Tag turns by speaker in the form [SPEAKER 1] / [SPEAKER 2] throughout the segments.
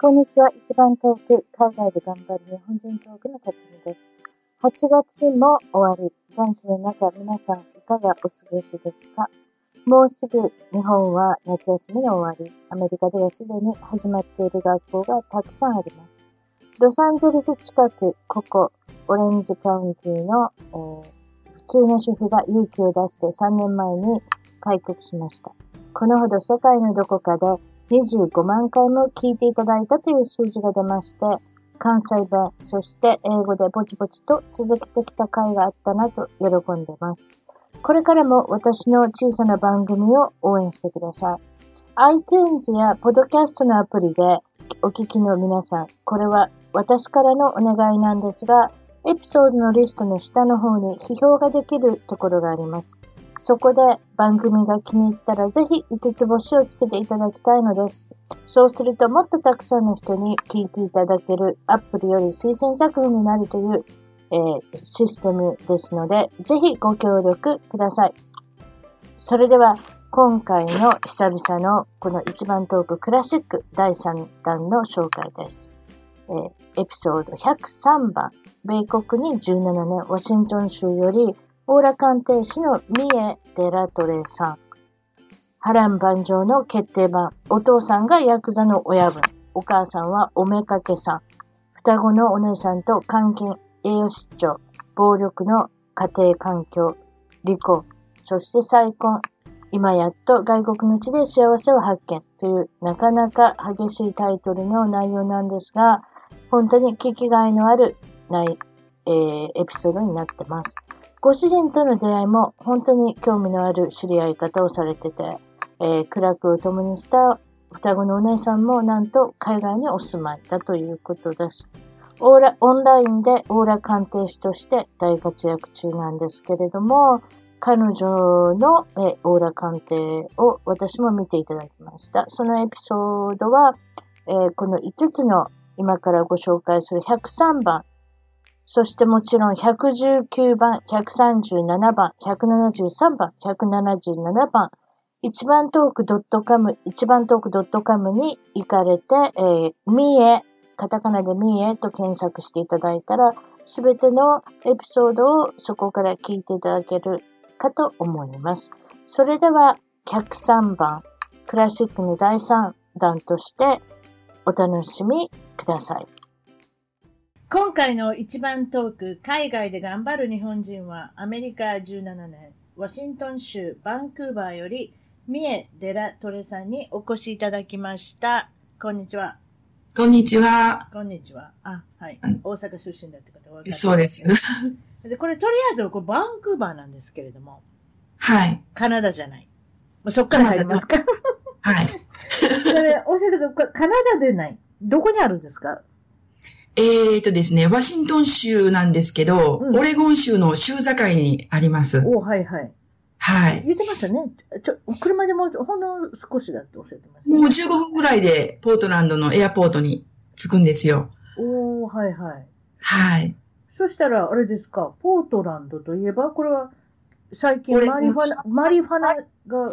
[SPEAKER 1] こんにちは。一番遠く、海外で頑張る日本人トークの辰巳です。8月も終わり、残暑の中、皆さんいかがお過ごしですかもうすぐ日本は夏休みの終わり、アメリカではすでに始まっている学校がたくさんあります。ロサンゼルス近く、ここ、オレンジカウンティの、えー普通の主婦が勇気を出して3年前に開国しました。このほど世界のどこかで25万回も聞いていただいたという数字が出まして、関西弁、そして英語でぼちぼちと続けてきた回があったなと喜んでます。これからも私の小さな番組を応援してください。iTunes や Podcast のアプリでお聞きの皆さん、これは私からのお願いなんですが、エピソードのリストの下の方に批評ができるところがあります。そこで番組が気に入ったらぜひ5つ星をつけていただきたいのです。そうするともっとたくさんの人に聞いていただけるアプリより推薦作品になるという、えーシステムですので、ぜひご協力ください。それでは今回の久々のこの一番トーククラシック第3弾の紹介です。えーエピソード103番、米国に17年ワシントン州よりオーラ鑑定士の三重デラトレさん。波乱万丈の決定版。お父さんがヤクザの親分。お母さんはおめかけさん。双子のお姉さんと監禁、栄養失調、暴力の家庭環境、離婚、そして再婚。今やっと外国の地で幸せを発見というなかなか激しいタイトルの内容なんですが、本当に聞きがいのあるない、えーエピソードになってます。ご主人との出会いも本当に興味のある知り合い方をされてて、えー苦楽を共にした双子のお姉さんもなんと海外にお住まいだということです。オーラオンラインでオーラ鑑定士として大活躍中なんですけれども、彼女のえーオーラ鑑定を私も見ていただきました。そのエピソードは、えーこの5つの今からご紹介する103番、そしてもちろん119番、137番、173番、177番、一番トーク .com、一番トーク .com に行かれて、えー、三重、カタカナで三重と検索していただいたら、すべてのエピソードをそこから聞いていただけるかと思います。それでは、103番、クラシックの第3弾として、お楽しみください。今回の一番トーク、海外で頑張る日本人は、アメリカ17年、ワシントン州バンクーバーより、三重デラトレさんにお越しいただきました。こんにちは。
[SPEAKER 2] こんにちは。
[SPEAKER 1] こんにちは。あ、はい
[SPEAKER 2] うん。
[SPEAKER 1] 大阪出身だってことは分かった
[SPEAKER 2] そうです。。
[SPEAKER 1] で、これとりあえず、これバンクーバーなんですけれども、
[SPEAKER 2] はい。
[SPEAKER 1] カナダじゃない。もうそっから入りますか。
[SPEAKER 2] はい。
[SPEAKER 1] それ、教えてくださいこれ。カナダでない。どこにあるんですか
[SPEAKER 2] えーとですね、ワシントン州なんですけど、
[SPEAKER 1] うん
[SPEAKER 2] オレゴン州の州境にあります。
[SPEAKER 1] おはいはい。
[SPEAKER 2] はい。
[SPEAKER 1] 言ってましたね。ちょ車でもうほんの少しだって教えてました、
[SPEAKER 2] も
[SPEAKER 1] ね。
[SPEAKER 2] う15分ぐらいでポートランドのエアポートに着くんですよ。
[SPEAKER 1] おおはいはい。
[SPEAKER 2] はい。
[SPEAKER 1] そしたら、あれですか、ポートランドといえば、これは最近
[SPEAKER 2] オレゴ
[SPEAKER 1] マ
[SPEAKER 2] ン
[SPEAKER 1] リファナ、マリファナが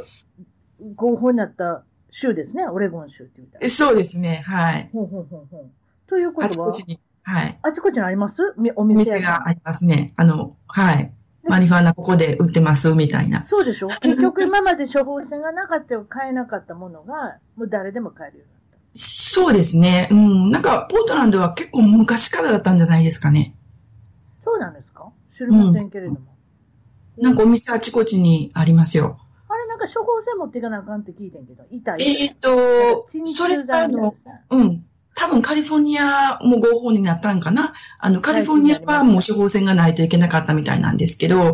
[SPEAKER 1] 合法になった州ですね、オレゴン州って言ったら。
[SPEAKER 2] そうですね。はい。
[SPEAKER 1] ほんほんほんほん。というこ
[SPEAKER 2] あ
[SPEAKER 1] と
[SPEAKER 2] ち
[SPEAKER 1] は
[SPEAKER 2] こ、ちに、はい。
[SPEAKER 1] あちこちにありますみお
[SPEAKER 2] お
[SPEAKER 1] 店
[SPEAKER 2] 店があ
[SPEAKER 1] り
[SPEAKER 2] りますね。あの、はい。マリファナここで売ってます、みたいな。
[SPEAKER 1] そうでしょ結局今まで処方箋がなかったよ、買えなかったものが、もう誰でも買えるようになった。
[SPEAKER 2] そうですね。うん。なんか、ポートランドは結構昔からだったんじゃないですかね。
[SPEAKER 1] そうなんですか知りませんけれども。
[SPEAKER 2] なんかお店あちこちにありますよ。
[SPEAKER 1] あれなんか処方箋持っていかなあかんって聞いてんけど、痛い。
[SPEAKER 2] えーっと
[SPEAKER 1] 鎮、
[SPEAKER 2] それ
[SPEAKER 1] 痛
[SPEAKER 2] はあ
[SPEAKER 1] 剤みたいな
[SPEAKER 2] の、
[SPEAKER 1] さ。
[SPEAKER 2] うん。多分カリフォルニアも合法になったんかなあの、カリフォルニアはもう処方箋がないといけなかったみたいなんですけど、
[SPEAKER 1] ええええ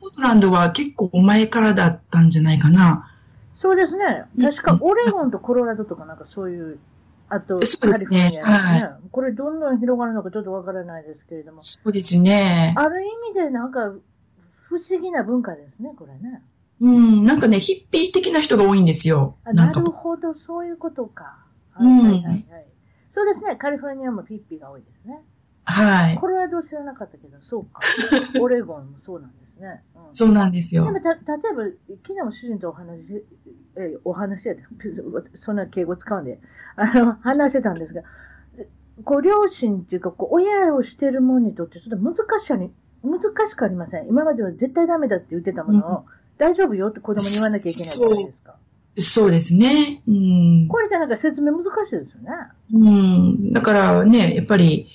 [SPEAKER 2] ポートランドは結構前からだったんじゃないかな
[SPEAKER 1] そうですね。
[SPEAKER 2] うん
[SPEAKER 1] 確か、オレゴンとコロラドとかなんかそういう、あと、
[SPEAKER 2] そうです
[SPEAKER 1] カリフォルニ
[SPEAKER 2] ね
[SPEAKER 1] アですね。これどんどん広がるのかちょっとわからないですけれども。
[SPEAKER 2] そうですね。
[SPEAKER 1] ある意味でなんか、不思議な文化ですね、これね。
[SPEAKER 2] うん、なんかね、ヒッピー的な人が多いんですよ。
[SPEAKER 1] あ
[SPEAKER 2] な
[SPEAKER 1] なん
[SPEAKER 2] か
[SPEAKER 1] る、ほど、そういうことか。は
[SPEAKER 2] うん
[SPEAKER 1] いはいはいはい。そうですね、カリフォルニアもピッピが多いですね。
[SPEAKER 2] はい。
[SPEAKER 1] コロラド知らなかったけど、そうか。オレゴンもそうなんですですね。うん
[SPEAKER 2] そうなんです
[SPEAKER 1] で
[SPEAKER 2] よ
[SPEAKER 1] も。た例えば、昨日も主人とお話し、えお話ししてた、別にそんな敬語使うんで、あの話してたんですが、ご両親っていうか、こう親をしてる者にとって、ちょっと難しさに、難しくありません。今までは絶対ダメだって言ってたものを、大丈夫よって子供に言わなきゃいけないじゃないですか。
[SPEAKER 2] そうですね。うん。
[SPEAKER 1] これってなんか説明難しいですよね。
[SPEAKER 2] うん。だからね、やっぱり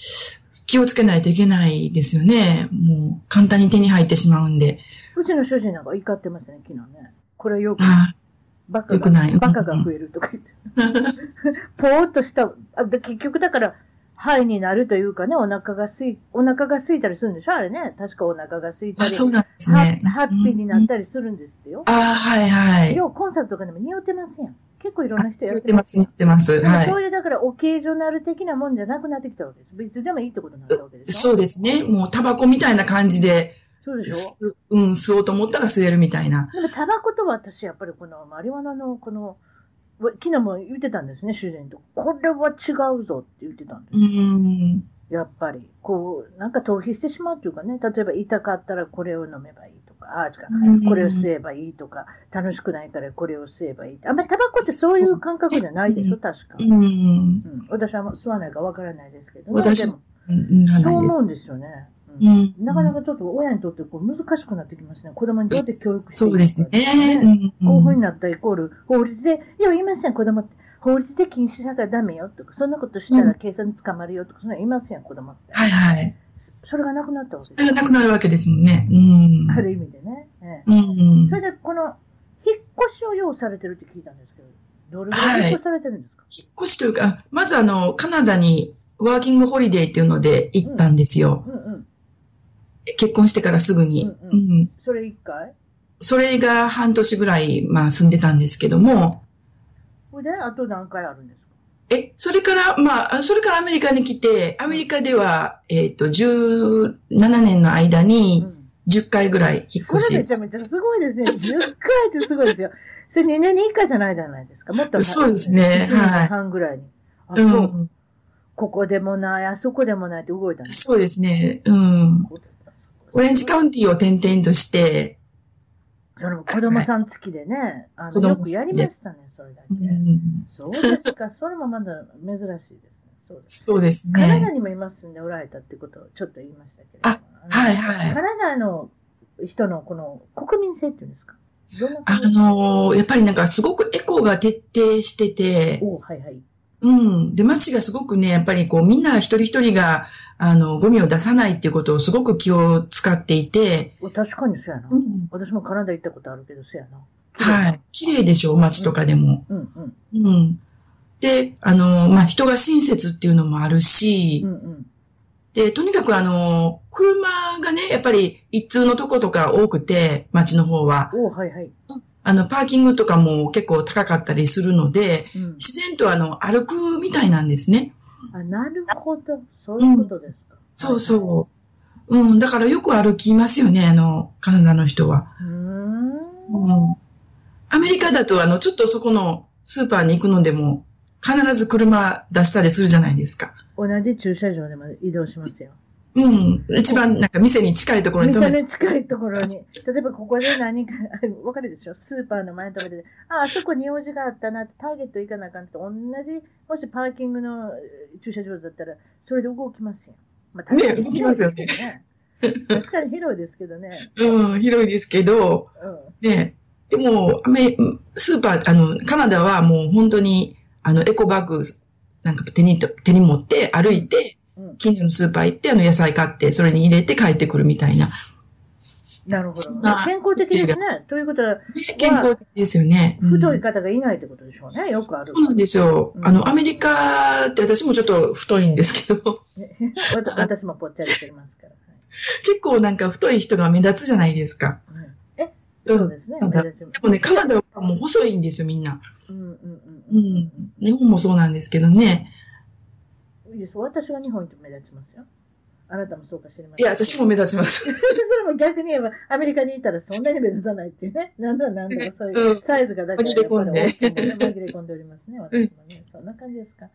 [SPEAKER 2] 気をつけないといけないですよね。もう簡単に手に入ってしまうんで。
[SPEAKER 1] うちの主人なんか怒ってましたね、昨日ね。これはよく、
[SPEAKER 2] は
[SPEAKER 1] バカ
[SPEAKER 2] よく
[SPEAKER 1] が
[SPEAKER 2] ない、
[SPEAKER 1] バカが増えるとか言って。 ぽーっとした、あで結局だから、肺になるというかね、お腹がすい、お腹が空いたりするんでしょあれね。確かお腹が空い
[SPEAKER 2] い。
[SPEAKER 1] た
[SPEAKER 2] あ
[SPEAKER 1] り。
[SPEAKER 2] そうなんです
[SPEAKER 1] ハ
[SPEAKER 2] ね
[SPEAKER 1] ッ。ハッピーになっ
[SPEAKER 2] うん
[SPEAKER 1] たりするんですってよ。
[SPEAKER 2] ああ、はいはい。
[SPEAKER 1] 要はコンサートとかでも匂ってますやん。結構いろんな人や
[SPEAKER 2] 言
[SPEAKER 1] っ
[SPEAKER 2] っててま
[SPEAKER 1] ます
[SPEAKER 2] す、言ってます。
[SPEAKER 1] でも
[SPEAKER 2] は
[SPEAKER 1] そういう、だから、オケージョナル的なもんじゃなくなってきたわけです。別でもいいってことになったわけで
[SPEAKER 2] い。
[SPEAKER 1] しょ
[SPEAKER 2] そうですね。もうタバコみたいな感じで、
[SPEAKER 1] そうでしょ
[SPEAKER 2] すうん、吸おうと思ったら吸えるみたいな。
[SPEAKER 1] でも、タバコと私、やっぱりこのマリワナの、この、わ昨日も言ってたんですね、主人と。これは違うぞって言ってたんです。
[SPEAKER 2] うん。
[SPEAKER 1] やっぱり、こう、なんか逃避してしまうというかね、例えば痛かったらこれを飲めばいいとか、ああ、違
[SPEAKER 2] うん
[SPEAKER 1] うこれを吸えばいいとか、楽しくないからこれを吸えばいい。あんまりタバコってそういう感覚じゃないでしょ、確か。
[SPEAKER 2] うん。
[SPEAKER 1] うん、私は吸わないからわからないですけど、ね、
[SPEAKER 2] 私
[SPEAKER 1] でも、
[SPEAKER 2] うん、なら
[SPEAKER 1] そう
[SPEAKER 2] ないです
[SPEAKER 1] 思。うんですよね。うん
[SPEAKER 2] うん。
[SPEAKER 1] なかなかちょっと親にとってこう難しくなってきますね。子供にどうやって教育してい
[SPEAKER 2] そうですね。
[SPEAKER 1] ね
[SPEAKER 2] うん
[SPEAKER 1] こういうふうになったイコール、法律で、いや、言いません、子供って。法律で禁止だからダメよとか、そんなことしたら警察に捕まるよとか、そんなの言いません、子供って。
[SPEAKER 2] はいはい。
[SPEAKER 1] それがなくなったわけ
[SPEAKER 2] そ
[SPEAKER 1] で
[SPEAKER 2] れ
[SPEAKER 1] す
[SPEAKER 2] が。なくなるわけですもんね。うん。
[SPEAKER 1] ある意味でね。え
[SPEAKER 2] う
[SPEAKER 1] え
[SPEAKER 2] ん
[SPEAKER 1] それで、この、引っ越しを用意されてるって聞いたんですけど、どれぐらい引っ越しされてるんですか、
[SPEAKER 2] 引っ越しというか、まずあの、カナダにワーキングホリデーっていうので行ったんですよ。
[SPEAKER 1] うんうん。
[SPEAKER 2] 結婚してからすぐに。
[SPEAKER 1] うんうん
[SPEAKER 2] うん
[SPEAKER 1] それ一回
[SPEAKER 2] それが半年ぐらい、まあ住んでたんですけども、
[SPEAKER 1] それで、あと何回あるんですか
[SPEAKER 2] え、それから、まあ、それからアメリカに来て、アメリカでは、えっ、と、17年の間に
[SPEAKER 1] うん
[SPEAKER 2] 10回ぐらい引っ越
[SPEAKER 1] それ
[SPEAKER 2] し
[SPEAKER 1] めち。ゃめちゃすごいですね。10回ってすごいですよ。 それ2年に1回じゃないじゃないですか。もっと前
[SPEAKER 2] そうですね
[SPEAKER 1] 1
[SPEAKER 2] はい
[SPEAKER 1] 年半ぐらいに。あ、
[SPEAKER 2] う
[SPEAKER 1] そう。
[SPEAKER 2] ん。
[SPEAKER 1] ここでもない、あそこでもないって動いたんです。
[SPEAKER 2] そうですね。うん。オレンジカウンティーを転々として、
[SPEAKER 1] それも子供さん付きでね、あ
[SPEAKER 2] 子
[SPEAKER 1] の、
[SPEAKER 2] 供
[SPEAKER 1] よ
[SPEAKER 2] 付
[SPEAKER 1] く
[SPEAKER 2] きで
[SPEAKER 1] やりましたね、それだけ。
[SPEAKER 2] うん、
[SPEAKER 1] そうですか。それもまだ珍しいですね。そうです。
[SPEAKER 2] そうです
[SPEAKER 1] カナダ
[SPEAKER 2] ね。
[SPEAKER 1] にもいますんで、おられたってことをちょっと言いましたけれども
[SPEAKER 2] あ。はい
[SPEAKER 1] あの
[SPEAKER 2] はい。
[SPEAKER 1] カナダの人のこの国民性っていうんですかどんな
[SPEAKER 2] あ
[SPEAKER 1] 感じ
[SPEAKER 2] のーやっぱりなんかすごくエコが徹底してて、
[SPEAKER 1] おはいはい。
[SPEAKER 2] うん。で、街がすごくね、やっぱりこうみんな一人一人が、あの、ゴミを出さないっていうことをすごく気を使っていて、
[SPEAKER 1] お確かにそうやな。
[SPEAKER 2] うん。
[SPEAKER 1] 私もカナダ行ったことあるけど、そうやな。
[SPEAKER 2] はい。綺麗でしょ、街とかでも。
[SPEAKER 1] うんうん。
[SPEAKER 2] うん。で、あのーまあ、人が親切っていうのもあるし
[SPEAKER 1] う、んうん。
[SPEAKER 2] で、とにかくあのー車がね、やっぱり一通のとことか多くて、街の方は。
[SPEAKER 1] おはいはい。
[SPEAKER 2] あの、パーキングとかも結構高かったりするので、
[SPEAKER 1] うん。
[SPEAKER 2] 自然とあの、歩くみたいなんですね。
[SPEAKER 1] あ、なるほど。そういうことですか。
[SPEAKER 2] そうそう。うん、だからよく歩きますよね、あの、カナダの人は。
[SPEAKER 1] う。うー。
[SPEAKER 2] うんん。アメリカだとあの、ちょっとそこのスーパーに行くのでも、必ず車出したりするじゃないですか。
[SPEAKER 1] 同じ駐車場でも移動しますよ。
[SPEAKER 2] うん。一番なんか店に近いところに止
[SPEAKER 1] 店
[SPEAKER 2] めて。
[SPEAKER 1] の近いところに。例えばここで何か、あわかるでしょスーパーの前に止めてて、あ、あそこに用事があったなって、ターゲット行かなあかんって、同じ、もしパーキングのえー駐車場だったら、それで動きますよ。まあ
[SPEAKER 2] ね動きますよね。
[SPEAKER 1] 確かに広いですけどね。
[SPEAKER 2] うん、広いですけど、
[SPEAKER 1] うん。
[SPEAKER 2] ね、でも、アメ、スーパー、あの、カナダはもう本当に、あの、エコバッグ、なんか手にと、手に持って歩いて、
[SPEAKER 1] うん
[SPEAKER 2] 近所のスーパー行って、あの、野菜買って、それに入れて帰ってくるみたいな。
[SPEAKER 1] なるほ
[SPEAKER 2] そん
[SPEAKER 1] ど。
[SPEAKER 2] な
[SPEAKER 1] 健康的ですね。ということは、
[SPEAKER 2] 健康的ですよね。うん
[SPEAKER 1] 太い方がいないってことでしょうね。よくある
[SPEAKER 2] そ。うなんですよ。あの、アメリカって私もちょっと太いんですけど、
[SPEAKER 1] わた 私もぽっちゃりしてますから。
[SPEAKER 2] 結構なんか太い人が目立つじゃないですか。
[SPEAKER 1] はいはいえ、
[SPEAKER 2] うん
[SPEAKER 1] そうですね。
[SPEAKER 2] なんか
[SPEAKER 1] 目立ち
[SPEAKER 2] でもね、カナダはもう細いんですよ、みんな。
[SPEAKER 1] うんうんうん
[SPEAKER 2] う
[SPEAKER 1] うん
[SPEAKER 2] ん。日本もそうなんですけどね。
[SPEAKER 1] いいです。私は日本行って目立ちますよ。あなたもそうか知りま
[SPEAKER 2] い
[SPEAKER 1] せん。
[SPEAKER 2] や、私も。目立ちます。
[SPEAKER 1] それも逆に言えば、アメリカにいたらそんなに目立たないっていうね。 なんだなんだかそういううんサイズがだから、
[SPEAKER 2] 紛れ込んで
[SPEAKER 1] やっぱり大きさもね紛れ込んでおりますね。私もね。そんな感じですか。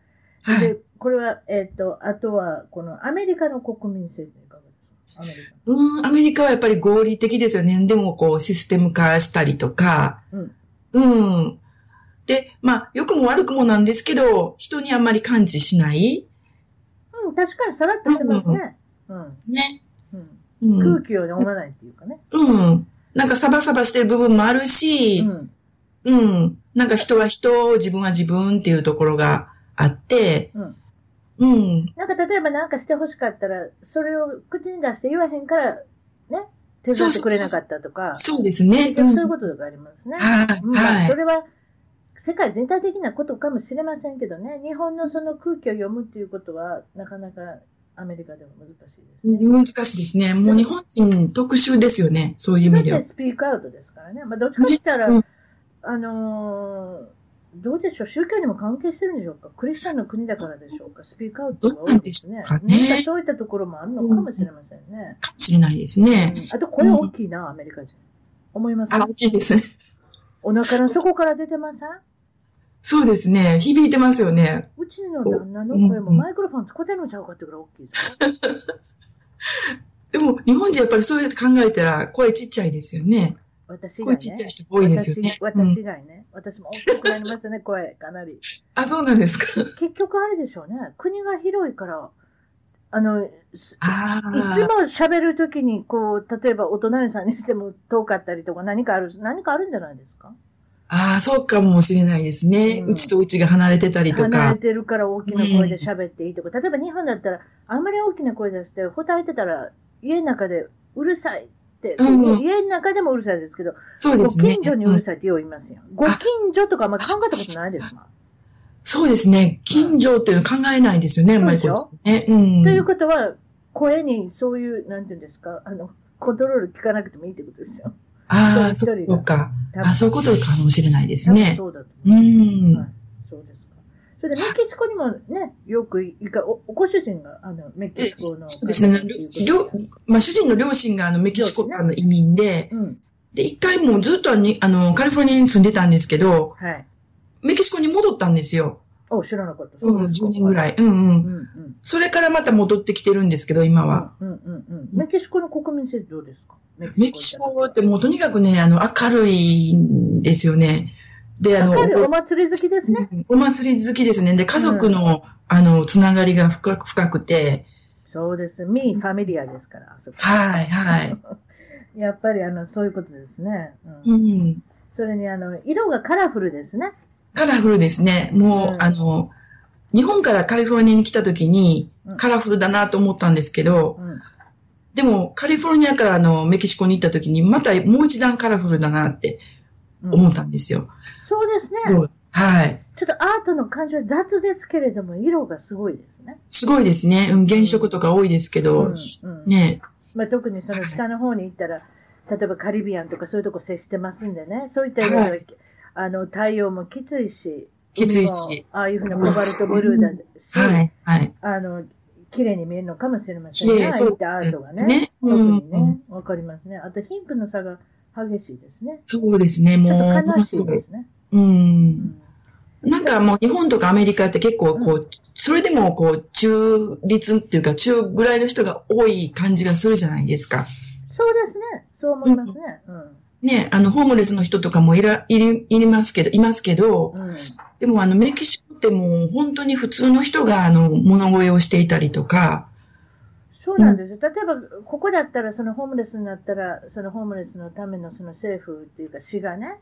[SPEAKER 2] はい。
[SPEAKER 1] で、これは、えっ、と、あとは、このアメリカの国民性というかがですアメリカ。
[SPEAKER 2] うん、アメリカはやっぱり合理的ですよね。でもこうシステム化したりとか。
[SPEAKER 1] うん。
[SPEAKER 2] うん。で、まあ、良くも悪くもなんですけど、人にあんまり感知しない。
[SPEAKER 1] うん、確かにさらっとしてますね。うん。
[SPEAKER 2] ね。
[SPEAKER 1] うん、
[SPEAKER 2] う
[SPEAKER 1] 空
[SPEAKER 2] ん。
[SPEAKER 1] 気を読まないっていうかね。
[SPEAKER 2] うん。なんかサバサバしてる部分もあるし、
[SPEAKER 1] うん。
[SPEAKER 2] うん。なんか人は人、自分は自分っていうところがあって、
[SPEAKER 1] うん。
[SPEAKER 2] うん。
[SPEAKER 1] なんか例えばなんかして欲しかったら、それを口に出して言わへんから、ね、手伝ってくれなかったとか、
[SPEAKER 2] そうですね。
[SPEAKER 1] 結局
[SPEAKER 2] うん
[SPEAKER 1] そういうことがありますね。
[SPEAKER 2] はい。
[SPEAKER 1] うんまあ
[SPEAKER 2] は
[SPEAKER 1] そ
[SPEAKER 2] い。
[SPEAKER 1] れは世界全体的なことかもしれませんけどね、日本のその空気を読むっていうことは、なかなかアメリカでも難しいですね。
[SPEAKER 2] 難しいですね。もう日本人特殊ですよね。そういう意
[SPEAKER 1] だっ
[SPEAKER 2] 味では
[SPEAKER 1] て。スピークアウトですからね、まあ、どっちかって言ったら、
[SPEAKER 2] うん
[SPEAKER 1] あのーどうでしょう、宗教にも関係してるんでしょうか、クリスチャンの国だからでしょうか、スピークアウトが多いですね。
[SPEAKER 2] どうなんでしょうかね
[SPEAKER 1] なんかそういったところもあるのかもしれませんね。
[SPEAKER 2] かもしれないですね。
[SPEAKER 1] うんあと、声大きいな、アメリカ人。思います
[SPEAKER 2] あ、大きいですね。
[SPEAKER 1] お腹の底から出てません
[SPEAKER 2] そうですね。響いてますよね。
[SPEAKER 1] うちの旦那の声もマイクロフォン使ってんのちゃうかってぐらい大きいですよ。
[SPEAKER 2] でも、日本人やっぱりそうやって考えたら、声ちっちゃいですよね。
[SPEAKER 1] 私が
[SPEAKER 2] 声
[SPEAKER 1] ね
[SPEAKER 2] ちっちゃい人多いですよね。
[SPEAKER 1] 私
[SPEAKER 2] うん
[SPEAKER 1] 私以外ね、私も大きくなりましたね、声、かなり。
[SPEAKER 2] あ、そうなんですか。
[SPEAKER 1] 結局あれでしょうね、国が広いから、あの、す
[SPEAKER 2] あ
[SPEAKER 1] いつ
[SPEAKER 2] あ。
[SPEAKER 1] も喋るときに、こう、例えばお隣さんにしても遠かったりとか、何かある、何かあるんじゃないですか
[SPEAKER 2] ああ、そうかもしれないですね。
[SPEAKER 1] うん
[SPEAKER 2] うちとうちが離れてたりと
[SPEAKER 1] 離れ
[SPEAKER 2] か。
[SPEAKER 1] てるから大きな声で喋っていいとか、例えば日本だったら、あんまり大きな声出して、ほたえてたら、家の中でうるさいって、
[SPEAKER 2] うん
[SPEAKER 1] 家の中でもうるさいですけど、
[SPEAKER 2] そうです
[SPEAKER 1] ご
[SPEAKER 2] ね
[SPEAKER 1] 近。所にうるさいってよう言いますよ。ご近所とかあんまり考えたことないですか
[SPEAKER 2] そうですね。近所っていうの考えないですよね、あんまりこっちね。うん。
[SPEAKER 1] ということは、声にそういう、なんていうんですか、あの、コントロール聞かなくてもいいってことですよ。
[SPEAKER 2] ああ、
[SPEAKER 1] 一
[SPEAKER 2] そ
[SPEAKER 1] 人が
[SPEAKER 2] うか。
[SPEAKER 1] 多分
[SPEAKER 2] あそういうことかもしれないです
[SPEAKER 1] 多分
[SPEAKER 2] ね。
[SPEAKER 1] そうだと
[SPEAKER 2] う
[SPEAKER 1] 思う。は
[SPEAKER 2] ん
[SPEAKER 1] い。そうですか。それでメキシコにもね、よく行か、おご主人が、あの、メキシコの。
[SPEAKER 2] そうですね。両、まあ、主人の両親があのメキシコからの移民で、
[SPEAKER 1] うん。
[SPEAKER 2] で、一回もうずっとにあのカリフォルニアに住んでたんですけど、
[SPEAKER 1] はい。
[SPEAKER 2] メキシコに戻ったんですよ。
[SPEAKER 1] お、知らなかった。
[SPEAKER 2] うん、10年ぐら
[SPEAKER 1] い。
[SPEAKER 2] い。うんう
[SPEAKER 1] うん
[SPEAKER 2] ん。
[SPEAKER 1] うん。
[SPEAKER 2] それからまた戻ってきてるんですけど、今は。
[SPEAKER 1] うんうんうん。メキシコの国民性どうですか
[SPEAKER 2] メキシコってもうとにかくね、あの、明るいんですよね。で、あの、
[SPEAKER 1] 明るいお祭り好きですね。
[SPEAKER 2] おお祭り好きですね。で、家族の、あの、つながりが深く、深くて、
[SPEAKER 1] そうです。ミーファミリアですから、あそこ。
[SPEAKER 2] はい、はい。
[SPEAKER 1] やっぱりあの、そういうことですね。うん。
[SPEAKER 2] うん。
[SPEAKER 1] それにあの、色がカラフルですね。
[SPEAKER 2] カラフルですね。もう、
[SPEAKER 1] うん
[SPEAKER 2] あの、日本からカリフォルニアに来た時に
[SPEAKER 1] うん、
[SPEAKER 2] カラフルだなと思ったんですけど、
[SPEAKER 1] うん。
[SPEAKER 2] でも、カリフォルニアからあの、メキシコに行った時に、またもう一段カラフルだなって
[SPEAKER 1] う
[SPEAKER 2] 思
[SPEAKER 1] ん、
[SPEAKER 2] ったんですよ。
[SPEAKER 1] そうですね。
[SPEAKER 2] はい。
[SPEAKER 1] ちょっとアートの感じは雑ですけれども、色がすごいですね。
[SPEAKER 2] すごいですね。うん、原色とか多いですけ
[SPEAKER 1] うん
[SPEAKER 2] ど、
[SPEAKER 1] うん
[SPEAKER 2] ね。
[SPEAKER 1] まあ、特にその下の方に行ったら、例えばカリビアンとかそういうとこ接してますんでね、そういった色が、
[SPEAKER 2] は
[SPEAKER 1] あの太陽もきついし、
[SPEAKER 2] きついし
[SPEAKER 1] 海もああいうふうなコバルトブルーだし、
[SPEAKER 2] はい。はい。
[SPEAKER 1] あの、綺麗に見えるのかもしれません
[SPEAKER 2] 綺
[SPEAKER 1] ね。
[SPEAKER 2] 麗
[SPEAKER 1] ああいったアートがね。
[SPEAKER 2] そうですね
[SPEAKER 1] 特に
[SPEAKER 2] う
[SPEAKER 1] ね。わかりますね。あと、貧富の差が激しいですね。
[SPEAKER 2] そうですね、
[SPEAKER 1] ち
[SPEAKER 2] も
[SPEAKER 1] ょ
[SPEAKER 2] う。
[SPEAKER 1] っと悲しいですね。
[SPEAKER 2] う。
[SPEAKER 1] うんん
[SPEAKER 2] なんかもう日本とかアメリカって結構こう、それでもこう、中立っていうか中ぐらいの人が多い感じがするじゃないですか。
[SPEAKER 1] そうですね。そう思いますね。うん。
[SPEAKER 2] ね、あの、ホームレスの人とかもいら、いる、いりますけど、いますけど、
[SPEAKER 1] うん。
[SPEAKER 2] でもあの、メキシコってもう本当に普通の人があの、物乞いをしていたりとか、
[SPEAKER 1] そうなんですよ。例えば、ここだったら、そのホームレスになったら、そのホームレスのためのその政府っていうか、市がね、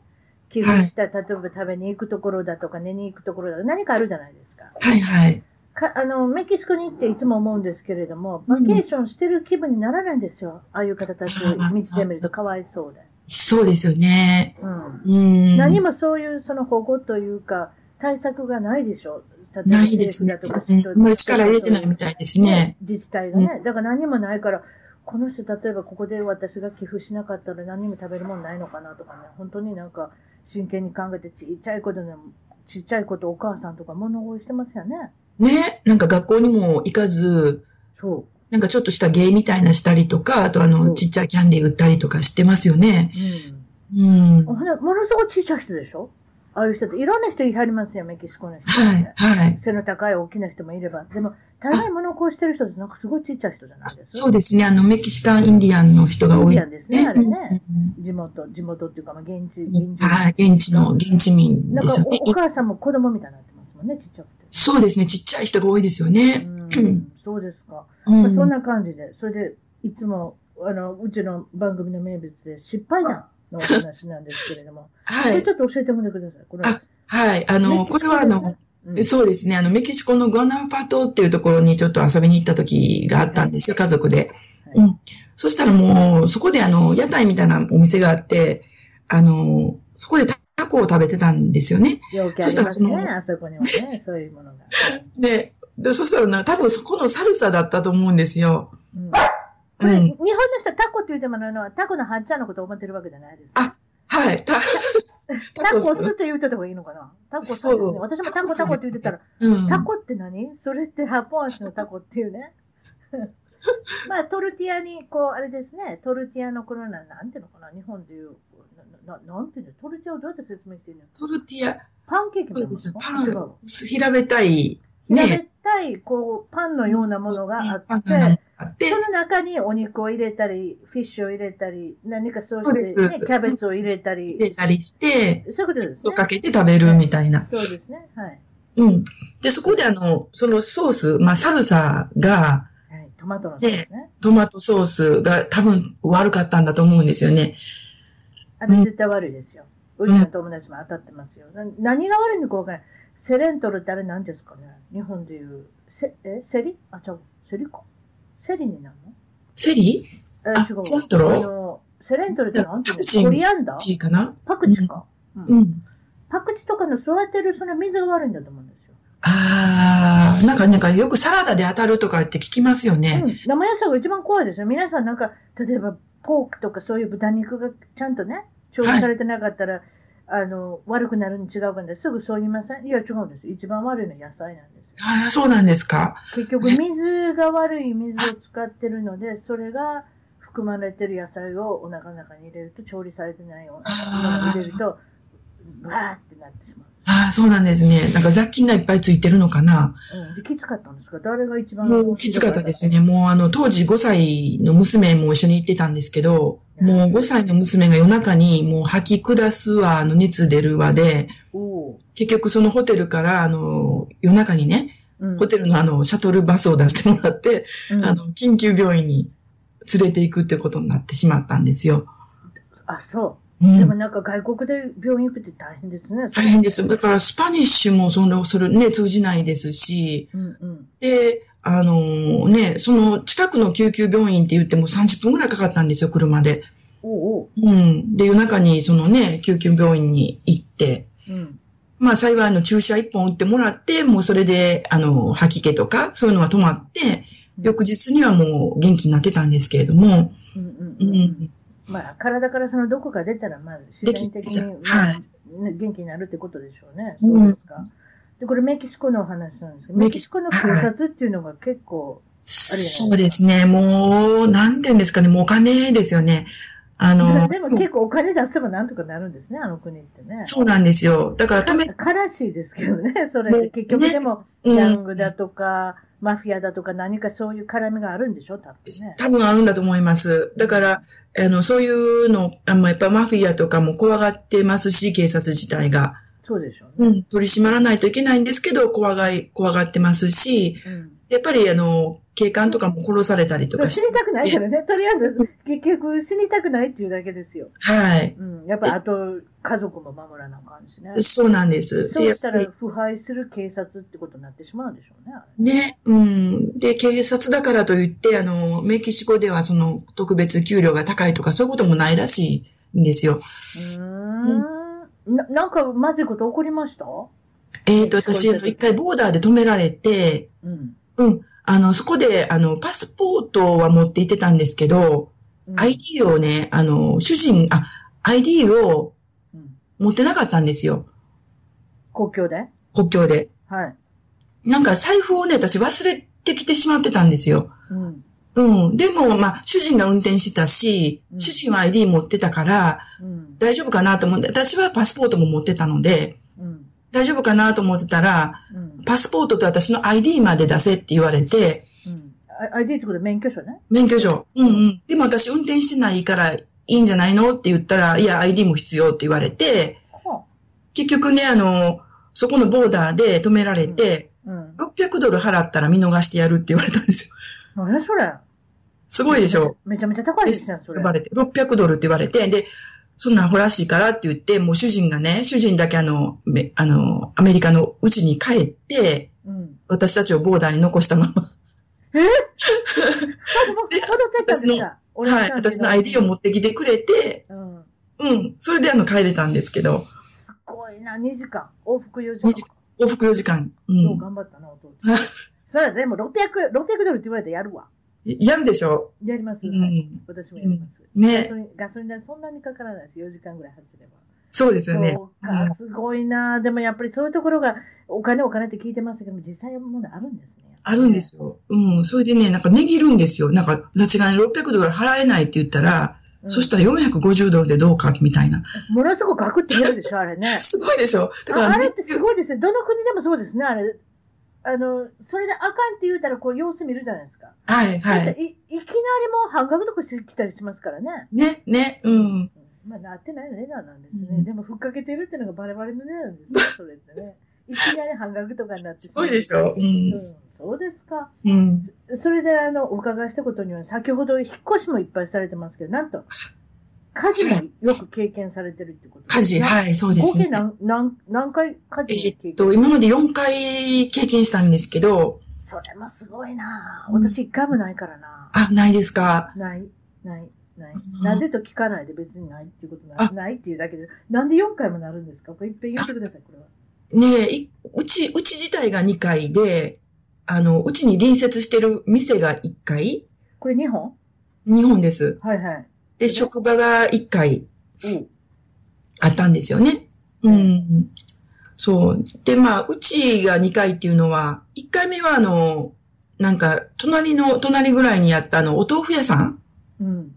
[SPEAKER 1] 寄付した、例えば食べに行くところだとか、寝に行くところだとか、何かあるじゃないですか。
[SPEAKER 2] はいはい。
[SPEAKER 1] かあのメキシコに行っていつも思うんですけれども、バケーションしてる気分にならないんですよ、ああいう方たちを見てみるとかわいそうで。
[SPEAKER 2] そうですよね。
[SPEAKER 1] うん
[SPEAKER 2] うん。
[SPEAKER 1] 何もそういうその保護というか、対策がないでしょ、例えば
[SPEAKER 2] ないですね。
[SPEAKER 1] 政府だとか
[SPEAKER 2] うんあんまり力入れてないみたいですね。
[SPEAKER 1] 自治体がね、だから何もないから、この人、例えばここで私が寄付しなかったら何も食べるものないのかなとかね、本当になんか真剣に考えて、ちっちゃいことでも、ちっちゃいことお母さんとか物乞いしてますよね。
[SPEAKER 2] ね、なんか学校にも行かず、
[SPEAKER 1] そう
[SPEAKER 2] なんかちょっとした芸みたいなしたりとか、あとあ
[SPEAKER 1] う
[SPEAKER 2] の、
[SPEAKER 1] ん
[SPEAKER 2] ちっちゃいキャンディー売ったりとかしてますよね。
[SPEAKER 1] うん
[SPEAKER 2] うん。
[SPEAKER 1] ほんでものすごい小さい人でしょああいう人って、いろんな人いはりますよ、メキシコの人
[SPEAKER 2] は
[SPEAKER 1] っ
[SPEAKER 2] い
[SPEAKER 1] て。、
[SPEAKER 2] はい。
[SPEAKER 1] 背の高い大きな人もいれば。でも、高いものをこうしてる人って、なんかすごいちっちゃい人じゃないですか。
[SPEAKER 2] そうですね。あの、メキシカンインディアンの人が多い
[SPEAKER 1] インディアンですねあれね。
[SPEAKER 2] うん
[SPEAKER 1] 地元、地元っていうか、まあ、現地、現地。
[SPEAKER 2] はい。現地の、現地民
[SPEAKER 1] な
[SPEAKER 2] で
[SPEAKER 1] んか
[SPEAKER 2] すよね
[SPEAKER 1] お、お。母さんも子供みたいになってますもんね、ちっちゃくて。
[SPEAKER 2] そうですね。ちっちゃい人が多いですよね。
[SPEAKER 1] うん、そうですか。
[SPEAKER 2] う
[SPEAKER 1] まあ、そん
[SPEAKER 2] ん。
[SPEAKER 1] な感じで、それで、いつも、あの、うちの番組の名物で、失敗談のお話なんですけれども、こ
[SPEAKER 2] は
[SPEAKER 1] れ
[SPEAKER 2] い
[SPEAKER 1] ち。ょっと教えてもらってください。これ、
[SPEAKER 2] あはい。あの、これはあの、
[SPEAKER 1] うん、
[SPEAKER 2] そうですね。あの、メキシコのグアナファ島っていうところにちょっと遊びに行った時があったんですよ、家族で。
[SPEAKER 1] はい
[SPEAKER 2] うん。そしたらもう、そこであの、屋台みたいなお店があって、あの、そこでタコを食べてたんですよね。
[SPEAKER 1] 容器あります
[SPEAKER 2] そしたら
[SPEAKER 1] ね、
[SPEAKER 2] そ
[SPEAKER 1] あそこ にはね、そういうものが。
[SPEAKER 2] で、でそしたらな、多分そこのサルサだったと思うんですよ。
[SPEAKER 1] うん、こ
[SPEAKER 2] う
[SPEAKER 1] れ日本
[SPEAKER 2] ん
[SPEAKER 1] の。人はタコって言ってもらうのは、タコのハンチャーのことを思ってるわけじゃないです。
[SPEAKER 2] あはい。た、
[SPEAKER 1] タコ
[SPEAKER 2] タコ
[SPEAKER 1] スって言うてた方がいいのかなタコスです
[SPEAKER 2] そ
[SPEAKER 1] ね。
[SPEAKER 2] う
[SPEAKER 1] 私もタコタコって言ってたら、
[SPEAKER 2] うん。
[SPEAKER 1] タコって何それってハポン足のタコっていうね。 まあ、トルティアに、こう、あれですね、トルティアのこのな、なんていうのかな、日本でいう、なななんていうの、トルティアをどうやって説明してるの
[SPEAKER 2] トルティア、
[SPEAKER 1] パンケーキみたいなもんですか
[SPEAKER 2] パ
[SPEAKER 1] 違う
[SPEAKER 2] ン、平べったい、
[SPEAKER 1] 平べ
[SPEAKER 2] ね。
[SPEAKER 1] ったい、こう、パンのようなものがあ
[SPEAKER 2] パ
[SPEAKER 1] っ
[SPEAKER 2] ンが
[SPEAKER 1] て、
[SPEAKER 2] あって
[SPEAKER 1] そ、の中にお肉を入れたり、フィッシュを入れたり、何かそう
[SPEAKER 2] そう
[SPEAKER 1] し
[SPEAKER 2] で
[SPEAKER 1] て
[SPEAKER 2] す、
[SPEAKER 1] ね、キャベツを入れたり、
[SPEAKER 2] 入れたりして、
[SPEAKER 1] そういうことです
[SPEAKER 2] そ
[SPEAKER 1] ね
[SPEAKER 2] う。かけて食べるみたいな。
[SPEAKER 1] そうですね、はい。
[SPEAKER 2] うん。で、そこであの、そのソース、まあ、サルサが、
[SPEAKER 1] はい、トマトのソースね。
[SPEAKER 2] トマトソースが多分悪かったんだと思うんですよね。
[SPEAKER 1] あれ
[SPEAKER 2] うん
[SPEAKER 1] 絶対悪いですよ。うちの友達も当たってますよ。な何が悪いのかわからない。セレントルってあれ何ですかね日本でいう、せえセリあ、違う。セリか。セリになる
[SPEAKER 2] セリ
[SPEAKER 1] のえ
[SPEAKER 2] あ
[SPEAKER 1] 違うわ。
[SPEAKER 2] セレントル
[SPEAKER 1] あのセレントルって何ていう
[SPEAKER 2] パクチ
[SPEAKER 1] の
[SPEAKER 2] ー
[SPEAKER 1] コリアンダー
[SPEAKER 2] チーかな
[SPEAKER 1] パクチーか。うん
[SPEAKER 2] うん。
[SPEAKER 1] パクチーとかの育てるその水が悪いんだと思うんですよ。
[SPEAKER 2] あー、なんか、なんかよくサラダで当たるとかって聞きますよね。
[SPEAKER 1] うん、生野菜が一番怖いですよ。皆さんなんか、例えばポークとかそういう豚肉がちゃんとね、調理されてなかったら、あの、悪くなるに違うから、すぐそう言いませんいや、違うんです。一番悪いのは野菜なんですよ。
[SPEAKER 2] あー、そうなんですか。
[SPEAKER 1] 結局、水が悪い水を使ってるので、それが含まれてる野菜をお腹の中に入れると、調理されてないお腹に入れると、わーってなってしまう。
[SPEAKER 2] あー、そうなんですね。なんか雑菌がいっぱいついてるのかな。
[SPEAKER 1] うん、できつかったんですか誰が一番
[SPEAKER 2] もうきつかったですね。もうあの、当時5歳の娘も一緒に行ってたんですけど、もう5歳の娘が夜中にもう吐き下すわ、あの熱出るわで、
[SPEAKER 1] おう
[SPEAKER 2] 結局そのホテルから、あの、夜中にね、
[SPEAKER 1] うん
[SPEAKER 2] ホテルのあの、シャトルバスを出してもらって、
[SPEAKER 1] うん
[SPEAKER 2] あの、緊急病院に連れて行くってことになってしまったんですよ。
[SPEAKER 1] あ、そう。
[SPEAKER 2] う
[SPEAKER 1] でも
[SPEAKER 2] ん。
[SPEAKER 1] なんか外国で病院行くって大変ですね。
[SPEAKER 2] 大変ですよ。だから、スパニッシュもその、それね、通じないですし、
[SPEAKER 1] うんうん。
[SPEAKER 2] で、あのね、その近くの救急病院って言っても30分ぐらいかかったんですよ、車で。
[SPEAKER 1] おうおう。
[SPEAKER 2] うん。で、夜中にそのね、救急病院に行って、
[SPEAKER 1] うん。
[SPEAKER 2] まあ幸いあの注射一本打ってもらって、もうそれで、あの、吐き気とか、そういうのは止まって、翌日にはもう元気になってたんですけれども、
[SPEAKER 1] うんうん
[SPEAKER 2] う
[SPEAKER 1] うんん。。まあ、体からそのどこか出たら、まあ、自然的
[SPEAKER 2] でき
[SPEAKER 1] に、
[SPEAKER 2] た
[SPEAKER 1] ま
[SPEAKER 2] は
[SPEAKER 1] あね元気になるってことでしょうね。
[SPEAKER 2] うん
[SPEAKER 1] そうですか。で、これメキシコのお話なんですけど、メ
[SPEAKER 2] メ
[SPEAKER 1] キ
[SPEAKER 2] キ
[SPEAKER 1] シ
[SPEAKER 2] シ
[SPEAKER 1] コの警察っていうのが結構、
[SPEAKER 2] そうですね。もう、なんていうんですかね、もうお金ですよね。あ の、
[SPEAKER 1] でも結構お金出せばなんとかなるんですね、あの国ってね。
[SPEAKER 2] そうなんですよ。だから止め、
[SPEAKER 1] からしいですけどね、それって結局
[SPEAKER 2] ね
[SPEAKER 1] でも、ギ
[SPEAKER 2] う
[SPEAKER 1] ャ
[SPEAKER 2] ん
[SPEAKER 1] ン。グだとか、マフィアだとか何かそういう絡みがあるんでしょ、多分ね。
[SPEAKER 2] 多分あるんだと思います。だから、あの、そういうの、あの、やっぱマフィアとかも怖がってますし、警察自体が。
[SPEAKER 1] そうでしょうね。
[SPEAKER 2] うん、取り締まらないといけないんですけど、怖がい、怖がってますし、
[SPEAKER 1] うん
[SPEAKER 2] やっぱりあの、警官とかも殺されたりとかし
[SPEAKER 1] 死にたくないからね、とりあえず、結局死にたくないっていうだけですよ。
[SPEAKER 2] はい。
[SPEAKER 1] うん、やっぱあと、家族も守らなあかんしね。
[SPEAKER 2] そうなんです。
[SPEAKER 1] そうした
[SPEAKER 2] で
[SPEAKER 1] ら
[SPEAKER 2] やっぱ、
[SPEAKER 1] 腐敗する警察ってことになってしまうんでしょうね。あれ
[SPEAKER 2] りね、うん。で、警察だからといって、あの、メキシコではその、特別給料が高いとか、そういうこともないらしいんですよ。
[SPEAKER 1] うーんな。なんか、まずいこと起こりました
[SPEAKER 2] えっ、と、私、
[SPEAKER 1] そうで
[SPEAKER 2] あ
[SPEAKER 1] す
[SPEAKER 2] の一回ボーダーで止められて、
[SPEAKER 1] うん。
[SPEAKER 2] うん。あの、そこで、あの、パスポートは持って行ってたんですけど、
[SPEAKER 1] うん、
[SPEAKER 2] ID をね、あの、主人、あ、ID を
[SPEAKER 1] うん
[SPEAKER 2] 持ってなかったんですよ。
[SPEAKER 1] 公共で
[SPEAKER 2] 国境で。
[SPEAKER 1] はい。
[SPEAKER 2] なんか財布をね、私忘れてきてしまってたんですよ。
[SPEAKER 1] うん。
[SPEAKER 2] うん。でも、まあ、主人が運転してたし
[SPEAKER 1] う、ん
[SPEAKER 2] 主人は ID 持ってたから、
[SPEAKER 1] うん。
[SPEAKER 2] 大丈夫かなと思って、私はパスポートも持ってたので、大丈夫かなと思ってたら、
[SPEAKER 1] うん。
[SPEAKER 2] パスポートと私の ID まで出せって言われて、
[SPEAKER 1] うん。あ ID ってことは免許証ね。
[SPEAKER 2] 免許証。うんうん。でも私運転してないからいいんじゃないのって言ったら、いや、ID も必要って言われて、
[SPEAKER 1] は
[SPEAKER 2] 結局ね、あの、そこのボーダーで止められて、
[SPEAKER 1] あ、うん。
[SPEAKER 2] 600ドル払ったら見逃してやるって言われたんですよ。
[SPEAKER 1] 何やそれ。
[SPEAKER 2] すごいでしょ。
[SPEAKER 1] めちゃめちゃ高い
[SPEAKER 2] で
[SPEAKER 1] です
[SPEAKER 2] す
[SPEAKER 1] ね、それ。
[SPEAKER 2] 呼ばれて、600ドルって言われて、で、そんなんアホらしいからって言って、もう主人がね、主人だけあの、めあの、アメリカのうちに帰って、
[SPEAKER 1] うん。
[SPEAKER 2] 私たちをボーダーに残したまま、
[SPEAKER 1] あ、でも戻ってったんです
[SPEAKER 2] 私の
[SPEAKER 1] かオレンジ
[SPEAKER 2] はい、
[SPEAKER 1] カントリ
[SPEAKER 2] 私
[SPEAKER 1] ー
[SPEAKER 2] の ID を持ってきてくれて、
[SPEAKER 1] うん。
[SPEAKER 2] うん、それであの帰れたんですけど、
[SPEAKER 1] すごいな、2時間。往復4時間。
[SPEAKER 2] 二時往復4時間、う。
[SPEAKER 1] ようん頑張ったな、お父ちゃん。それでも600、600ドルって言われたらやるわ。
[SPEAKER 2] やるでしょ
[SPEAKER 1] やります。
[SPEAKER 2] う
[SPEAKER 1] はい
[SPEAKER 2] ん。
[SPEAKER 1] 私もやります。ガ
[SPEAKER 2] ね
[SPEAKER 1] ソ、リンガソリン代そんなにかからないです。4時間ぐらい走れば。
[SPEAKER 2] そうですよね
[SPEAKER 1] そ。うか、すごいな。でもやっぱりそういうところが、お金お金って聞いてますけども、実際ものあるんですね。
[SPEAKER 2] あるんですよ。うん。それでね、なんか値切るんですよ。なんか、私がね、600ドル払えないって言ったら、
[SPEAKER 1] うん。
[SPEAKER 2] そしたら450ドルでどうか、みたいな。
[SPEAKER 1] ものすごくガクって減るでしょ、あれね。
[SPEAKER 2] すごいでしょだから、
[SPEAKER 1] ああれってすごいですね。どの国でもそうですね、あれ。あの、それであかんって言うたら、こう、様子見るじゃないですか。
[SPEAKER 2] はい、は
[SPEAKER 1] だっ
[SPEAKER 2] い。
[SPEAKER 1] てい。いきなりもう半額とかしてきたりしますからね。
[SPEAKER 2] ね、ね、うん。
[SPEAKER 1] まあ、なってないの値段なんですね。
[SPEAKER 2] うん
[SPEAKER 1] でも、ふっかけてるっていうのがバレバレの値段 ですね、それってね。いきなり半額とかになって
[SPEAKER 2] すごいでし
[SPEAKER 1] ょ。
[SPEAKER 2] ょう
[SPEAKER 1] う。
[SPEAKER 2] ん
[SPEAKER 1] ん、そうですか。
[SPEAKER 2] うん。
[SPEAKER 1] それで、あの、お伺いしたことには、先ほど引っ越しもいっぱいされてますけど、なんと、家事もよく経験されてるってこと
[SPEAKER 2] 家事、
[SPEAKER 1] ね
[SPEAKER 2] はい、そうで
[SPEAKER 1] 合
[SPEAKER 2] す
[SPEAKER 1] 計
[SPEAKER 2] ね。
[SPEAKER 1] 何、何、何回家事
[SPEAKER 2] え
[SPEAKER 1] に経
[SPEAKER 2] っ
[SPEAKER 1] 験
[SPEAKER 2] と、今まで4回経験したんですけど、
[SPEAKER 1] それもすごいなぁ。
[SPEAKER 2] うん
[SPEAKER 1] 私一回もないからな
[SPEAKER 2] あ、ないですか
[SPEAKER 1] ぁ。ない、ない、ない
[SPEAKER 2] うん。
[SPEAKER 1] なぜと聞かないで別にないっていうことな
[SPEAKER 2] あ
[SPEAKER 1] い。ないっていうだけで。なんで4回もなるんですかこれいっぺん言ってください、これは。
[SPEAKER 2] ねえ、いうち、うち自体が2回で、あの、うちに隣接してる店が1回
[SPEAKER 1] これ2本
[SPEAKER 2] 日本です。
[SPEAKER 1] はいはい。
[SPEAKER 2] で、職場が1回あったんですよね。
[SPEAKER 1] う
[SPEAKER 2] うんん。そう。で、まあ、うちが2回っていうのは、1回目はあの、なんか、隣の、隣ぐらいにあったあの、お豆腐屋さん
[SPEAKER 1] うん。うん。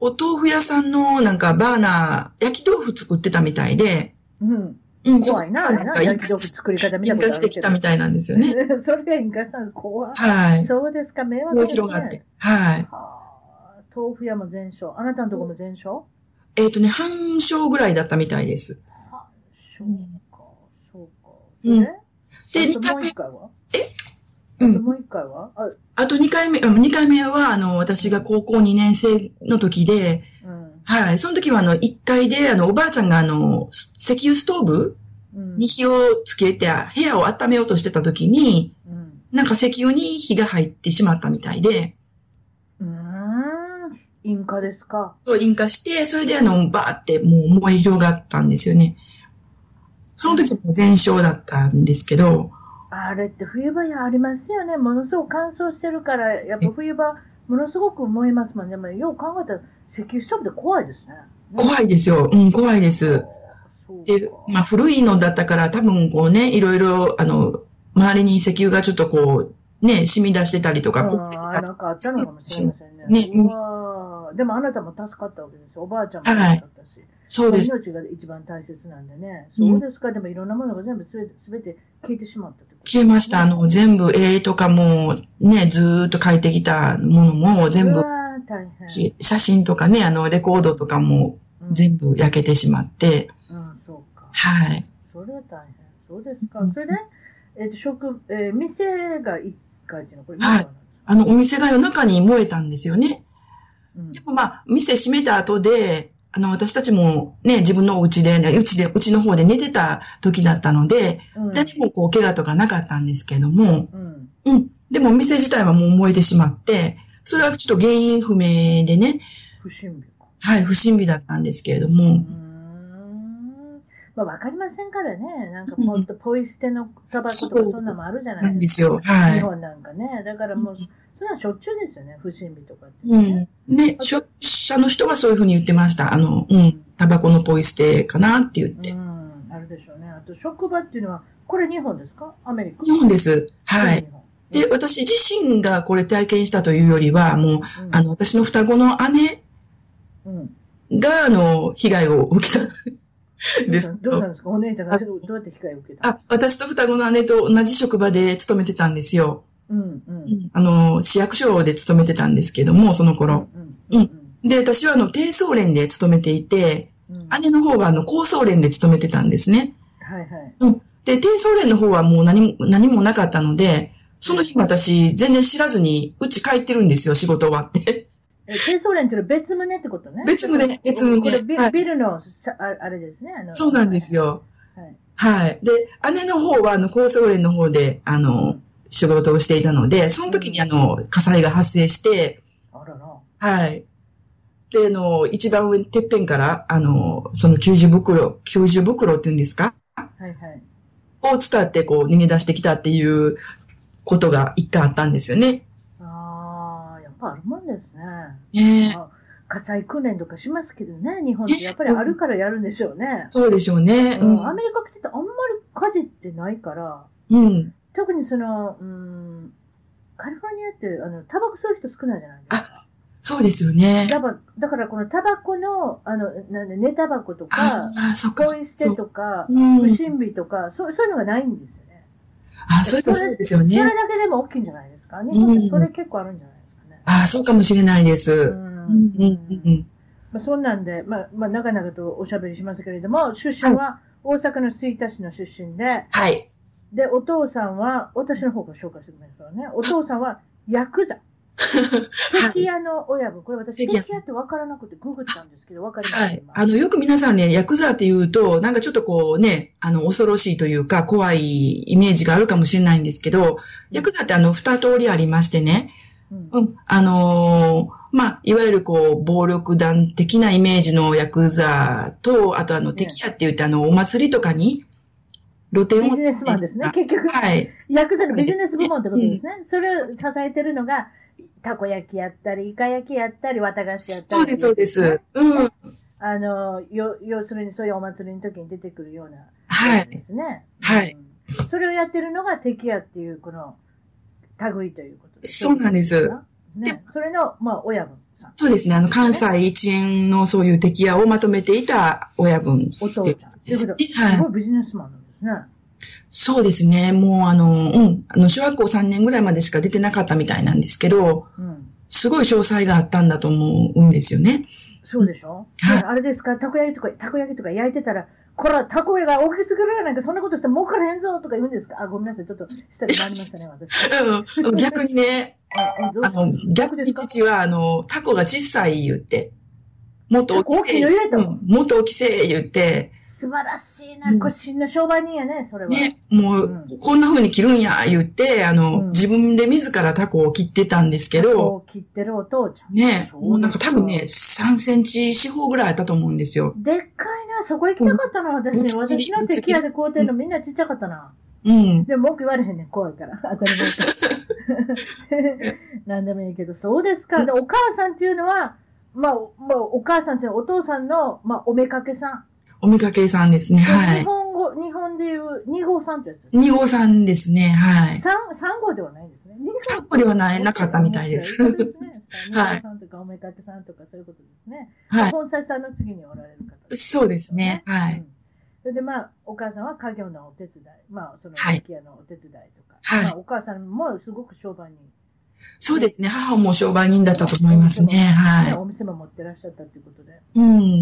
[SPEAKER 2] お豆腐屋さんのなんかバーナー、焼き豆腐作ってたみたいで、
[SPEAKER 1] うん。
[SPEAKER 2] うん
[SPEAKER 1] 怖いな、あれ
[SPEAKER 2] そ
[SPEAKER 1] な。
[SPEAKER 2] こからなん
[SPEAKER 1] 焼
[SPEAKER 2] か
[SPEAKER 1] き豆腐作り方見た
[SPEAKER 2] 引
[SPEAKER 1] ことある
[SPEAKER 2] 火して
[SPEAKER 1] け
[SPEAKER 2] き
[SPEAKER 1] ど
[SPEAKER 2] たみたいなんですよね。
[SPEAKER 1] それで引火さん、怖い。
[SPEAKER 2] はい。
[SPEAKER 1] そうですか、迷惑
[SPEAKER 2] も
[SPEAKER 1] で
[SPEAKER 2] ち
[SPEAKER 1] すね
[SPEAKER 2] ろんあって。はい。
[SPEAKER 1] はぁ豆腐屋も全焼。あなたのとこも全焼
[SPEAKER 2] えっ、とね、半生ぐらいだったみたいです。
[SPEAKER 1] はそうか、そうか。
[SPEAKER 2] うん
[SPEAKER 1] ね
[SPEAKER 2] で
[SPEAKER 1] あと
[SPEAKER 2] 二回
[SPEAKER 1] もう一回は
[SPEAKER 2] う
[SPEAKER 1] あと
[SPEAKER 2] ん。
[SPEAKER 1] もう一回はあ、
[SPEAKER 2] あと2回目、うん二回目は、あの、私が高校2年生の時で、
[SPEAKER 1] うん。
[SPEAKER 2] はい。その時は、あの、1階で、あの、おばあちゃんが、あの、石油ストーブ
[SPEAKER 1] うん
[SPEAKER 2] に火をつけて、部屋を温めようとしてた時に、
[SPEAKER 1] うん。
[SPEAKER 2] なんか石油に火が入ってしまったみたいで、
[SPEAKER 1] うーん。インカですか。
[SPEAKER 2] そう、引火して、それであの、バーってもう燃え広がったんですよね。その時も全焼だったんですけど、
[SPEAKER 1] あれって冬場やありますよね。ものすごく乾燥してるから、やっぱ冬場、ものすごく燃えますもんね。でもよう考えたら、石油ストーブって怖いですね。い
[SPEAKER 2] 怖いですよ。うん、怖いです。。
[SPEAKER 1] そう
[SPEAKER 2] で
[SPEAKER 1] か、
[SPEAKER 2] まあ古いのだったから多分こうね、いろいろ、あの、周りに石油がちょっとこう、ね、染み出してたりとか、
[SPEAKER 1] う
[SPEAKER 2] こ
[SPEAKER 1] ん
[SPEAKER 2] う出て
[SPEAKER 1] あ
[SPEAKER 2] たり
[SPEAKER 1] なんかあったのかもしれませんね。
[SPEAKER 2] ねうん
[SPEAKER 1] うわーでもあなたも助かったわけですよ。おばあちゃんも助かったし。
[SPEAKER 2] そうです。
[SPEAKER 1] 命が一番大切なんでね。
[SPEAKER 2] うん
[SPEAKER 1] そうですか、でもいろんなものが全部すべてすべて消えてしまったってこと
[SPEAKER 2] 消えました。あの、全部絵とかも、ね、ずーっと書いてきたものも全
[SPEAKER 1] う
[SPEAKER 2] 部
[SPEAKER 1] わ、ー大変。
[SPEAKER 2] 消え写真とかね、あの、レコードとかも
[SPEAKER 1] うん、
[SPEAKER 2] 全部焼けてしまって、
[SPEAKER 1] うん、そうか。
[SPEAKER 2] はい。
[SPEAKER 1] それは大変。そうですか
[SPEAKER 2] う。ん
[SPEAKER 1] それで、えっ、と、食、えー店が一回っていうのは、これ、
[SPEAKER 2] はい
[SPEAKER 1] い。
[SPEAKER 2] あの、お店が夜中に燃えたんですよね。
[SPEAKER 1] うん
[SPEAKER 2] でもまあ、店閉めた後で、あの、私たちもね、自分のお家で、ねうちで、うちの方で寝てた時だったので、
[SPEAKER 1] うん
[SPEAKER 2] 誰もこう、怪我とかなかったんですけども、
[SPEAKER 1] うん。
[SPEAKER 2] うん。でも、お店自体はもう燃えてしまって、それはちょっと原因不明でね、
[SPEAKER 1] 不審火か。
[SPEAKER 2] はい、不審火だったんですけれど
[SPEAKER 1] うー
[SPEAKER 2] も、
[SPEAKER 1] ん。まあ、わかりませんからね。なんか、ポイポイ捨てのタバコと
[SPEAKER 2] そ
[SPEAKER 1] か、
[SPEAKER 2] う
[SPEAKER 1] そんなのもあるじゃな
[SPEAKER 2] ないん
[SPEAKER 1] で
[SPEAKER 2] ですすよ。
[SPEAKER 1] か。
[SPEAKER 2] は
[SPEAKER 1] 日
[SPEAKER 2] い。
[SPEAKER 1] 本なんかね。だからもう、それはしょっちゅうですよね。不審火とかって、
[SPEAKER 2] う
[SPEAKER 1] ね。
[SPEAKER 2] ん。ね、出社の人はそういうふうに言ってました。あの、うん、タバコのポイ捨てかなって言って。
[SPEAKER 1] うん。あるでしょうね。あと、職場っていうのは、これ日本ですかアメリカ。
[SPEAKER 2] 日本です。はい。
[SPEAKER 1] これ
[SPEAKER 2] で、
[SPEAKER 1] 日本。
[SPEAKER 2] 私自身がこれ体験したというよりは、もう、あの、私の双子の姉
[SPEAKER 1] うん、うん。
[SPEAKER 2] が、あの、被害を受けた。です
[SPEAKER 1] どうしたんですかお姉ちゃんがどうやって被害を受けた
[SPEAKER 2] あ、私と双子の姉と同じ職場で勤めてたんですよ。
[SPEAKER 1] うんうん。
[SPEAKER 2] あの、市役所で勤めてたんですけども、その頃。
[SPEAKER 1] うん
[SPEAKER 2] うんで、私はあの、低層連で勤めていて、
[SPEAKER 1] うんうん。
[SPEAKER 2] 姉の方はあの、高層連で勤めてたんですね。
[SPEAKER 1] はいはい。
[SPEAKER 2] で、低層連の方はもう何も、何もなかったので、その日私、全然知らずに、うち帰ってるんですよ、仕事終わって。
[SPEAKER 1] え、低層連っていうのは別棟ってことね。
[SPEAKER 2] 別棟別棟
[SPEAKER 1] これビ
[SPEAKER 2] はい
[SPEAKER 1] ビルのさ、ああれですね。あの
[SPEAKER 2] そうなんです。よ。
[SPEAKER 1] はい。
[SPEAKER 2] はい。で、姉の方は、あの、高層連の方で、あの、仕事をしていたので、その時にあの、火災が発生して、
[SPEAKER 1] あらら。
[SPEAKER 2] はい。で、あの、一番上、てっぺんから、あの、その救助袋、救助袋っていうんですか
[SPEAKER 1] はいはい。
[SPEAKER 2] を伝って、こう、逃げ出してきたっていうことが一回あったんですよね。
[SPEAKER 1] ああ、やっぱあるもんですね。
[SPEAKER 2] ねえ
[SPEAKER 1] あ火災訓練とかしますけどね、日本ってやっぱりあるからやるんでしょうね。
[SPEAKER 2] そうでしょうね。う
[SPEAKER 1] うん、ア
[SPEAKER 2] ん。
[SPEAKER 1] メリカ来ててあんまり火事ってないから、
[SPEAKER 2] うん。
[SPEAKER 1] 特にその、うん、カリフォルニアってあのタバコ吸う人少ないじゃないですか。
[SPEAKER 2] そうですよね。
[SPEAKER 1] だからだからこのタバコの、あの、なんで、寝タバコと
[SPEAKER 2] あ
[SPEAKER 1] か、
[SPEAKER 2] あ、そっか。そ
[SPEAKER 1] 恋
[SPEAKER 2] っか
[SPEAKER 1] してとか、
[SPEAKER 2] う
[SPEAKER 1] 不
[SPEAKER 2] ん。
[SPEAKER 1] 審火とか、そうそういうのがないんですよね。
[SPEAKER 2] あ、そういえばそうですよ
[SPEAKER 1] それ
[SPEAKER 2] ね。
[SPEAKER 1] だけでも大きいんじゃないですか。日本ってそれ結構あるんじゃないですかね。
[SPEAKER 2] あ、そうかもしれないで
[SPEAKER 1] う
[SPEAKER 2] す。
[SPEAKER 1] ん
[SPEAKER 2] うん、うん、うん。
[SPEAKER 1] まあ、そんなんで、まあ、まあ、長々とおしゃべりしますけれども、出身は大阪の吹田市の出身で、
[SPEAKER 2] はい。
[SPEAKER 1] で、お父さんは、私の方から紹介してくれますからね、お父さんはヤク ザ。関屋の親分。これ私、
[SPEAKER 2] 関屋
[SPEAKER 1] 関屋ってわからなくてググったんですけど、わかりま
[SPEAKER 2] は
[SPEAKER 1] す
[SPEAKER 2] い
[SPEAKER 1] 今。
[SPEAKER 2] あの、よく皆さんね、ヤクザって言うと、なんかちょっとこうね、あの、恐ろしいというか、怖いイメージがあるかもしれないんですけど、ヤクザってあの、二通りありましてね、
[SPEAKER 1] うん
[SPEAKER 2] うん、あのーまあ、いわゆるこう、暴力団的なイメージのヤクザと、あとあの、敵屋って言ってあの、お祭りとかに、露店を。
[SPEAKER 1] ビジネスマンですね。結局、
[SPEAKER 2] はい。
[SPEAKER 1] ヤクザのビジネス部門ってことですね。それを支えてるのが、たこ焼きやったり、イカ焼きやったり、綿菓子やったり。
[SPEAKER 2] そうです、そうです。。うん。
[SPEAKER 1] あの、よ、要するにそういうお祭りの時に出てくるような
[SPEAKER 2] は
[SPEAKER 1] で
[SPEAKER 2] い。
[SPEAKER 1] すね。
[SPEAKER 2] はい
[SPEAKER 1] うん。それをやってるのが敵屋っていう、この、類ということ
[SPEAKER 2] そうなんです。
[SPEAKER 1] ね。それの、まあ、親分さん。
[SPEAKER 2] そうですね。あの、関西一円のそういう敵屋をまとめていた親分
[SPEAKER 1] お父ちゃん。ということで、
[SPEAKER 2] はい
[SPEAKER 1] すごいビジネスマンなんですね。
[SPEAKER 2] そうですね。もうあの、うん。あの、小学校3年ぐらいまでしか出てなかったみたいなんですけど、
[SPEAKER 1] うん。
[SPEAKER 2] すごい詳細があったんだと思うんですよね。
[SPEAKER 1] そうでしょ、
[SPEAKER 2] はい
[SPEAKER 1] あれですか、たこ焼きとか、たこ焼きとか焼いてたら、こら、たこ焼きが大きすぎるやないか、そんなことして儲からへんぞとか言うんですかあ、ごめんなさい。ちょっと、失礼がありましたね、私。
[SPEAKER 2] うん逆にね、
[SPEAKER 1] あどう
[SPEAKER 2] あ
[SPEAKER 1] した
[SPEAKER 2] の、逆に父は、あの、タコが小さい言って、もっと大きせ
[SPEAKER 1] タコ大き
[SPEAKER 2] え、
[SPEAKER 1] いの入れた
[SPEAKER 2] う
[SPEAKER 1] の
[SPEAKER 2] ん、もっと大きせえ言って、
[SPEAKER 1] 素晴らしいうな、
[SPEAKER 2] ん
[SPEAKER 1] これ、真の商売人やね、それは。
[SPEAKER 2] ね、もう、
[SPEAKER 1] うん
[SPEAKER 2] こんな風に切るんや言って、あの、
[SPEAKER 1] うん
[SPEAKER 2] 自分で自らタコを切ってたんですけ
[SPEAKER 1] たこ
[SPEAKER 2] ど、
[SPEAKER 1] を切ってるお父ちゃん。
[SPEAKER 2] ね、もうなんか多分ね、
[SPEAKER 1] そう
[SPEAKER 2] 3センチ四方ぐらいあったと思うんですよ。
[SPEAKER 1] でっかいな、そこ行きたかったな、私。
[SPEAKER 2] ぶつ切り
[SPEAKER 1] 私の敵屋で買うてんのみんなちっちゃかったな。
[SPEAKER 2] うん。
[SPEAKER 1] でも文句言われへんねん、怖いから。 当たり前から。 何でもいいけど、そうですか。で、お母さんっていうのは、まあ、まあ、お母さんっていうのはお父さんの、まあ、おめかけさん。
[SPEAKER 2] お見かけさんですね、は
[SPEAKER 1] 日
[SPEAKER 2] い。
[SPEAKER 1] 本語、日本でいう2号さんってやつです。
[SPEAKER 2] 二号さんですね、はい。
[SPEAKER 1] 3, 三号ではないんですね。
[SPEAKER 2] 三号ではないなかったみたいです
[SPEAKER 1] 面白いですね
[SPEAKER 2] はい
[SPEAKER 1] 二号さんとかおめかけさんとかそういうことですね。
[SPEAKER 2] はい。
[SPEAKER 1] 本妻さんの次におられる方ですね
[SPEAKER 2] そうですね。は
[SPEAKER 1] う
[SPEAKER 2] い。
[SPEAKER 1] んそれでまあ、お母さんは家業のお手伝い、まあ、その
[SPEAKER 2] はい
[SPEAKER 1] 焼き屋のお手伝いとか、
[SPEAKER 2] はい
[SPEAKER 1] まあ、お母さんもすごく商売人。
[SPEAKER 2] そうですね。母も商売人だったと思いますね。は
[SPEAKER 1] お店も持ってらっしゃったということで。
[SPEAKER 2] い。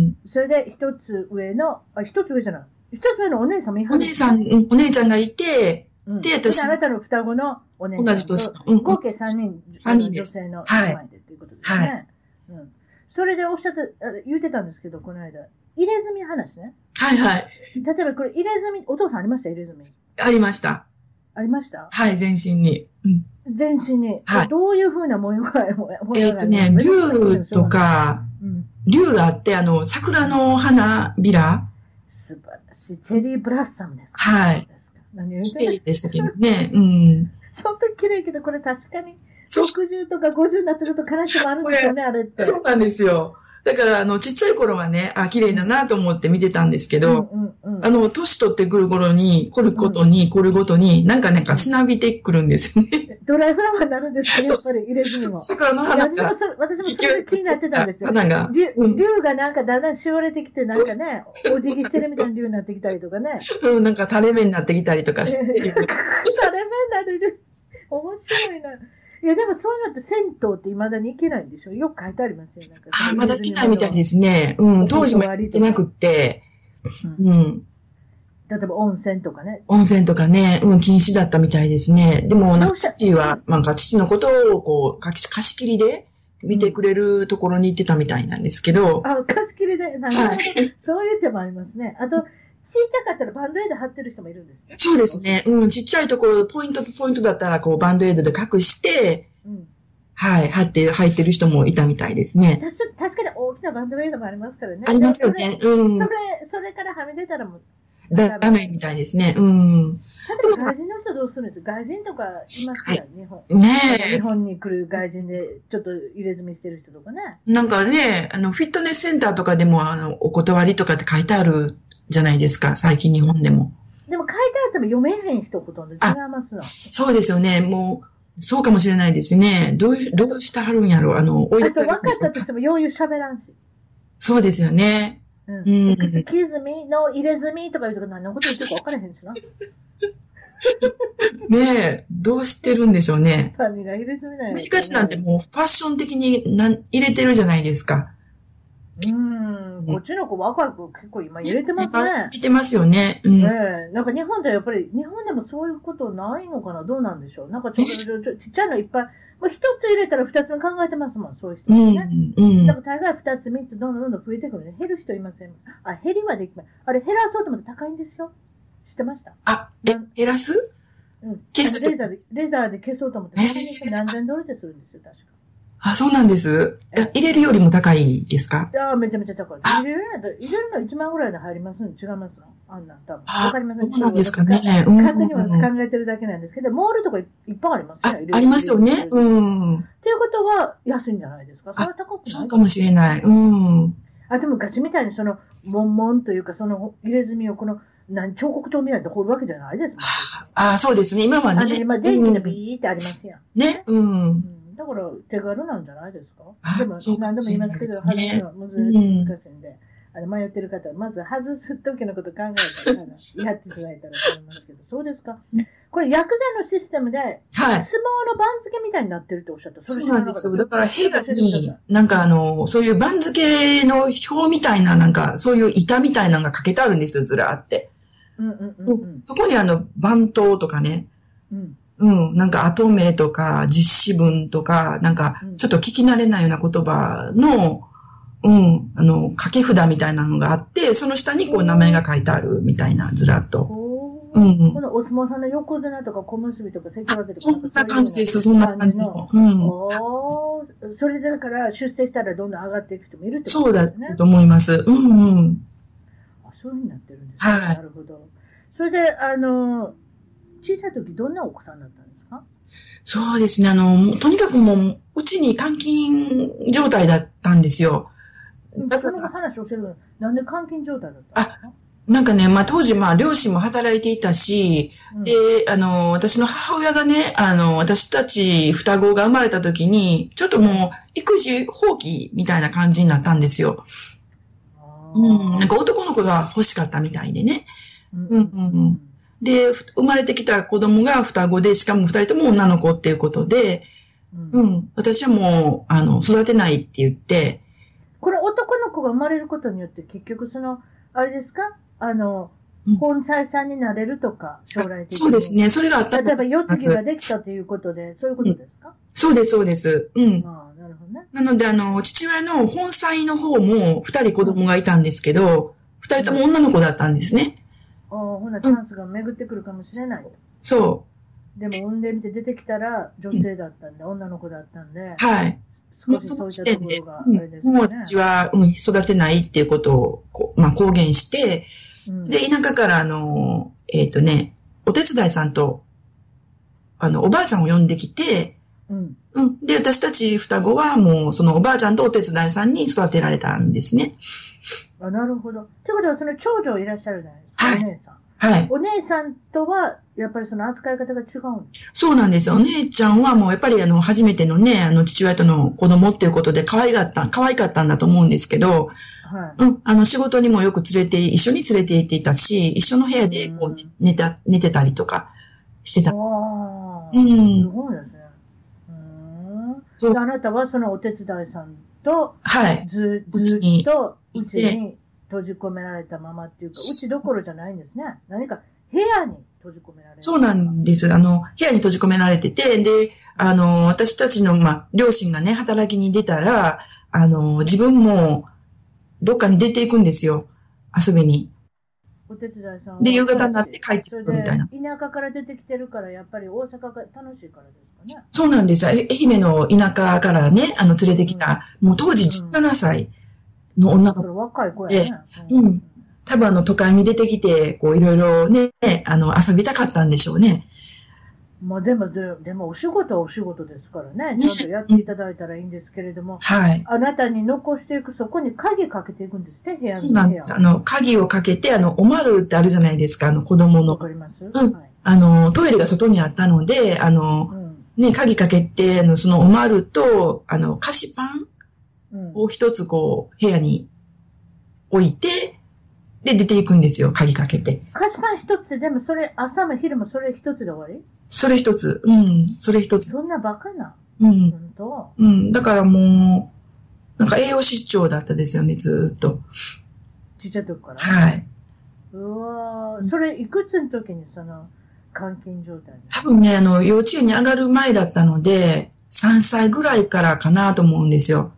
[SPEAKER 2] うん。
[SPEAKER 1] それで、一つ上の、あ、一つ上じゃない。一つ上のお姉さんもいは
[SPEAKER 2] お
[SPEAKER 1] る
[SPEAKER 2] 姉さん、うんお姉ちゃんがいて、
[SPEAKER 1] うん、
[SPEAKER 2] で
[SPEAKER 1] で、
[SPEAKER 2] 私
[SPEAKER 1] 私。あなたの双子のお姉さんと。
[SPEAKER 2] 同じ年うん
[SPEAKER 1] 合計3人、
[SPEAKER 2] 三人です
[SPEAKER 1] あの女性
[SPEAKER 2] は
[SPEAKER 1] の
[SPEAKER 2] い
[SPEAKER 1] 名前でということですね。うん。それでおっしゃって、あ言ってたんですけど、この間。入れ墨話ね。
[SPEAKER 2] はいはい。
[SPEAKER 1] 例えばこれ、入れ墨、お父さんありました入れ墨。
[SPEAKER 2] ありました。
[SPEAKER 1] ありました
[SPEAKER 2] はい、全身に。うん、
[SPEAKER 1] 全身に、
[SPEAKER 2] はい
[SPEAKER 1] どういうふうな模様が模様が
[SPEAKER 2] えっ、とね、竜と、か、
[SPEAKER 1] うん、
[SPEAKER 2] 竜があって、あの、桜の花びら
[SPEAKER 1] 素晴らしいチェリーブラッサムですか
[SPEAKER 2] はい
[SPEAKER 1] そうですか何を言っ
[SPEAKER 2] 綺
[SPEAKER 1] てんの
[SPEAKER 2] 麗でしたけどね。うん。
[SPEAKER 1] そんな綺麗けどこれ確かに
[SPEAKER 2] そう、
[SPEAKER 1] 60とか50になってると悲しみもあるんですよねあれって
[SPEAKER 2] そうなんですよ。だから、あの、ちっちゃい頃はね、あ、綺麗だなと思って見てたんですけ
[SPEAKER 1] う
[SPEAKER 2] ど、
[SPEAKER 1] んうんうん
[SPEAKER 2] あの、年取ってくる頃に、来ることに、来るごとに、なんかなんかしなびてくるんですよね。
[SPEAKER 1] ドライフラワーになるんですね、やっぱり入れず にも。
[SPEAKER 2] 桜の
[SPEAKER 1] いや
[SPEAKER 2] 花
[SPEAKER 1] 私
[SPEAKER 2] が
[SPEAKER 1] もそれ私もそれで気になってたんですよ。
[SPEAKER 2] 花が、
[SPEAKER 1] 竜
[SPEAKER 2] うん
[SPEAKER 1] 竜がなんかだんだんしおれてきて、なんかね、お辞儀してるみたいな竜になってきたりとかね。
[SPEAKER 2] うん、なんか垂れ目になってきたりとかし
[SPEAKER 1] 垂
[SPEAKER 2] て、
[SPEAKER 1] れ目 になる竜。面白いな。いや、でもそういうのって銭湯って未だに行けないんでしょよく書いてありますよ。なんか
[SPEAKER 2] あーまだ来ないみたいですね。うん、当時も行ってなくって、うん、
[SPEAKER 1] 例えば温泉とかね。
[SPEAKER 2] 温泉とかね、うん、禁止だったみたいですね。でも、なんか父は、なんか父のことを、こう、貸し貸し切りで見てくれるところに行ってたみたいなんですけど、
[SPEAKER 1] あ、貸し切りで、なるほ
[SPEAKER 2] は
[SPEAKER 1] ど。そういう手もありますね。あと、小さかったらバンドエイド貼ってる人もいるんですね。
[SPEAKER 2] そうですね。うん、ちっちゃいところ、ポイントとポイントだったら、こう、バンドエイドで隠して、
[SPEAKER 1] うん。
[SPEAKER 2] はい、貼って、入ってる人もいたみたいですね。
[SPEAKER 1] 確か確かに大きなバンドエイドもありますからね。
[SPEAKER 2] ありますよね。
[SPEAKER 1] そ
[SPEAKER 2] うん
[SPEAKER 1] れ。、それからはみ出たらもう、
[SPEAKER 2] だダメみたいですね。う
[SPEAKER 1] 例
[SPEAKER 2] ん。
[SPEAKER 1] えば外人の人どうするんですか外人とかいますから、日本。
[SPEAKER 2] ね
[SPEAKER 1] 日本に来る外人で、ちょっと入れ墨してる人とかね。
[SPEAKER 2] え。なんかね、あの、フィットネスセンターとかでも、あの、お断りとかって書いてあるじゃないですか、最近日本でも。
[SPEAKER 1] でも書いてあっても読めへん人ほとんど違いますの。
[SPEAKER 2] そうですよね、もう、そうかもしれないですね。どういう、どうしてはるんやろう、あの、追い
[SPEAKER 1] あ
[SPEAKER 2] 出
[SPEAKER 1] と
[SPEAKER 2] さ
[SPEAKER 1] 分
[SPEAKER 2] れ
[SPEAKER 1] か
[SPEAKER 2] るんで
[SPEAKER 1] っ
[SPEAKER 2] す
[SPEAKER 1] た
[SPEAKER 2] か
[SPEAKER 1] としても余裕喋らんし。
[SPEAKER 2] そうですよね。
[SPEAKER 1] うん。
[SPEAKER 2] うん
[SPEAKER 1] excuse me, no, 入れ墨とか言うと何のこと言ってるか分からへんし な。
[SPEAKER 2] ねえ、どうしてるんでしょうね。
[SPEAKER 1] 何が入れ墨なんや
[SPEAKER 2] ア
[SPEAKER 1] ろ
[SPEAKER 2] メリカ人なんてもうファッション的になん入れてるじゃないですか。
[SPEAKER 1] うん。こっちの子若い子結構今入れてますね。
[SPEAKER 2] 入れてますよね。うん。
[SPEAKER 1] ねえ、なんか日本ではやっぱり、日本でもそういうことないのかなどうなんでしょうなんかちょちょちょちっちゃいのいっぱい、もう一つ入れたら二つ目考えてますもん、そういう人
[SPEAKER 2] う
[SPEAKER 1] も
[SPEAKER 2] ん
[SPEAKER 1] ね。。
[SPEAKER 2] うん
[SPEAKER 1] で。も大概二つ三つどんどんどんどん増えてくるね。減る人いません。あ、減りはできない。あれ減らそうと思って高いんですよ。知ってました
[SPEAKER 2] あ、え、減らす
[SPEAKER 1] うん。
[SPEAKER 2] 消す
[SPEAKER 1] あのレーザーで、レーザーで消そうと思って高いんですよ。何千ドルってするんですよ、確か。
[SPEAKER 2] あ、そうなんです。え入れるよりも高いですか
[SPEAKER 1] いやーめちゃめちゃ高い。
[SPEAKER 2] あ
[SPEAKER 1] 入れるの、入れるの1万ぐらいで入りますの違いますのあんなん、多分。
[SPEAKER 2] あ
[SPEAKER 1] わかりません。
[SPEAKER 2] そうなんですかね。うん。
[SPEAKER 1] 勝手に私
[SPEAKER 2] あ、
[SPEAKER 1] 考えてるだけなんですけど、モールとかいっぱいありますね。いろいろ
[SPEAKER 2] ありますよね。
[SPEAKER 1] っていう
[SPEAKER 2] うん。
[SPEAKER 1] ことは安いんじゃないですか。それは高く
[SPEAKER 2] そう
[SPEAKER 1] な
[SPEAKER 2] か
[SPEAKER 1] い
[SPEAKER 2] もしれない。うん。
[SPEAKER 1] あ、でも昔みたいにその、もんもんというか、その入れ墨をこの、何、彫刻刀みたいに掘るわけじゃないですもん。
[SPEAKER 2] あ、そうですね。今は
[SPEAKER 1] あの、
[SPEAKER 2] ね。
[SPEAKER 1] 今、電気の
[SPEAKER 2] うん
[SPEAKER 1] ビーってありますやん。
[SPEAKER 2] ね。う。
[SPEAKER 1] うんん、だから、手軽なんじゃないですか
[SPEAKER 2] あ
[SPEAKER 1] でも、
[SPEAKER 2] そうか
[SPEAKER 1] 何
[SPEAKER 2] も
[SPEAKER 1] でも
[SPEAKER 2] し
[SPEAKER 1] 言い
[SPEAKER 2] れ
[SPEAKER 1] ま
[SPEAKER 2] な
[SPEAKER 1] す
[SPEAKER 2] い
[SPEAKER 1] け
[SPEAKER 2] で
[SPEAKER 1] ど、
[SPEAKER 2] す
[SPEAKER 1] 外
[SPEAKER 2] ね
[SPEAKER 1] すのはむず難
[SPEAKER 2] うん
[SPEAKER 1] しいんで、あの迷ってる方は、まず外す時のこと考えて、あのやっていただいたらと思いますけど、そうですか
[SPEAKER 2] ね。
[SPEAKER 1] これ、薬剤のシステムで、
[SPEAKER 2] は
[SPEAKER 1] 相
[SPEAKER 2] い。
[SPEAKER 1] 撲の番付みたいになってるとおっしゃった。れ
[SPEAKER 2] そうなんですよ。だから、
[SPEAKER 1] 知
[SPEAKER 2] 部
[SPEAKER 1] らな
[SPEAKER 2] 屋
[SPEAKER 1] かったです
[SPEAKER 2] に、なんかあの、そういう番付の表みたいな、なんか、そういう板みたいなのがかけてあるんですよ、ずらーって。
[SPEAKER 1] うんうんうん
[SPEAKER 2] そこにあの、番頭とかね、
[SPEAKER 1] うん。うん
[SPEAKER 2] うん、なんか後名とか、実施文とか、なんか
[SPEAKER 1] うん、
[SPEAKER 2] ちょっと聞き慣れないような言葉の、うん、あの、書き札みたいなのがあって、その下にこう名前が書いてあるみたいな、ずらっと。
[SPEAKER 1] こう
[SPEAKER 2] うんうん
[SPEAKER 1] このお相撲さんの横綱とか小結びとか関脇とか。
[SPEAKER 2] そんな感じです、そんな感じの。うん。
[SPEAKER 1] おーそれでだから出世したらどんどん上がっていく人もいるってこ
[SPEAKER 2] そ
[SPEAKER 1] と
[SPEAKER 2] う
[SPEAKER 1] です
[SPEAKER 2] だ
[SPEAKER 1] よね。
[SPEAKER 2] と思います。うんうん。
[SPEAKER 1] あそういうふうになってるんですね。
[SPEAKER 2] はい
[SPEAKER 1] なるほど。それで、あの、小さい時どんなお子さんだったんですか
[SPEAKER 2] そうですね。あの、もうとにかくもう、うちに監禁状態だったんですよ。だ
[SPEAKER 1] そ
[SPEAKER 2] か
[SPEAKER 1] の
[SPEAKER 2] ら、
[SPEAKER 1] 話をしてるのになんで監禁状態だったんですか
[SPEAKER 2] なんかね、まあ当時、まあ両親も働いていたし、
[SPEAKER 1] うん
[SPEAKER 2] で、あの、私の母親がね、あの、私たち双子が生まれた時に、ちょっともう、育児放棄みたいな感じになったんですよ。
[SPEAKER 1] あ
[SPEAKER 2] うん。なん
[SPEAKER 1] ー
[SPEAKER 2] か男の子が欲しかったみたいでね。
[SPEAKER 1] うん
[SPEAKER 2] うんうんうんで、ふ生まれてきた子供が双子で、しかも二人とも女の子っていうことで、
[SPEAKER 1] うん
[SPEAKER 2] う。ん。私はもう、あの、育てないって言って、
[SPEAKER 1] これ男の子が生まれることによって結局その、あれですかあの
[SPEAKER 2] うん、
[SPEAKER 1] 本妻さんになれるとか、将来的に。
[SPEAKER 2] そうです。ね。それがあった
[SPEAKER 1] 例えば、世継ぎができたということで、そういうことですか、
[SPEAKER 2] そうです、そうです。うん。
[SPEAKER 1] ああ、なるほどね。
[SPEAKER 2] なので、あの、父親の本妻の方も二人子供がいたんですけど、二人とも女の子だったんですね。
[SPEAKER 1] ああ、ほな、チャンスが巡ってくるかもしれない。
[SPEAKER 2] そ
[SPEAKER 1] でも産んでみて出てきたら女性だったんで、女の子だったんで
[SPEAKER 2] う。、はい。
[SPEAKER 1] 少しそういったところがあれです
[SPEAKER 2] うん
[SPEAKER 1] ね。
[SPEAKER 2] もう私は、うん、育てないっていうことを、こうまあ、公言して、
[SPEAKER 1] うん
[SPEAKER 2] で、田舎から、あの、えっ、とね、お手伝いさんと、あの、おばあちゃんを呼んできて、
[SPEAKER 1] うん
[SPEAKER 2] うん。で、私たち双子はもう、そのおばあちゃんとお手伝いさんに育てられたんですね。
[SPEAKER 1] あ、なるほど。ということは、その長女いらっしゃるじゃないですか、
[SPEAKER 2] はい
[SPEAKER 1] お姉さん。
[SPEAKER 2] はい。
[SPEAKER 1] お姉さんとは、やっぱりその扱い方が違うんです。
[SPEAKER 2] そうなんですよ。お姉ちゃんはもうやっぱりあの、初めてのね、あの、父親との子供っていうことで可愛かった、可愛かったんだと思うんですけど、
[SPEAKER 1] はい。
[SPEAKER 2] うん、あの、仕事にもよく連れて、一緒に連れて行っていたし、一緒の部屋で
[SPEAKER 1] う
[SPEAKER 2] こ
[SPEAKER 1] ん
[SPEAKER 2] う、寝た、寝てたりとかしてた。
[SPEAKER 1] わあ、
[SPEAKER 2] うん
[SPEAKER 1] すごいですね。うー
[SPEAKER 2] そ
[SPEAKER 1] ん。
[SPEAKER 2] う
[SPEAKER 1] であなたはそのお手伝いさんと
[SPEAKER 2] はい。
[SPEAKER 1] ず、
[SPEAKER 2] うち
[SPEAKER 1] ず
[SPEAKER 2] に
[SPEAKER 1] っとう
[SPEAKER 2] い
[SPEAKER 1] ち
[SPEAKER 2] て
[SPEAKER 1] に閉じ込められたままっていうか、うちどころじゃないんですね。何か部屋に閉じ込められる。
[SPEAKER 2] そうなんです。あの、部屋に閉じ込められてて、で、あの、私たちの、まあ、両親がね、働きに出たら、あの、自分も、どっかに出ていくんですよ。遊びに。
[SPEAKER 1] お手伝いさんは
[SPEAKER 2] で夕方になって帰ってくるみたいな
[SPEAKER 1] それで田舎から出てきてるから、やっぱり大阪が楽しいからですかね。
[SPEAKER 2] そうなんですよ。え愛媛の田舎からね、あの、連れてきた、もう当時17歳の女
[SPEAKER 1] そ
[SPEAKER 2] の子、
[SPEAKER 1] れ若い子やね。
[SPEAKER 2] えうん多分あの、都会に出てきて、こう、いろいろね、あの、遊びたかったんでしょうね。
[SPEAKER 1] まあでも、ででもお仕事はお仕事ですからね、ちゃんとやっていただいたらいいんですけれども、
[SPEAKER 2] はい。
[SPEAKER 1] あなたに残していく、そこに鍵かけていくんですね、部屋に。
[SPEAKER 2] そうなんです。あの、鍵をかけて、あの、おまるってあるじゃないですか、あの、子
[SPEAKER 1] 部屋
[SPEAKER 2] 供
[SPEAKER 1] わ
[SPEAKER 2] の。
[SPEAKER 1] かります、
[SPEAKER 2] ん
[SPEAKER 1] はい
[SPEAKER 2] あの、トイレが外にあったので、あの
[SPEAKER 1] う、ん
[SPEAKER 2] ね、鍵かけて、あの、そのおまると、あの、菓子パン
[SPEAKER 1] うん
[SPEAKER 2] を一つこう、部屋に置いて、で、出ていくんですよ、鍵かけて。
[SPEAKER 1] 菓子パン一つで、でもそれ、朝も昼もそれ一つで終わり
[SPEAKER 2] それ一つ。うん。それ一つ。
[SPEAKER 1] そんなバカな。
[SPEAKER 2] うん。
[SPEAKER 1] 本当
[SPEAKER 2] うん。だからもう、なんか栄養失調だったですよね、ずーっと。
[SPEAKER 1] ちっちゃい時から。
[SPEAKER 2] はい。
[SPEAKER 1] うわーそれ、いくつの時にその、監禁状態に
[SPEAKER 2] 多分ね、あの、幼稚園に上がる前だったので、3歳ぐらいからかなと思うんですよ。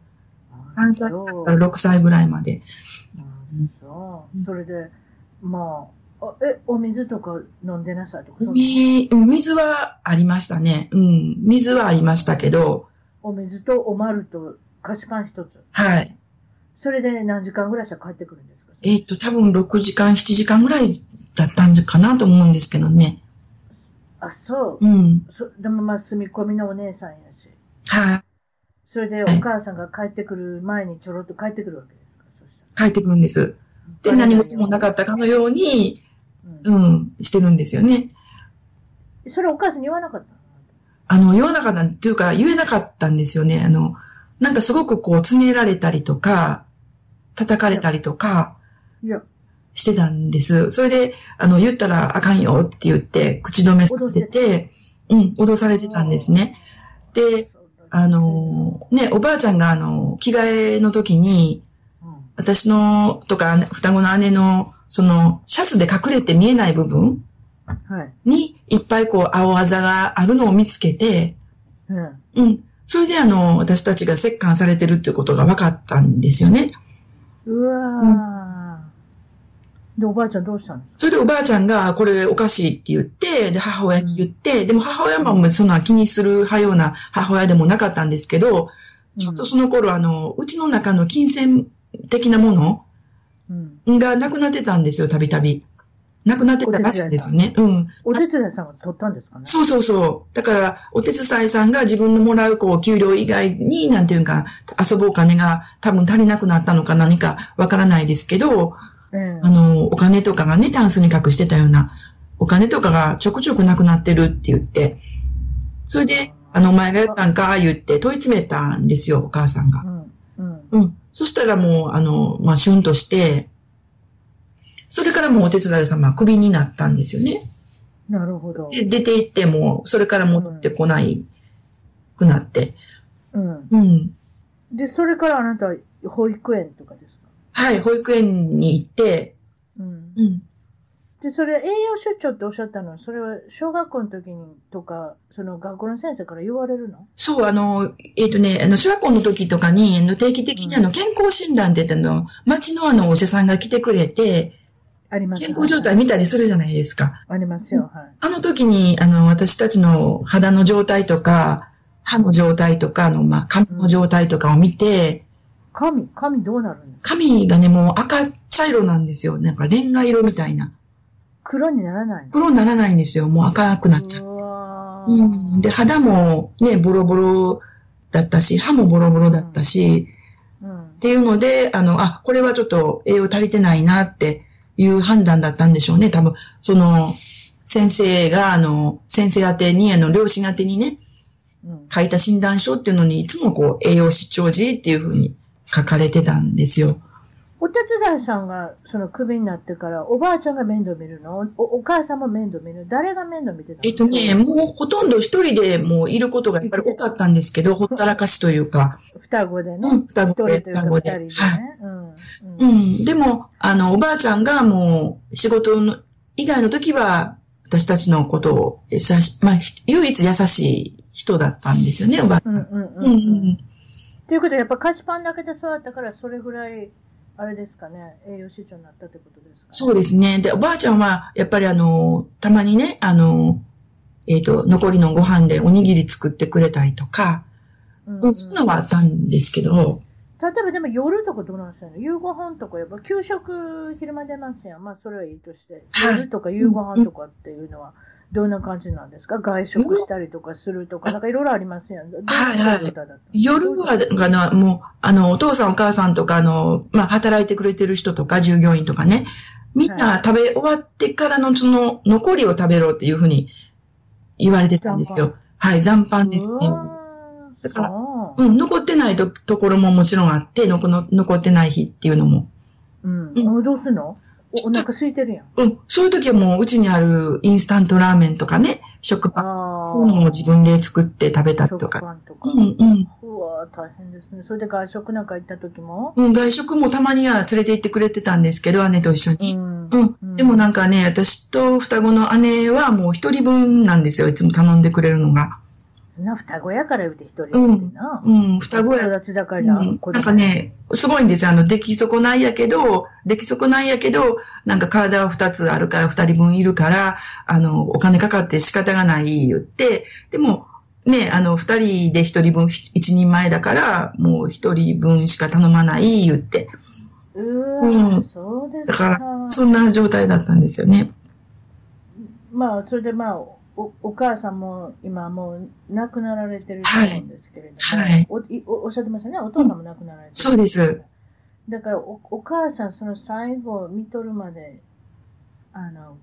[SPEAKER 2] 3歳
[SPEAKER 1] そ
[SPEAKER 2] か
[SPEAKER 1] う
[SPEAKER 2] ら6歳ぐらいまで。
[SPEAKER 1] そう。それで、まあ、あえ、お水とか飲んでなさいとか、そんな
[SPEAKER 2] み水はありましたね。うん。水はありましたけど、
[SPEAKER 1] お水とおまると菓子パン一つ。
[SPEAKER 2] はい。
[SPEAKER 1] それで何時間ぐらいしたら帰ってくるんですか
[SPEAKER 2] えっ、と、多分6時間、7時間ぐらいだったんかなと思うんですけどね。
[SPEAKER 1] あ、そう
[SPEAKER 2] う。ん。
[SPEAKER 1] そでもまあ、住み込みのお姉さんやし。
[SPEAKER 2] はい。
[SPEAKER 1] それでお母さんが帰ってくる前にちょろっと帰ってくるわけですかそした
[SPEAKER 2] 帰ってくるんです。で、
[SPEAKER 1] ら
[SPEAKER 2] 何事もなかったかのように、
[SPEAKER 1] うん
[SPEAKER 2] うん、してるんですよね。
[SPEAKER 1] それお母さんに言わなかったの
[SPEAKER 2] あの、言わなかったっていうか、言えなかったんですよね。あの、なんかすごくこう、つねられたりとか、叩かれたりとか
[SPEAKER 1] いや、
[SPEAKER 2] してたんです。それで、あの、言ったらあかんよって言って、口止めされてて、うん、脅されてたんですね。で、あの、ね、おばあちゃんがあの、着替えの時に、
[SPEAKER 1] うん
[SPEAKER 2] 私の、とか、双子の姉の、その、シャツで隠れて見えない部分
[SPEAKER 1] はい。
[SPEAKER 2] にいっぱいこう青あざがあるのを見つけて、
[SPEAKER 1] うん。
[SPEAKER 2] うん。それであの、私たちが折檻されてるっていうことが分かったんですよね。
[SPEAKER 1] うわーで、おばあちゃんどうしたんですか
[SPEAKER 2] それでおばあちゃんが、これおかしいって言って、で、母親に言って、でも母親もそんな気にするはような母親でもなかったんですけど、ちょっとその頃あの、うちの中の金銭的なも
[SPEAKER 1] うん。
[SPEAKER 2] のがなくなってたんですよ、たびたび。なくなってたらしいんですよね。うん。
[SPEAKER 1] お手伝いさんが取ったんですかね
[SPEAKER 2] そうそうそう。だから、お手伝いさんが自分のもらう、こう、給料以外に、なんていうか、遊ぶお金が多分足りなくなったのか何かわからないですけど、
[SPEAKER 1] ええ
[SPEAKER 2] あの、お金とかがね、タンスに隠してたような、お金とかがちょくちょくなくなってるって言って、それで、あの、お前がやったんか、言って問い詰めたんですよ、お母さんが
[SPEAKER 1] う。ん。うん。
[SPEAKER 2] うん。そしたらもう、あの、まあ、シュンとして、それからもうお手伝い様はクビになったんですよね。
[SPEAKER 1] なるほど。
[SPEAKER 2] で、出て行っても、それから戻ってこないくなって。
[SPEAKER 1] うん。
[SPEAKER 2] うん。
[SPEAKER 1] で、それからあなたは保育園とかですか
[SPEAKER 2] はい、保育園に行って、
[SPEAKER 1] うん。
[SPEAKER 2] うん。
[SPEAKER 1] で、それ栄養出張っておっしゃったのは、それは小学校の時にとか、その学校の先生から言われるの
[SPEAKER 2] そう、あの、えっ、とね、あの、小学校の時とかに、あの定期的にあの、健康診断で、あの、町のあの、お医者さんが来てくれて、
[SPEAKER 1] あります
[SPEAKER 2] 健康状態見たりするじゃないですか。
[SPEAKER 1] ありますよ、はい。
[SPEAKER 2] あの時に、あの、私たちの肌の状態とか、歯の状態とか、あの、まあ、髪の状態とかを見て、
[SPEAKER 1] 神、神どうなるんですか
[SPEAKER 2] 髪がね、もう赤茶色なんですよ。なんか、レンガ色みたいな。
[SPEAKER 1] 黒にならないの
[SPEAKER 2] 黒にならないんですよ。もう赤くなっちゃう。
[SPEAKER 1] うわあー
[SPEAKER 2] うん、で、肌もね、ボロボロだったし、歯もボロボロだったし、
[SPEAKER 1] うん
[SPEAKER 2] っていうので、あの、あ、これはちょっと栄養足りてないなっていう判断だったんでしょうね。多分、その、先生が、あの、先生宛てに、あの、両親宛てにね、
[SPEAKER 1] うん
[SPEAKER 2] 書いた診断書っていうのに、いつもこう、栄養失調時っていうふうに書かれてたんですよ。
[SPEAKER 1] お手伝いさんがそのクビになってから、おばあちゃんが面倒見るのおお母さんも面倒見る誰が面倒見てたの
[SPEAKER 2] えっとね、もうほとんど一人でもういることがやっぱり多かったんですけど、ほったらかしというか、
[SPEAKER 1] 双子でね。
[SPEAKER 2] うん、双
[SPEAKER 1] 一人
[SPEAKER 2] 子で、
[SPEAKER 1] というか
[SPEAKER 2] 双
[SPEAKER 1] 二
[SPEAKER 2] 子
[SPEAKER 1] 人
[SPEAKER 2] で。
[SPEAKER 1] で
[SPEAKER 2] はい
[SPEAKER 1] ね。。うんうん
[SPEAKER 2] うん、でも、あの、おばあちゃんがもう、仕事の、以外の時は、私たちのことを、優し、まあ、ひ唯一優しい人だったんですよね、おばあちゃ
[SPEAKER 1] うん
[SPEAKER 2] ん。
[SPEAKER 1] うん
[SPEAKER 2] うん、う
[SPEAKER 1] うんうん
[SPEAKER 2] ん、
[SPEAKER 1] ということで、やっぱ菓子パンだけで育ったから、それぐらい、あれですかね、栄養失調になったってことですか、ね、
[SPEAKER 2] そうですね。で、おばあちゃんは、やっぱりあの、たまにね、あの、えっ、と、残りのご飯でおにぎり作ってくれたりとか、
[SPEAKER 1] うんうん
[SPEAKER 2] うん、そんなのはあったんですけど、
[SPEAKER 1] 例えばでも夜とかどうなんですかね夕ご飯とかやっぱ給食昼間出ますやん。まあそれはいいとして。
[SPEAKER 2] はい
[SPEAKER 1] 夜とか夕ご飯とかっていうのはどんな感じなんですか外食したりとかするとか、なんかいろいろありますやん。どういう方だった
[SPEAKER 2] 夜は、あの、もう、あの、お父さんお母さんとか、あの、まあ、働いてくれてる人とか、従業員とかね、みんな食べ終わってからのその残りを食べろっていうふうに言われてたんですよ。はい、残飯ですね。
[SPEAKER 1] うーん
[SPEAKER 2] だから
[SPEAKER 1] そう
[SPEAKER 2] うん、残ってないとところももちろんあって、のこの残ってない日っていうのも。
[SPEAKER 1] うん。
[SPEAKER 2] う
[SPEAKER 1] あどうすんのおお腹空いてるやん。
[SPEAKER 2] うん、そういう時はもう、うちにあるインスタントラーメンとかね、食パン、
[SPEAKER 1] ああ。
[SPEAKER 2] そういうのを自分で作って食べたりと
[SPEAKER 1] 食
[SPEAKER 2] か。
[SPEAKER 1] パンとか。
[SPEAKER 2] うん、うん。
[SPEAKER 1] うわー大変ですね。それで外食なんか行った時も
[SPEAKER 2] うん、外食もたまには連れて行ってくれてたんですけど、姉と一緒に。
[SPEAKER 1] ん
[SPEAKER 2] うん。でもなんかね、私と双子の姉はもう一人分なんですよ。いつも頼んでくれるのが。
[SPEAKER 1] な双子やから言うて一人やってな。
[SPEAKER 2] うん、双子や。
[SPEAKER 1] 育ちだか
[SPEAKER 2] う
[SPEAKER 1] ら
[SPEAKER 2] ん、
[SPEAKER 1] な、
[SPEAKER 2] なん
[SPEAKER 1] 子供
[SPEAKER 2] かね、すごいんですよ。あの、出来損ないやけど、出来損ないやけど、なんか体は二つあるから、二人分いるから、あの、お金かかって仕方がない言って、でも、ね、あの、二人で一人分、ひ一人前だから、もう一人分しか頼まない言って、
[SPEAKER 1] うわ
[SPEAKER 2] うん
[SPEAKER 1] そうです
[SPEAKER 2] だからそんな状態だったんですよね。
[SPEAKER 1] まあ、それでまあ、おお母さんも今もう亡くなられてると思うんですけれども、
[SPEAKER 2] はい
[SPEAKER 1] おいおおっしゃってましたね、お父さんも亡くなられてる、
[SPEAKER 2] そうです。
[SPEAKER 1] だからお、お母さん、その最後を見とるまで、あの、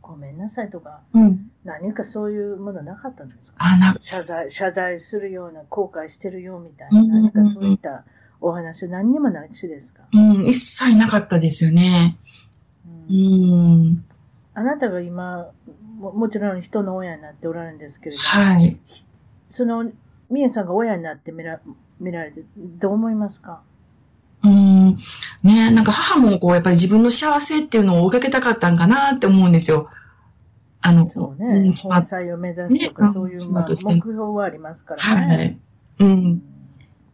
[SPEAKER 1] ごめんなさいとか、
[SPEAKER 2] うん。
[SPEAKER 1] 何かそういうものはなかったんですか
[SPEAKER 2] あ、なんか、
[SPEAKER 1] 謝罪謝罪するような、後悔してるよみたい
[SPEAKER 2] うんうんうん
[SPEAKER 1] な、何かそういったお話、何にもないしですか、
[SPEAKER 2] うん、一切なかったですよね。
[SPEAKER 1] うん
[SPEAKER 2] うん。
[SPEAKER 1] あなたが今も、もちろん人の親になっておられるんですけれども、
[SPEAKER 2] はい。
[SPEAKER 1] その、みえさんが親になって見ら見られて、どう思いますか
[SPEAKER 2] うん。ねなんか母もこう、やっぱり自分の幸せっていうのを追いかけたかったんかなって思うんですよ。あの、
[SPEAKER 1] そうね、
[SPEAKER 2] ん妻
[SPEAKER 1] 本妻を目指すとか、
[SPEAKER 2] ね
[SPEAKER 1] そういう、
[SPEAKER 2] うん
[SPEAKER 1] まあ
[SPEAKER 2] 妻と
[SPEAKER 1] 目
[SPEAKER 2] して
[SPEAKER 1] 標はありますからね。
[SPEAKER 2] はい。う。
[SPEAKER 1] うん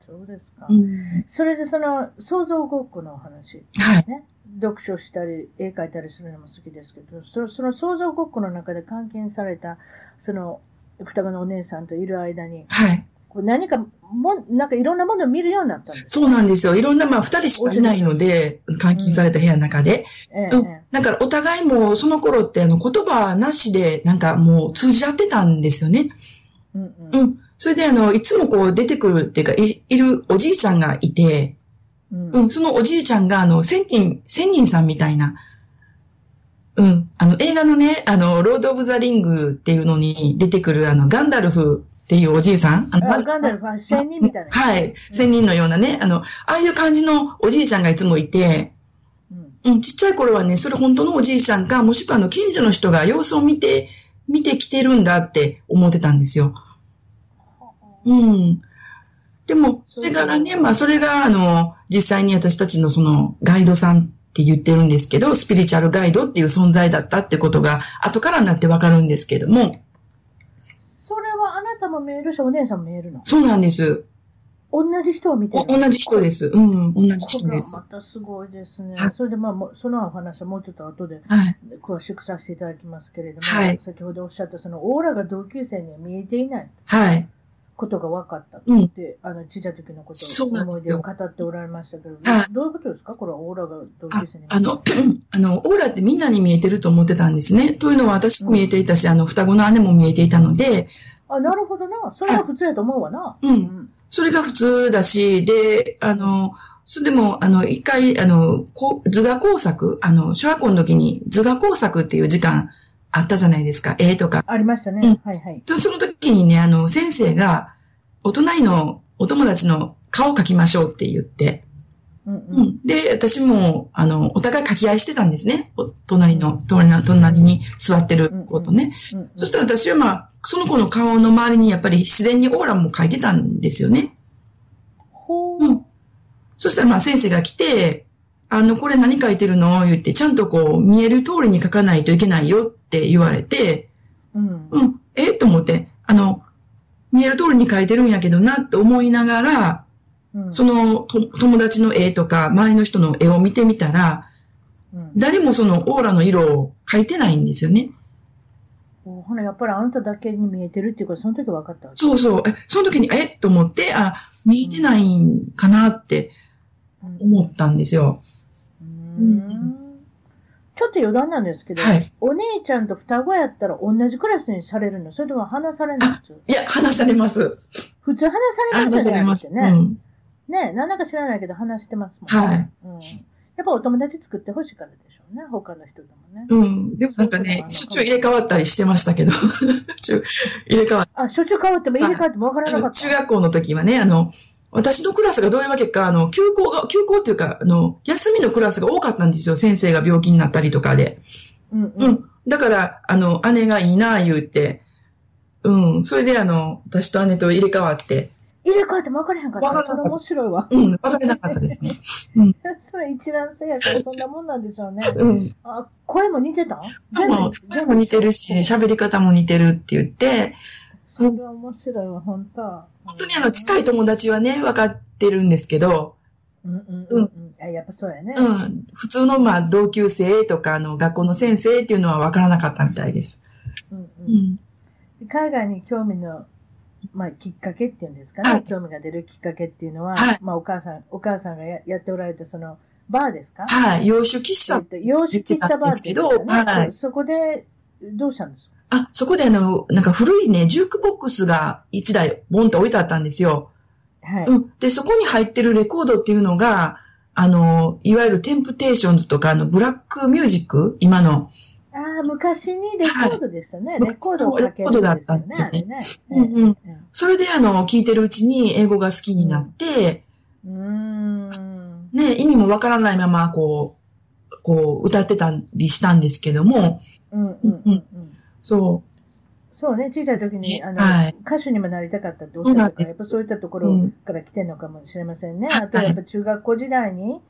[SPEAKER 1] そうですか。
[SPEAKER 2] うん。
[SPEAKER 1] それでその、創造ごっこのお話、
[SPEAKER 2] はい。
[SPEAKER 1] ね。読書したり、絵描いたりするのも好きですけど、そのその創造ごっこの中で監禁された、その、双子のお姉さんといる間に、
[SPEAKER 2] はい。
[SPEAKER 1] こう何かも、なんかいろんなものを見るようになったんです
[SPEAKER 2] そうなんですよ。いろんな、まあ、二人しかいないので、監禁された部屋の中で。
[SPEAKER 1] ええ
[SPEAKER 2] うん
[SPEAKER 1] ええ
[SPEAKER 2] だから、お互いも、その頃って、あの、言葉なしで、なんかもう通じ合ってたんですよね。
[SPEAKER 1] うんうん
[SPEAKER 2] うん。それで、あの、いつもこう、出てくるっていうか、いいるおじいちゃんがいて、
[SPEAKER 1] うん
[SPEAKER 2] うん、そのおじいちゃんが、あの、千人、千人さんみたいな、うん、あの、映画のね、あの、ロード・オブ・ザ・リングっていうのに出てくる、あの、ガンダルフっていうおじいさん、あの、
[SPEAKER 1] あガンダルファッション人みたいな。
[SPEAKER 2] はい、千人のようなね、あの、ああいう感じのおじいちゃんがいつもいて、
[SPEAKER 1] うん
[SPEAKER 2] うん、ちっちゃい頃はね、それ本当のおじいちゃんか、もしくはあの、近所の人が様子を見て、見てきてるんだって思ってたんですよ。うん。でも、それからね、まあ、それが、あの、実際に私たちのその、ガイドさんって言ってるんですけど、スピリチュアルガイドっていう存在だったってことが、後からになってわかるんですけども、
[SPEAKER 1] それはあなたも見えるし、お姉さんも見えるの。
[SPEAKER 2] そうなんです。
[SPEAKER 1] 同じ人を見て
[SPEAKER 2] お
[SPEAKER 1] る。
[SPEAKER 2] 同じ人ですす。うん、同じ
[SPEAKER 1] こ
[SPEAKER 2] 人
[SPEAKER 1] れ
[SPEAKER 2] で
[SPEAKER 1] は
[SPEAKER 2] す
[SPEAKER 1] ま。たすごいですね
[SPEAKER 2] はい。
[SPEAKER 1] それで、まあ、もうそのお話はもうちょっと後で
[SPEAKER 2] はい。
[SPEAKER 1] 詳しくさせていただきますけれども、
[SPEAKER 2] はい
[SPEAKER 1] 先ほどおっしゃった、そのオーラが同級生には見えていない。
[SPEAKER 2] はい。
[SPEAKER 1] ことが分かったって言って、あの、ちっちゃい時のこと
[SPEAKER 2] そうなん
[SPEAKER 1] 思い
[SPEAKER 2] です
[SPEAKER 1] 出
[SPEAKER 2] よ
[SPEAKER 1] を語っておられましたけど
[SPEAKER 2] は、
[SPEAKER 1] どういうことですかこれはオーラが同級生に。
[SPEAKER 2] あの、 あの、オーラってみんなに見えてると思ってたんですね。というのは私も見えていたし、あの、双子の姉も見えていたので、
[SPEAKER 1] あ、なるほどな。それは普通やと思うわな。
[SPEAKER 2] うん。それが普通だし、で、あの、それでも、あの、一回、あの、こう図画工作、あの、小学校の時に図画工作っていう時間あったじゃないですか、絵とか。
[SPEAKER 1] ありましたね。
[SPEAKER 2] うん
[SPEAKER 1] はいはい。
[SPEAKER 2] でその時にね、あの、先生が、お隣のお友達の顔を描きましょうって言って、
[SPEAKER 1] うんうん。
[SPEAKER 2] うん。で、私も、あの、お互い書き合いしてたんですね。お隣の、隣の、隣に座ってる子とね。
[SPEAKER 1] うんうん
[SPEAKER 2] そしたら私はまあ、その子の顔の周りにやっぱり自然にオーラも書いてたんですよね。
[SPEAKER 1] ほう。
[SPEAKER 2] うん。そしたらまあ先生が来て、あの、これ何書いてるの言って、ちゃんとこう、見える通りに書かないといけないよって言われて、
[SPEAKER 1] うん。
[SPEAKER 2] うん、えと思って、あの、見える通りに書いてるんやけどなって思いながら、
[SPEAKER 1] うん
[SPEAKER 2] そのと友達の絵とか、周りの人の絵を見てみたら、
[SPEAKER 1] うん。
[SPEAKER 2] 誰もそのオーラの色を書いてないんですよね。
[SPEAKER 1] おほな、やっぱりあなただけに見えてるっていうか、その時分かったわけ。
[SPEAKER 2] そうそう、え、その時に、えと思って、あ、見えてないんかなって
[SPEAKER 1] うん
[SPEAKER 2] 思ったんですよ。
[SPEAKER 1] うーんちょっと余談なんですけど、
[SPEAKER 2] はい。
[SPEAKER 1] お姉ちゃんと双子やったら同じクラスにされるのそれとも話されないの
[SPEAKER 2] いや、話されます。
[SPEAKER 1] 普通話されますよね。
[SPEAKER 2] 話されます。
[SPEAKER 1] あれって
[SPEAKER 2] う
[SPEAKER 1] ね。
[SPEAKER 2] ん。
[SPEAKER 1] ねなんだか知らないけど話してますもんね。
[SPEAKER 2] はい。
[SPEAKER 1] うん、やっぱお友達作ってほしいからでしょうね。他の人でもね。
[SPEAKER 2] うん。でもなんかね、しょっちゅう入れ替わったりしてましたけど、 しょっちゅう入れ替わっ
[SPEAKER 1] あ、しょっちゅう変わっても入れ替わっても分からなか
[SPEAKER 2] あの
[SPEAKER 1] った。
[SPEAKER 2] 中学校の時はね、あの、私のクラスがどういうわけか、あの、休校が、休校っていうか、あの、休みのクラスが多かったんですよ。先生が病気になったりとかで。
[SPEAKER 1] うん
[SPEAKER 2] う
[SPEAKER 1] うんん。。
[SPEAKER 2] だから、あの、姉がいいな、言うて。うん。それで、あの、私と姉と入れ替わって。
[SPEAKER 1] 入れ替わっても分からへんかった。
[SPEAKER 2] 分からなか
[SPEAKER 1] そ
[SPEAKER 2] った
[SPEAKER 1] れ面白いわ。
[SPEAKER 2] うん。わからなかったですね。
[SPEAKER 1] それ一覧性やからそんなもんなんでしょうね。
[SPEAKER 2] うん。
[SPEAKER 1] あ、声も似てた
[SPEAKER 2] でも、でも似てるし、喋り方も似てるって言って、
[SPEAKER 1] それは面白いわ、本当。本
[SPEAKER 2] 本当にあの、近い友達はね、分かってるんですけど、
[SPEAKER 1] うんうんうんうん。あやっぱそうやね。
[SPEAKER 2] うん、普通のまあ、同級生とか、あの、学校の先生っていうのは分からなかったみたいです。
[SPEAKER 1] うん
[SPEAKER 2] う
[SPEAKER 1] うん
[SPEAKER 2] ん。
[SPEAKER 1] 海外に興味の、まあ、きっかけっていうんですか
[SPEAKER 2] はい
[SPEAKER 1] ね。興味が出るきっかけっていうのは
[SPEAKER 2] はい、
[SPEAKER 1] まあ、お母さん、お母さんがややっておられた、その、バーですか
[SPEAKER 2] はい、洋酒喫
[SPEAKER 1] え
[SPEAKER 2] 茶
[SPEAKER 1] っ。と洋酒喫茶バーっていうん
[SPEAKER 2] 言っ
[SPEAKER 1] か
[SPEAKER 2] てたんですけどは
[SPEAKER 1] ね
[SPEAKER 2] い
[SPEAKER 1] そそこで、どうしたんですか
[SPEAKER 2] あ、そこであの、なんか古いね、ジュークボックスが1台、ボンと置いてあったんですよ。
[SPEAKER 1] はい。
[SPEAKER 2] うん。で、そこに入ってるレコードっていうのが、あの、いわゆるテンプテーションズとか、あの、ブラックミュージック今の。
[SPEAKER 1] ああ、昔にレコードでしたね。レコードをかけるんですよね。あれね。
[SPEAKER 2] うんうん。
[SPEAKER 1] ええ
[SPEAKER 2] それであの、聴いてるうちに英語が好きになって、
[SPEAKER 1] うーん。
[SPEAKER 2] ね、意味もわからないまま、こう、こう、歌ってたりしたんですけども、
[SPEAKER 1] うんうんうんうん。
[SPEAKER 2] そ
[SPEAKER 1] そうね、小さい時
[SPEAKER 2] で
[SPEAKER 1] に、
[SPEAKER 2] すね
[SPEAKER 1] あの、
[SPEAKER 2] はい
[SPEAKER 1] 歌手にもなりたかったっておっしゃった
[SPEAKER 2] そうなん
[SPEAKER 1] か
[SPEAKER 2] で
[SPEAKER 1] ら、
[SPEAKER 2] す
[SPEAKER 1] やっぱそういったとこ
[SPEAKER 2] う
[SPEAKER 1] ろ
[SPEAKER 2] ん
[SPEAKER 1] から来てるのかもしれませんね。
[SPEAKER 2] はい
[SPEAKER 1] あと、やっぱ中学校時代に、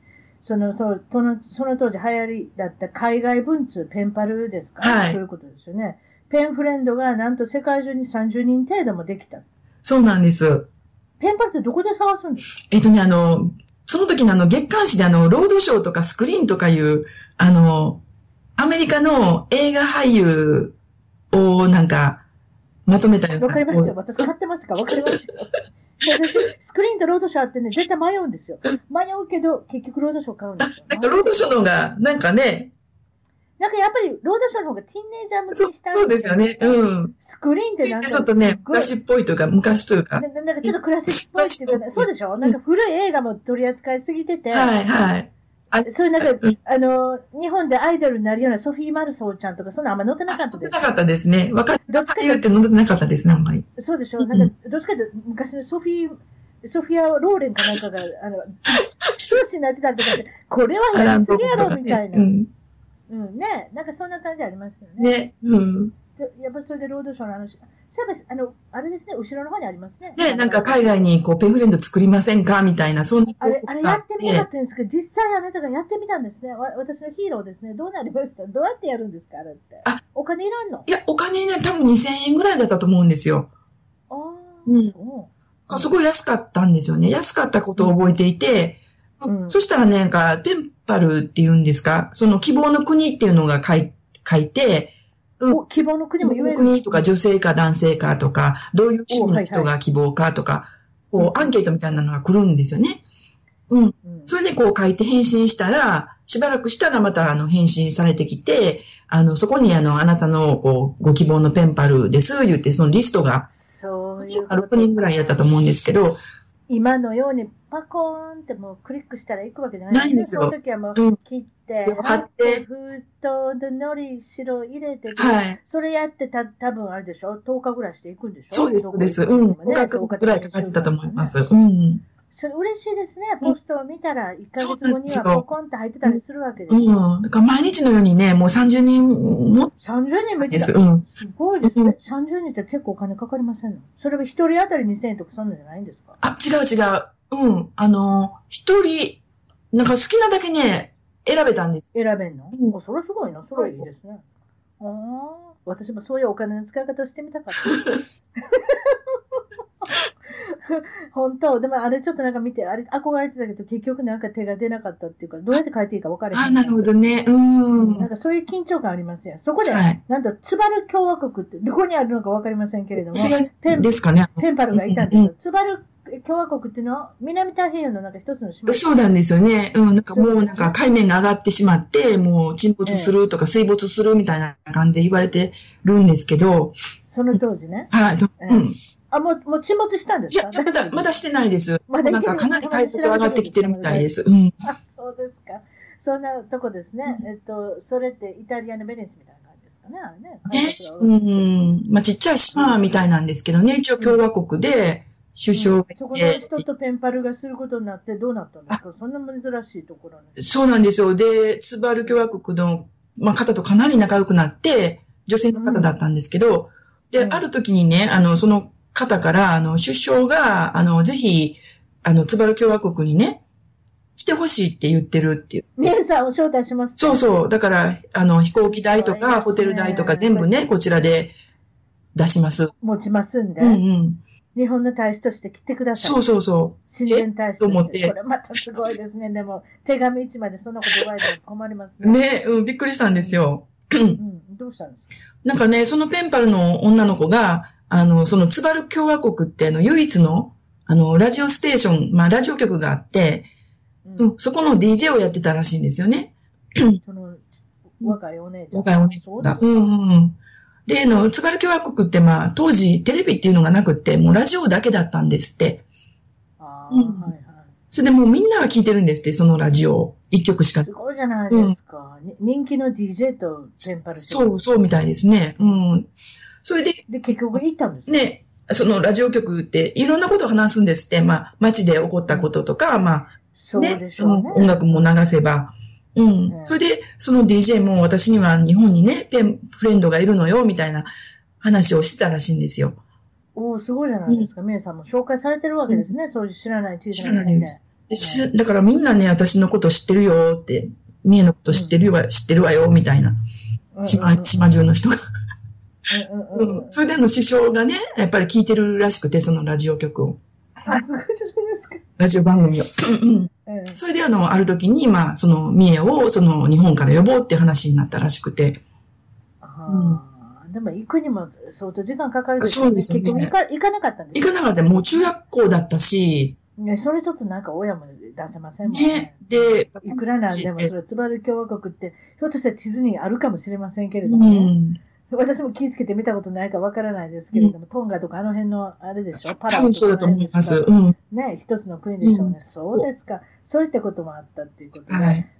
[SPEAKER 1] その、そうその、その当時流行りだった海外文通、ペンパルですか、
[SPEAKER 2] はい
[SPEAKER 1] そういうことですよね。ペンフレンドがなんと世界中に30人程度もできた。
[SPEAKER 2] う、そうなんです。
[SPEAKER 1] ペンパルってどこで探すんです
[SPEAKER 2] えっとね、あの、その時のあの、月刊誌であの、ロードショーとかスクリーンとかいう、あの、アメリカの映画俳優をなんか、まとめたよう
[SPEAKER 1] か
[SPEAKER 2] な。
[SPEAKER 1] わかりますよ。
[SPEAKER 2] こ
[SPEAKER 1] 私買ってますからわかりますよ。私スクリーンとロードショーあってね、絶対迷うんですよ。迷うけど、結局ロードショー買うんですよね、
[SPEAKER 2] うなんか、ロードショーの方が、なんかね、
[SPEAKER 1] なんかやっぱりロードショーの方がティーンネイジャー向
[SPEAKER 2] そ
[SPEAKER 1] け
[SPEAKER 2] う
[SPEAKER 1] にした
[SPEAKER 2] そうですよね。うん。
[SPEAKER 1] スクリーンってなんか
[SPEAKER 2] ちょっとね、昔
[SPEAKER 1] っ
[SPEAKER 2] っぽいというか、昔というか。は、
[SPEAKER 1] ないなんかちょっとクラシックっぽいっていうかね、
[SPEAKER 2] 昔っぽい
[SPEAKER 1] そうでしょなんか古い映画も取り扱いすぎてて、
[SPEAKER 2] はい。
[SPEAKER 1] そういうなんか
[SPEAKER 2] うん、
[SPEAKER 1] あの、日本でアイドルになるようなソフィー・マルソーちゃんとか、そんなあんま載ってなかったで
[SPEAKER 2] なかったですね。わかる。
[SPEAKER 1] どっちかと
[SPEAKER 2] 俳優って飲んでなかったですね、あんまり。
[SPEAKER 1] す。そうでしょ
[SPEAKER 2] うん
[SPEAKER 1] なんか、どっちかっていうと昔のソフィー、ソフィア・ローレンかなんかが、あの、教師になってたりとかして、これはやりすぎやろみたいな
[SPEAKER 2] う。ん。
[SPEAKER 1] うん、ね。なんかそんな感じありますよね。
[SPEAKER 2] ね、うん。
[SPEAKER 1] でやっぱりそれでロードショーの話。そういえば、あの、あれですね、後ろの方にありますね。
[SPEAKER 2] で、なんか海外にこう、ペンフレンド作りませんかみたいな、そんな
[SPEAKER 1] あれ、あれやってみなか
[SPEAKER 2] っ
[SPEAKER 1] ったんですけど、実際あなたがやってみたんですね。わ私のヒーローですね。どうなりましたどうやってやるんですかあれって。
[SPEAKER 2] あ
[SPEAKER 1] お金いらんの
[SPEAKER 2] ていや、お金ね、多分2000円ぐらいだったと思うんですよ。
[SPEAKER 1] ああ、
[SPEAKER 2] うん
[SPEAKER 1] そ
[SPEAKER 2] すごい安かったんですよね。安かったことを覚えていて、
[SPEAKER 1] うん
[SPEAKER 2] そしたらね、なんか、ペンパルっていうんですか、その希望の国っていうのが書い書いて、うん
[SPEAKER 1] お希望の国も言える。
[SPEAKER 2] 国とか女性か男性かとか、どういう趣味の人が希望かとか、
[SPEAKER 1] はいはい
[SPEAKER 2] こう、アンケートみたいなのが来るんですよね。うん。
[SPEAKER 1] うん
[SPEAKER 2] それでこう書いて返信したら、しばらくしたらまたあの返信されてきて、あの、そこにあの、あなたのこうご希望のペンパルです、言って、そのリストが、
[SPEAKER 1] そういうこと
[SPEAKER 2] 6人ぐらいやったと思うんですけど、
[SPEAKER 1] 今のようにパコーンってもうクリックしたら行くわけじゃない
[SPEAKER 2] ないんですよ
[SPEAKER 1] その時はも
[SPEAKER 2] うん
[SPEAKER 1] う切って、
[SPEAKER 2] で貼って
[SPEAKER 1] 封筒で海苔、白入れて、
[SPEAKER 2] はい。
[SPEAKER 1] それやってた多分あれでしょ ?10 日ぐらいして行くんでしょ
[SPEAKER 2] そうです、そうです。うん。
[SPEAKER 1] ね
[SPEAKER 2] 5ヶ月ぐらいかかってたと思いま。す。うん。
[SPEAKER 1] それ嬉しいですね。ポストを見たら、1ヶ月後に
[SPEAKER 2] そうなんですよ
[SPEAKER 1] はポコンって入ってたりするわけで
[SPEAKER 2] う
[SPEAKER 1] すよ。
[SPEAKER 2] ん。だから毎日のようにね、もう30人もっ
[SPEAKER 1] 30人も
[SPEAKER 2] と
[SPEAKER 1] い
[SPEAKER 2] で
[SPEAKER 1] てた
[SPEAKER 2] す。。うん。
[SPEAKER 1] すごいです
[SPEAKER 2] うん
[SPEAKER 1] ね。30人って結構お金かかりませんのそれは1人当たり2000円とかそんなんじゃないんですか
[SPEAKER 2] あ、違う違う。うん。あの、一人、なんか好きなだけね、選べたんです。
[SPEAKER 1] 選べんの、
[SPEAKER 2] うん
[SPEAKER 1] あそれすごいな。それいいですね。ああ、私もそういうお金の使い方をしてみたかった。 本当、でもあれちょっとなんか見て、あれ憧れてたけど、結局なんか手が出なかったっていうか、どうやって書いていいか分からへん。
[SPEAKER 2] あ、なるほどね。うん。
[SPEAKER 1] なんかそういう緊張感ありますよ。そこで、
[SPEAKER 2] はい
[SPEAKER 1] なんと、ツバル共和国ってどこにあるのか分かりませんけれども、ペ
[SPEAKER 2] 違う
[SPEAKER 1] ン
[SPEAKER 2] ですかね。
[SPEAKER 1] ペンパルがいたんです
[SPEAKER 2] うんう
[SPEAKER 1] よ。ツバル共和国っていうのは、南太平洋のなんか一つの島
[SPEAKER 2] そうなんですよね。うん、なんかもうなんか海面が上がってしまって、もう沈没するとか水没するみたいな感じで言われてるんですけど、
[SPEAKER 1] その当時ね。
[SPEAKER 2] はい。うん。い
[SPEAKER 1] あ、もう、もう沈没したんです
[SPEAKER 2] や、
[SPEAKER 1] か
[SPEAKER 2] まだ、まだしてないです。も
[SPEAKER 1] ま
[SPEAKER 2] う
[SPEAKER 1] だ
[SPEAKER 2] なんかかなり海抜が上がってきてるみたいです。うん。
[SPEAKER 1] あ、そうですか。そんなとこですね。えっと、それってイタリアのベネスみたいな感じですかね。あれね。海
[SPEAKER 2] う
[SPEAKER 1] 抜が
[SPEAKER 2] ん。まあ、ちっちゃい島みたいなんですけどね、一応共和国で首相がい
[SPEAKER 1] そこの
[SPEAKER 2] て、
[SPEAKER 1] 人とペンパルがすることになってどうなったんですかそんな珍しいところに。
[SPEAKER 2] そうなんですよ。で、ツバル共和国の、まあ、方とかなり仲良くなって、女性の方だったんですけど、で、
[SPEAKER 1] うん
[SPEAKER 2] ある時にね、あの、その方から、あの、首相が、あの、ぜひ、あの、ツバル共和国にね、来てほしいって言ってるっていう。
[SPEAKER 1] ミエさんを招待します。
[SPEAKER 2] そうそう。だから、あの、飛行機代
[SPEAKER 1] そ
[SPEAKER 2] と
[SPEAKER 1] うです
[SPEAKER 2] か、
[SPEAKER 1] ね
[SPEAKER 2] ホテル代とか全部ね、こちらで出します。
[SPEAKER 1] 持ちますんで、
[SPEAKER 2] うんうん。
[SPEAKER 1] 日本の大使として来てください。
[SPEAKER 2] そうそうそ
[SPEAKER 1] 親善大使と
[SPEAKER 2] えと思っ
[SPEAKER 1] してて。これまたすごいですね。でも、手紙一枚でそんなこと言われても困ります
[SPEAKER 2] う。ね、うん、びっくりしたんですよ。
[SPEAKER 1] うん、どうしたんですか
[SPEAKER 2] なんかね、そのペンパルの女の子が、あの、そのツバル共和国ってあの、唯一の、あの、ラジオステーション、まあ、ラジオ局があって、
[SPEAKER 1] う
[SPEAKER 2] うん、そこの DJ をやってたらしいんですよね。
[SPEAKER 1] その、若いお姉ちゃん。
[SPEAKER 2] 若いお姉さん
[SPEAKER 1] そう
[SPEAKER 2] が。
[SPEAKER 1] です
[SPEAKER 2] うんうんうん。で、あの、ツバル共和国ってまあ、当時テレビっていうのがなくって、もうラジオだけだったんですって。
[SPEAKER 1] あ
[SPEAKER 2] うん
[SPEAKER 1] ーはいはい。
[SPEAKER 2] それでもうみんなが聞いてるんですって、そのラジオを。一曲しか
[SPEAKER 1] す。ごいじゃないですか。に人気の DJ とテンパルって
[SPEAKER 2] そう、そうみたいですね。うん。それで、
[SPEAKER 1] で、結局行ったんですね。
[SPEAKER 2] ね、そのラジオ局っていろんなことを話すんですって、まあ、街で起こったこととか、まあ、
[SPEAKER 1] そう
[SPEAKER 2] ね
[SPEAKER 1] でしょうね。
[SPEAKER 2] うん音楽も流せば。うん。
[SPEAKER 1] うん
[SPEAKER 2] それで、その DJ も私には日本にね、ペン、フレンドがいるのよ、みたいな話をしてたらしいんですよ。
[SPEAKER 1] おおすごいじゃないですか。みえさんも紹介されてるわけですね。そういう知らない小さな
[SPEAKER 2] 知らない
[SPEAKER 1] 国
[SPEAKER 2] で。
[SPEAKER 1] です
[SPEAKER 2] でしだからみんなね、私のこと知ってるよって、三重のこと知ってるわ、知ってるわよ、みたいな。
[SPEAKER 1] うんうんうん
[SPEAKER 2] 島、島中の人が。
[SPEAKER 1] う
[SPEAKER 2] うん
[SPEAKER 1] うんうん
[SPEAKER 2] ん。それであの首相がね、やっぱり聞いてるらしくて、そのラジオ局を、
[SPEAKER 1] あすごいじゃないですか。
[SPEAKER 2] ラジオ番組を。
[SPEAKER 1] うん
[SPEAKER 2] それであの、ある時に、まあ、その三重を、その日本から呼ぼうって話になったらしくて。
[SPEAKER 1] あーでも行くにも相当時間かかるでしょ
[SPEAKER 2] そうですよね
[SPEAKER 1] 結局行か行かなかったんで
[SPEAKER 2] 行
[SPEAKER 1] す
[SPEAKER 2] かなかった。もう中学校だったし、
[SPEAKER 1] ね、それちょっとなんか親も出せませんもん
[SPEAKER 2] ね
[SPEAKER 1] ね。、
[SPEAKER 2] で、
[SPEAKER 1] いくらなんでも、それ、ツバル共和国って、ひょっとしたら地図にあるかもしれませんけれどもね、
[SPEAKER 2] うん。
[SPEAKER 1] 私も気ぃつけて見たことないかわからないですけれども、トンガとかあの辺のあれでしょ、パ
[SPEAKER 2] 多
[SPEAKER 1] とか
[SPEAKER 2] 分そうだと思います。
[SPEAKER 1] あの辺ですか
[SPEAKER 2] うん。は
[SPEAKER 1] ね、一つの国でしょうね、
[SPEAKER 2] う
[SPEAKER 1] そうですか、そういったこともあったっていうことで、
[SPEAKER 2] い。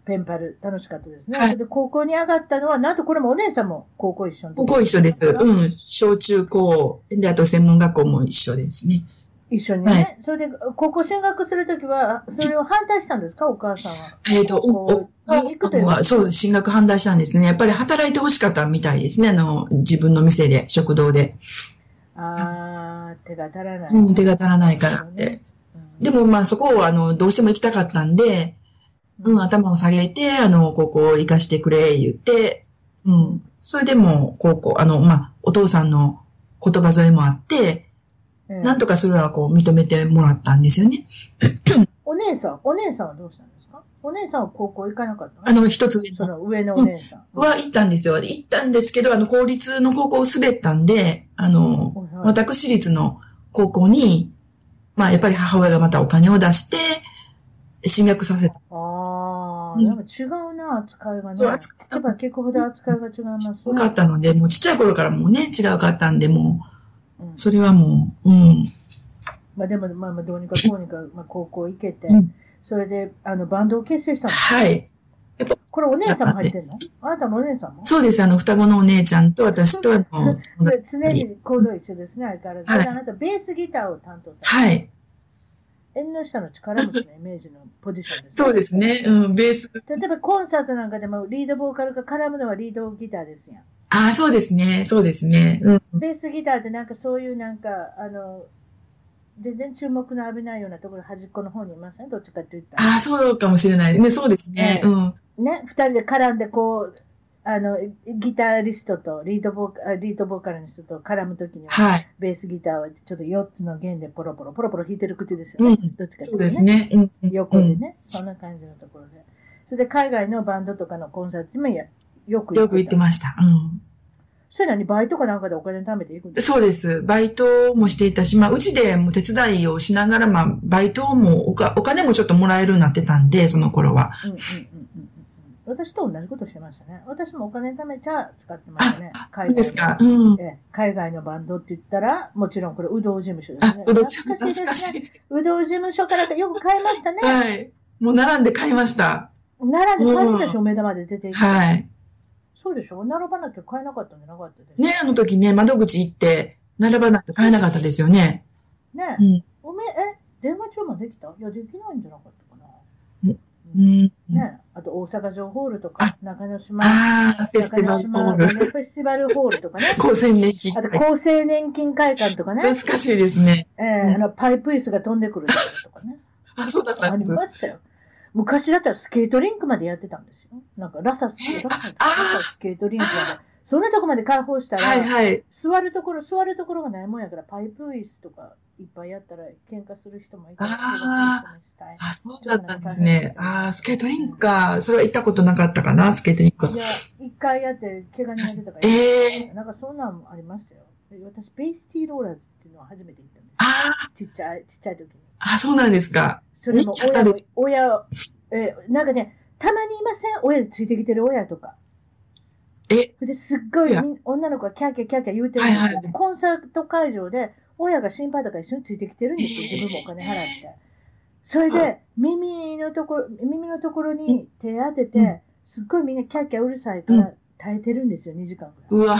[SPEAKER 1] ペンパル、楽しかったですね、
[SPEAKER 2] はい
[SPEAKER 1] それで高校に上がったのは、なんとこれもお姉さんも高校一緒の時
[SPEAKER 2] ここ一緒です。うん。小中高。で、あと専門学校も一緒ですね。
[SPEAKER 1] 一緒にね、
[SPEAKER 2] は
[SPEAKER 1] それで高校進学するときは、それを反対したんですか、お母さんは。
[SPEAKER 2] えっ、と、お
[SPEAKER 1] こう
[SPEAKER 2] お母
[SPEAKER 1] 行くという
[SPEAKER 2] は、そうです、進学反対したんですね。やっぱり働いてほしかったみたいですね。あの、自分の店で、食堂で。
[SPEAKER 1] あー、手が足らない。
[SPEAKER 2] うん、手が足らないからって。
[SPEAKER 1] うん
[SPEAKER 2] でも、まあ、そこを、あの、どうしても行きたかったんで、うん、頭を下げて、あの、高校行かしてくれ、言って、うん。それでも、高校、あの、まあ、お父さんの言葉添えもあって、
[SPEAKER 1] うん
[SPEAKER 2] なんとかそれはこう認めてもらったんですよね。
[SPEAKER 1] お姉さん、お姉さんはどうしたんですかお姉さんは高校行かなかった
[SPEAKER 2] あの、一つ上
[SPEAKER 1] そ
[SPEAKER 2] の
[SPEAKER 1] の上のお姉さん。
[SPEAKER 2] は行ったんですよ。行ったんですけど、あの、公立の高校を滑ったんで、あの、
[SPEAKER 1] はいはい
[SPEAKER 2] 私立の高校に、まあ、やっぱり母親がまたお金を出して、進学させた。
[SPEAKER 1] あ
[SPEAKER 2] うん
[SPEAKER 1] あ、でも違うな、扱いがね。
[SPEAKER 2] そう扱い
[SPEAKER 1] やっぱ結構ほど扱いが違いますね。
[SPEAKER 2] よかったので、もうちっちゃい頃からもうね、違うかったんで、も
[SPEAKER 1] うん
[SPEAKER 2] う、それはもう、うん。
[SPEAKER 1] まあでも、まあまあどうにかこうにか、まあ高校行けて
[SPEAKER 2] うん、
[SPEAKER 1] それで、あの、バンドを結成したの。
[SPEAKER 2] はい。
[SPEAKER 1] これお姉さんも入ってんのあなたのお姉さんも
[SPEAKER 2] そうです。あの、双子のお姉ちゃんと私とあの、
[SPEAKER 1] これ常に行動一緒ですね、相変わらず。
[SPEAKER 2] はい
[SPEAKER 1] であなた、ベースギターを担当されて、
[SPEAKER 2] はい。
[SPEAKER 1] 縁の下の力持ちのイメージのポジションです、
[SPEAKER 2] そうですね。うん、ベース。
[SPEAKER 1] 例えばコンサートなんかでもリードボーカルが絡むのはリードギターですやん。
[SPEAKER 2] ああ、そうですね。そうですね。うん。
[SPEAKER 1] ベースギターってなんかそういうなんか、あの、全然注目の浴びないようなところ端っこの方にいませんどっちかって言ったら。
[SPEAKER 2] ああ、そうかもしれない。ね、そうですね。
[SPEAKER 1] ええ
[SPEAKER 2] うん。
[SPEAKER 1] ね、二人で絡んでこう、あの、ギタリストとリードボーカリードボーカルの人と絡むときには、
[SPEAKER 2] はい。
[SPEAKER 1] ベースギターはちょっと4つの弦でポロポロポロポロ弾いてる口ですよ
[SPEAKER 2] う
[SPEAKER 1] ね。
[SPEAKER 2] ん
[SPEAKER 1] どっちかってい
[SPEAKER 2] そう
[SPEAKER 1] と
[SPEAKER 2] です。ね。うん。うん
[SPEAKER 1] 横で
[SPEAKER 2] うん
[SPEAKER 1] ね、そんな感じのところで。それで海外のバンドとかのコンサートにもやよく行
[SPEAKER 2] よく言ってました。う
[SPEAKER 1] す。それなにバイトかなんかでお金貯めていくん
[SPEAKER 2] ん。
[SPEAKER 1] ですか
[SPEAKER 2] そうです。バイトもしていたし、まあ、うちでも手伝いをしながら、まあ、バイトもおか、お金もちょっともらえるようになってたんで、その頃は。
[SPEAKER 1] うんうんうんうんうんうん私と同じことしてましたね。私もお金貯めちゃ使ってましたね。海
[SPEAKER 2] そ
[SPEAKER 1] 外の
[SPEAKER 2] うですか。うん。
[SPEAKER 1] ええ海外のバンドって言ったら、もちろんこれ、うどう事務所で
[SPEAKER 2] あ
[SPEAKER 1] すね、。
[SPEAKER 2] うどん
[SPEAKER 1] 懐かしい
[SPEAKER 2] 懐
[SPEAKER 1] で
[SPEAKER 2] か
[SPEAKER 1] す
[SPEAKER 2] し
[SPEAKER 1] ね。
[SPEAKER 2] い。
[SPEAKER 1] うどん事務所からよく買いましたね。
[SPEAKER 2] はい。もう並んで買いました。
[SPEAKER 1] 奈良で買いましたし、お目玉で出ていって。
[SPEAKER 2] はい。
[SPEAKER 1] そうでしょ並ばなきゃ買えなかったんじゃなかったです
[SPEAKER 2] ね、あの時ね、窓口行って、並ばないと買えなかったですよね。
[SPEAKER 1] ね
[SPEAKER 2] う
[SPEAKER 1] え、
[SPEAKER 2] ん。
[SPEAKER 1] おめえ、電話注文できたいや、できないんじゃなかったかな。
[SPEAKER 2] う
[SPEAKER 1] ね
[SPEAKER 2] ん。
[SPEAKER 1] えあと、大阪城ホールとか、中之島、
[SPEAKER 2] ああ、フェス
[SPEAKER 1] 中
[SPEAKER 2] ティバ
[SPEAKER 1] 之
[SPEAKER 2] ル
[SPEAKER 1] 島
[SPEAKER 2] ホー
[SPEAKER 1] フ
[SPEAKER 2] ル。
[SPEAKER 1] ェスティバルホールとか ね。
[SPEAKER 2] 高専年金。
[SPEAKER 1] あと、
[SPEAKER 2] 懐
[SPEAKER 1] 厚生年金会館とかね。
[SPEAKER 2] かしいですね。
[SPEAKER 1] ええあの、パイプ椅子が飛んでくるとかね。
[SPEAKER 2] あ、そうだった
[SPEAKER 1] あ
[SPEAKER 2] んで
[SPEAKER 1] り
[SPEAKER 2] す。
[SPEAKER 1] ましたよ。昔だったらスケートリンクまでやってたんですよ。なんかラサス
[SPEAKER 2] え
[SPEAKER 1] ラサ
[SPEAKER 2] あ
[SPEAKER 1] スケートリンクまで。そんなとこまで開放したら、
[SPEAKER 2] はいはい。
[SPEAKER 1] 座るところ、座るところがないもんやから、パイプ椅子とかいっぱいやったら喧嘩する人もいたり、
[SPEAKER 2] あ
[SPEAKER 1] 喧嘩する人もいた
[SPEAKER 2] あ、そうだったんですね。ああ、スケートリンクか。それは行ったことなかったかな、スケートリンク
[SPEAKER 1] り。いや、一回やって怪我になってたから、
[SPEAKER 2] ええ
[SPEAKER 1] なんかそんなんもありましたよ。で私、ベイスティーローラーズっていうのは初めて行ったんで
[SPEAKER 2] ああ、
[SPEAKER 1] す。ちっちゃい、ちっちゃい時に。
[SPEAKER 2] あそうなんですか。
[SPEAKER 1] それも
[SPEAKER 2] 人気あ
[SPEAKER 1] 親
[SPEAKER 2] ったで
[SPEAKER 1] も
[SPEAKER 2] す、
[SPEAKER 1] 親を、えーなんかね、たまにいません親についてきてる親とか。
[SPEAKER 2] え、
[SPEAKER 1] それですっごい
[SPEAKER 2] いや
[SPEAKER 1] みん女の子がキャーキャーキャーキャー言うてるんですけど、
[SPEAKER 2] はいはい
[SPEAKER 1] コンサート会場で親が心配だから一緒についてきてるんですよ、
[SPEAKER 2] えー
[SPEAKER 1] 自分もお金払って。それで、耳のところ、耳のところに手当て
[SPEAKER 2] う
[SPEAKER 1] て、すっごいみんなキャーキャーうるさいから耐えてるんですよ、2時間くらい。
[SPEAKER 2] うわ、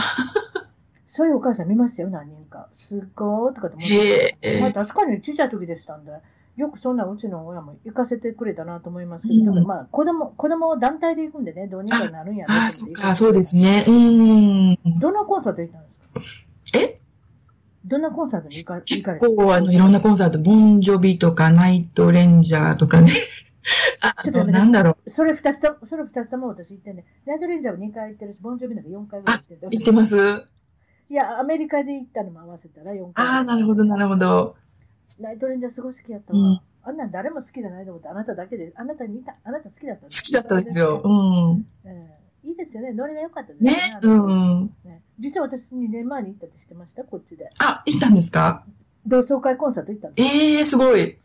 [SPEAKER 1] そういうお母さん見ましたよ、何人か。すっごーとかと思って
[SPEAKER 2] へ。
[SPEAKER 1] まあ
[SPEAKER 2] え。
[SPEAKER 1] 確かにちっちゃい時でしたんで、よくそんなうちの親も行かせてくれたなと思いますけど、
[SPEAKER 2] うん
[SPEAKER 1] まあ子供、子供を団体で行くんでね、どうにかなるんやろ
[SPEAKER 2] ああ、
[SPEAKER 1] と
[SPEAKER 2] そ
[SPEAKER 1] 思
[SPEAKER 2] ってか、そうです
[SPEAKER 1] ね。
[SPEAKER 2] ね。うーん。
[SPEAKER 1] どんなコンサート行ったんですか
[SPEAKER 2] え
[SPEAKER 1] どんなコンサートに行か行
[SPEAKER 2] 結
[SPEAKER 1] かれたんです
[SPEAKER 2] 構、あの、いろんなコンサート、ボンジョビとか、ナイトレンジャーと かね。あ
[SPEAKER 1] ちょっと
[SPEAKER 2] の、
[SPEAKER 1] 待って
[SPEAKER 2] なん だろ
[SPEAKER 1] か
[SPEAKER 2] う。
[SPEAKER 1] それ二つと、それ二つとも私行ってんね。ナイトレンジャーは2回行ってるし、ボンジョビなんか4回ぐらい行ってる。
[SPEAKER 2] 行ってます
[SPEAKER 1] いや、アメリカで行ったのも合わせたら4回。
[SPEAKER 2] ああ、なるほど、なるほど。
[SPEAKER 1] ナイトレンジャーすごい好きやったわ。
[SPEAKER 2] うん
[SPEAKER 1] あんなん誰も好きじゃないと思って、あなただけで、あなたにいた、あなた好きだったん
[SPEAKER 2] 好きだったんですよ。うん。
[SPEAKER 1] うんいいですよね。ノリが良かったで
[SPEAKER 2] ね
[SPEAKER 1] す、
[SPEAKER 2] うん。
[SPEAKER 1] ね実は私2年前に行ったって知ってましたこっちで。
[SPEAKER 2] あ、行ったんですか
[SPEAKER 1] 同窓会コンサート行ったんです。
[SPEAKER 2] ええ、すごい。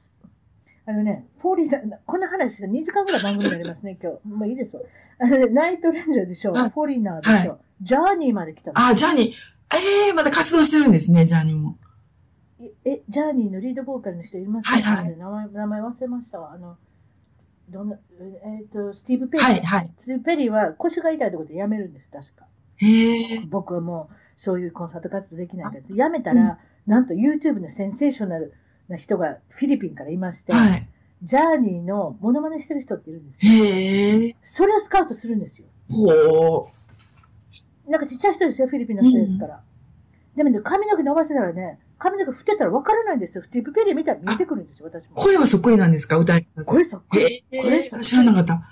[SPEAKER 1] あのね、フォーリーナこの話が2時間ぐらい番組になりますね、今 日。もういいですわ。あのね、ナイトレンジャーでしょ、フ
[SPEAKER 2] はい
[SPEAKER 1] ォーリーナーでしょ、ジャーニーまで来たの。
[SPEAKER 2] あ、ジャーニー。ええまた活動してるんですね、ジャーニーも。
[SPEAKER 1] ええ、ジャーニーのリードボーカルの人いますか、
[SPEAKER 2] はいはい
[SPEAKER 1] 名前名前忘れましたわ。あの、どんな、えっ、と、スティーブ・ペリー。
[SPEAKER 2] はい、はい。
[SPEAKER 1] スティーブ・ペリーは腰が痛いってことで辞めるんです、確か。
[SPEAKER 2] ええ
[SPEAKER 1] 僕はもうそういうコンサート活動できないからってやめたら、なんと YouTube のセンセーショナルな人がフィリピンからいまして、
[SPEAKER 2] はい。
[SPEAKER 1] ジャーニーのモノマネしてる人っているんですよ。
[SPEAKER 2] へえ
[SPEAKER 1] それをスカウトするんですよ。
[SPEAKER 2] ほう。
[SPEAKER 1] なんかちっちゃい人ですよ、フィリピンの人ですから。でもね、髪の毛伸ばせたらね、髪の毛振ってたら分からないんですよ。スティーブ・ペリーみたいに見えてくるんですよ、私も。
[SPEAKER 2] 声はそっくりなんですか歌い方
[SPEAKER 1] これそっくり
[SPEAKER 2] ええ知らなかった。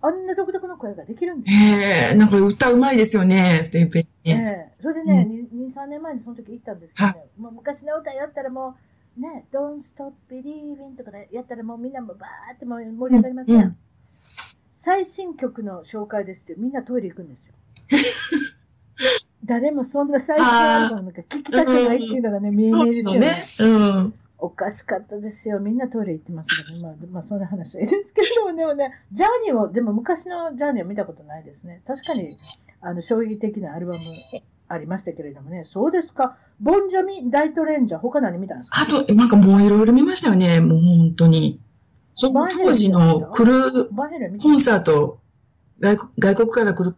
[SPEAKER 1] あんな独特の声ができるんですよ。
[SPEAKER 2] へえなんか歌うまいですよね、ステイペン
[SPEAKER 1] え
[SPEAKER 2] ね。
[SPEAKER 1] えそれでね、2、3年前にその時行ったんですけどね、もう昔の歌やったらもう、ね、Don't Stop Believing とかでやったらもうみんなもバーってもう盛り上がります
[SPEAKER 2] う
[SPEAKER 1] よ、
[SPEAKER 2] ん。
[SPEAKER 1] 最新曲の紹介ですってみんなトイレ行くんです よ。誰もそんな最新アルバムなんか聞きたくないっていうのがね、見え見えですよ
[SPEAKER 2] そう
[SPEAKER 1] ね
[SPEAKER 2] ね。。うん。
[SPEAKER 1] おかしかったですよ。みんなトイレ行ってますからね。まあ、まあ、そんな話はいいですけれども、でもね、ジャーニーを、でも昔のジャーニーは見たことないですね。確かに、あの、衝撃的なアルバムありましたけれどもね。そうですか。ボンジョミ、ダイトレンジャー、他何見たんですか
[SPEAKER 2] あと、なんかもういろいろ見ましたよね。もう本当に。その当時の来る
[SPEAKER 1] バンヘル見た
[SPEAKER 2] コンサート、外国外国から来る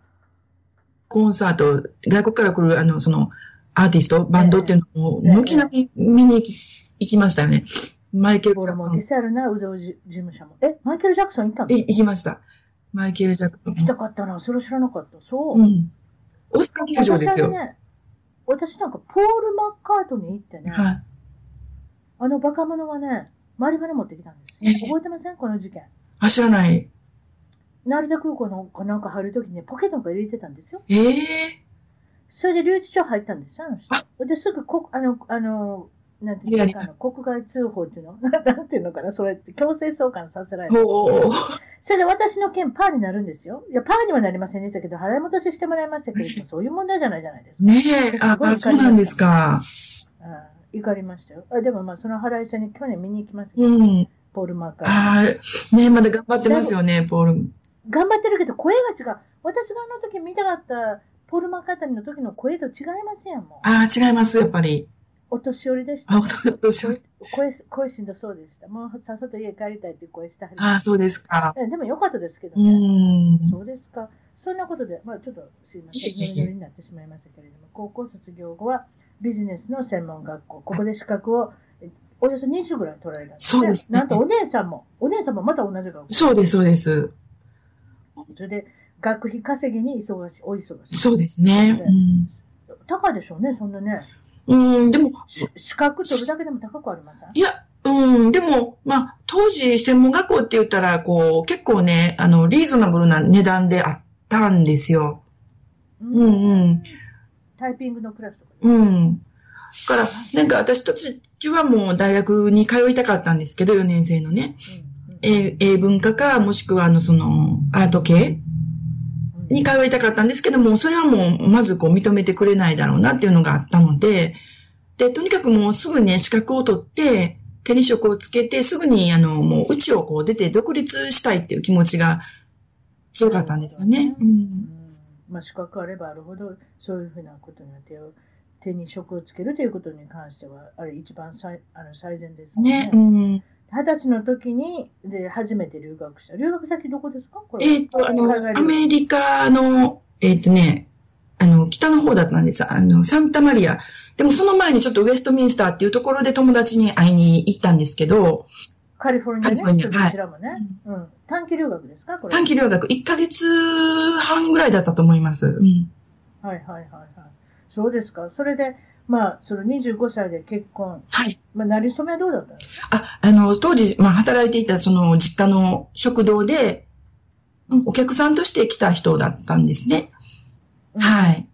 [SPEAKER 2] コンサート、外国から来るあの、その、アーティスト、バンドっていうのを、
[SPEAKER 1] ええ
[SPEAKER 2] 軒並み見に行き行きましたよね。マイケル・
[SPEAKER 1] ボ
[SPEAKER 2] ジャ
[SPEAKER 1] ロ
[SPEAKER 2] ク
[SPEAKER 1] も
[SPEAKER 2] ソン
[SPEAKER 1] 消。せあるな、ウドウ事務所も。え、マイケル・ジャクソン行ったん
[SPEAKER 2] い
[SPEAKER 1] です
[SPEAKER 2] 行きました。マイケル・ジャクソン
[SPEAKER 1] 行き。たかったな。それ知らなかった。そう。
[SPEAKER 2] うん。オスカー球場ですよ。
[SPEAKER 1] 私はね、私なんかポール・マッカートに行ってね、
[SPEAKER 2] はい。
[SPEAKER 1] あのバカ者がね、マリファナ持ってきたんですよ。覚えてませんこの事件。
[SPEAKER 2] あ、知らない。
[SPEAKER 1] 成田空港のなんか入るときにねポケットなんか入れてたんですよ。
[SPEAKER 2] ええ
[SPEAKER 1] それで留置所入ったんですよ、あの人。で、すぐこ、あの、あの、なんていうんですか、あの国外通報っていうの なんていうのかなそれって強制送還させられる。
[SPEAKER 2] ほう。
[SPEAKER 1] それで私の件パーになるんですよ。いや、パーにはなりませんでしたけど、払い戻ししてもらいましたけれども、そういう問題じゃないじゃないですか。
[SPEAKER 2] ねえ、あ、あそうなんですか。
[SPEAKER 1] あ怒りましたよ。あでもまあ、その払い車に去年見に行きましたけど、
[SPEAKER 2] うん。
[SPEAKER 1] ポール・マーカー。
[SPEAKER 2] ああ、ねえ、まだ頑張ってますよね、ポール。
[SPEAKER 1] 頑張ってるけど声が違う。私があの時見たかったポール・マーカータリーの時の声と違いますやん、もう。
[SPEAKER 2] ああ、違います、やっぱり。
[SPEAKER 1] お年寄りでした。
[SPEAKER 2] あ、お父さん
[SPEAKER 1] 声声声しんどそうでした。もうさっさと家帰りたいっていう声してはりまし
[SPEAKER 2] ああ、そうですか。
[SPEAKER 1] たえでもよかったですけど
[SPEAKER 2] う
[SPEAKER 1] ね。
[SPEAKER 2] ん。
[SPEAKER 1] そうですか。そんなことで、まあ、ちょっとすいません、
[SPEAKER 2] いえいえい
[SPEAKER 1] ノリ
[SPEAKER 2] え
[SPEAKER 1] ノリになってしまいましたけれども、高校卒業後はビジネスの専門学校、ここで資格をえおよそ2種ぐらい取られたん
[SPEAKER 2] そうですね
[SPEAKER 1] なんとお姉さんも、お姉さんもまた同じ学校。
[SPEAKER 2] そうです、そうです。
[SPEAKER 1] それで、学費稼ぎに忙しい、お忙しい。
[SPEAKER 2] そうですね。
[SPEAKER 1] 高いでしょうね、そんなね。
[SPEAKER 2] うん。うん、でも、
[SPEAKER 1] し資格取るだけでも高くありません
[SPEAKER 2] いや、うん、でも、まあ、当時、専門学校って言ったら、こう、結構ね、あの、リーズナブルな値段であったんですよ。うんうん。
[SPEAKER 1] タイピングのクラスとか。
[SPEAKER 2] うん。だから、なんか私たちはもう大学に通いたかったんですけど、4年生のね。
[SPEAKER 1] うんうん
[SPEAKER 2] 英英文化か、もしくは、あの、その、アート系
[SPEAKER 1] うん
[SPEAKER 2] に通いたかったんですけども、それはもう、まずこう、認めてくれないだろうなっていうのがあったので、で、とにかくもうすぐね、資格を取って、手に職をつけて、すぐに、あの、もう、うちをこう、出て独立したいっていう気持ちが強かったんですよね。う。
[SPEAKER 1] うんんまあ、資格あればあるほど、そういうふうなことに手を手に職をつけるということに関しては、あれ一番最あの最善ですもんね。、
[SPEAKER 2] ねうん。
[SPEAKER 1] 二十歳の時にで初めて留学した。留学先どこですかこれ
[SPEAKER 2] えっ、と、あの
[SPEAKER 1] 海外、
[SPEAKER 2] ア
[SPEAKER 1] 留学
[SPEAKER 2] メリカの、えっ、とね、あの、北の方だったんです。あの、サンタマリア。でもその前にちょっとウェストミンスターっていうところで友達に会いに行ったんですけど、
[SPEAKER 1] カリフォルニア
[SPEAKER 2] カリフォル
[SPEAKER 1] ね。
[SPEAKER 2] ニア
[SPEAKER 1] ちょっとこちらもね、うん。短期留学ですかこれ。
[SPEAKER 2] 短期留学1ヶ月半ぐらいだったと思います。うん。
[SPEAKER 1] はいはいはいはい。そうですか。それで、まあ、その25歳で結婚。
[SPEAKER 2] はい。
[SPEAKER 1] まあ、なりそめはどうだったんですか
[SPEAKER 2] あ、あの、当時、まあ、働いていたその実家の食堂で、うんお客さんとして来た人だったんですね。
[SPEAKER 1] うん
[SPEAKER 2] はい。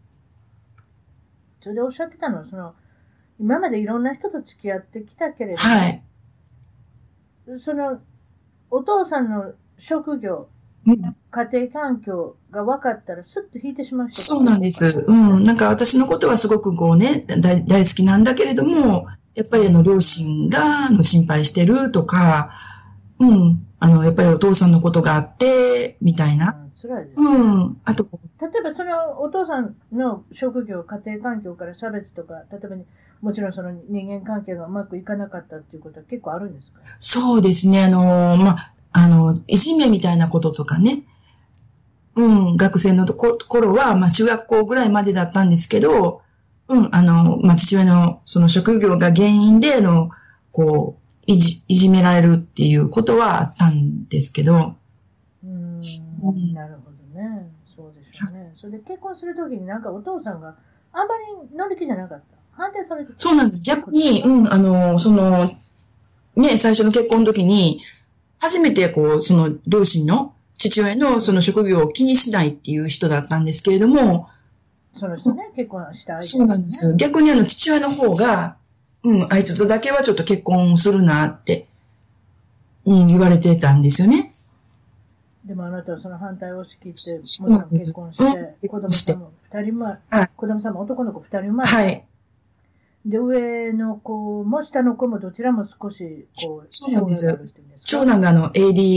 [SPEAKER 1] それでおっしゃってたのは、その、今までいろんな人と付き合ってきたけれども、
[SPEAKER 2] はい。
[SPEAKER 1] その、お父さんの職業、
[SPEAKER 2] うん、
[SPEAKER 1] 家庭環境が分かったら、すっと引いてしまう人
[SPEAKER 2] そうなんです。うん。なんか私のことはすごくこうね、大大好きなんだけれども、やっぱりあの、両親が、あの、心配してるとか、うん。あの、やっぱりお父さんのことがあって、みたいな。
[SPEAKER 1] うん辛いです。
[SPEAKER 2] うん。あと、
[SPEAKER 1] 例えば、そのお父さんの職業、家庭環境から差別とか、例えば、もちろんその人間関係がうまくいかなかったっていうことは結構あるんですか
[SPEAKER 2] そうですね。あのまあ、あの、いじめみたいなこととかね。うん、学生のとこ頃は、まあ、中学校ぐらいまでだったんですけど、うん、あの、まあ、父親のその職業が原因で、あの、こう、いじ、いじめられるっていうことはあったんですけど、
[SPEAKER 1] うーん
[SPEAKER 2] うん
[SPEAKER 1] なるほどね。そうでしょうね。それで結婚するときになんかお父さんがあんまり乗り気じゃなかった。反対されてた
[SPEAKER 2] そうなんです。逆に、うん、あの、その、ね、最初の結婚の時に、初めてこう、その両親の、父親のその職業を気にしないっていう人だったんですけれども、
[SPEAKER 1] その人ね、結婚した相手
[SPEAKER 2] そうなんです
[SPEAKER 1] ね
[SPEAKER 2] よ。逆にあの、父親の方が、うん、あいつとだけはちょっと結婚するなって、うん、言われてたんですよね。
[SPEAKER 1] でもあなたはその反対を仕切って、
[SPEAKER 2] そう
[SPEAKER 1] もちろん
[SPEAKER 2] で
[SPEAKER 1] 結
[SPEAKER 2] す
[SPEAKER 1] 婚して、子供さんも二人前
[SPEAKER 2] はい、
[SPEAKER 1] 子供さんも男の子二人前。
[SPEAKER 2] はい。
[SPEAKER 1] で、上の子も下の子もどちらも少し、こう、
[SPEAKER 2] そうなんです
[SPEAKER 1] 障害があるっていうんですか
[SPEAKER 2] 長男があの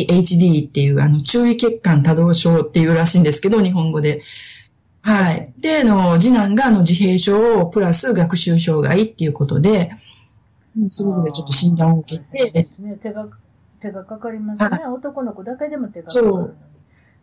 [SPEAKER 2] ADHD っていうあの注意欠陥多動症っていうらしいんですけど、日本語で。はい。で、あの、次男があの自閉症をプラス学習障害っていうことで、うんそれぞれちょっと診断を受け
[SPEAKER 1] 大変
[SPEAKER 2] て、
[SPEAKER 1] ですね、手が、手がかかりますね。男の子だけでも手がかかるのに
[SPEAKER 2] そう。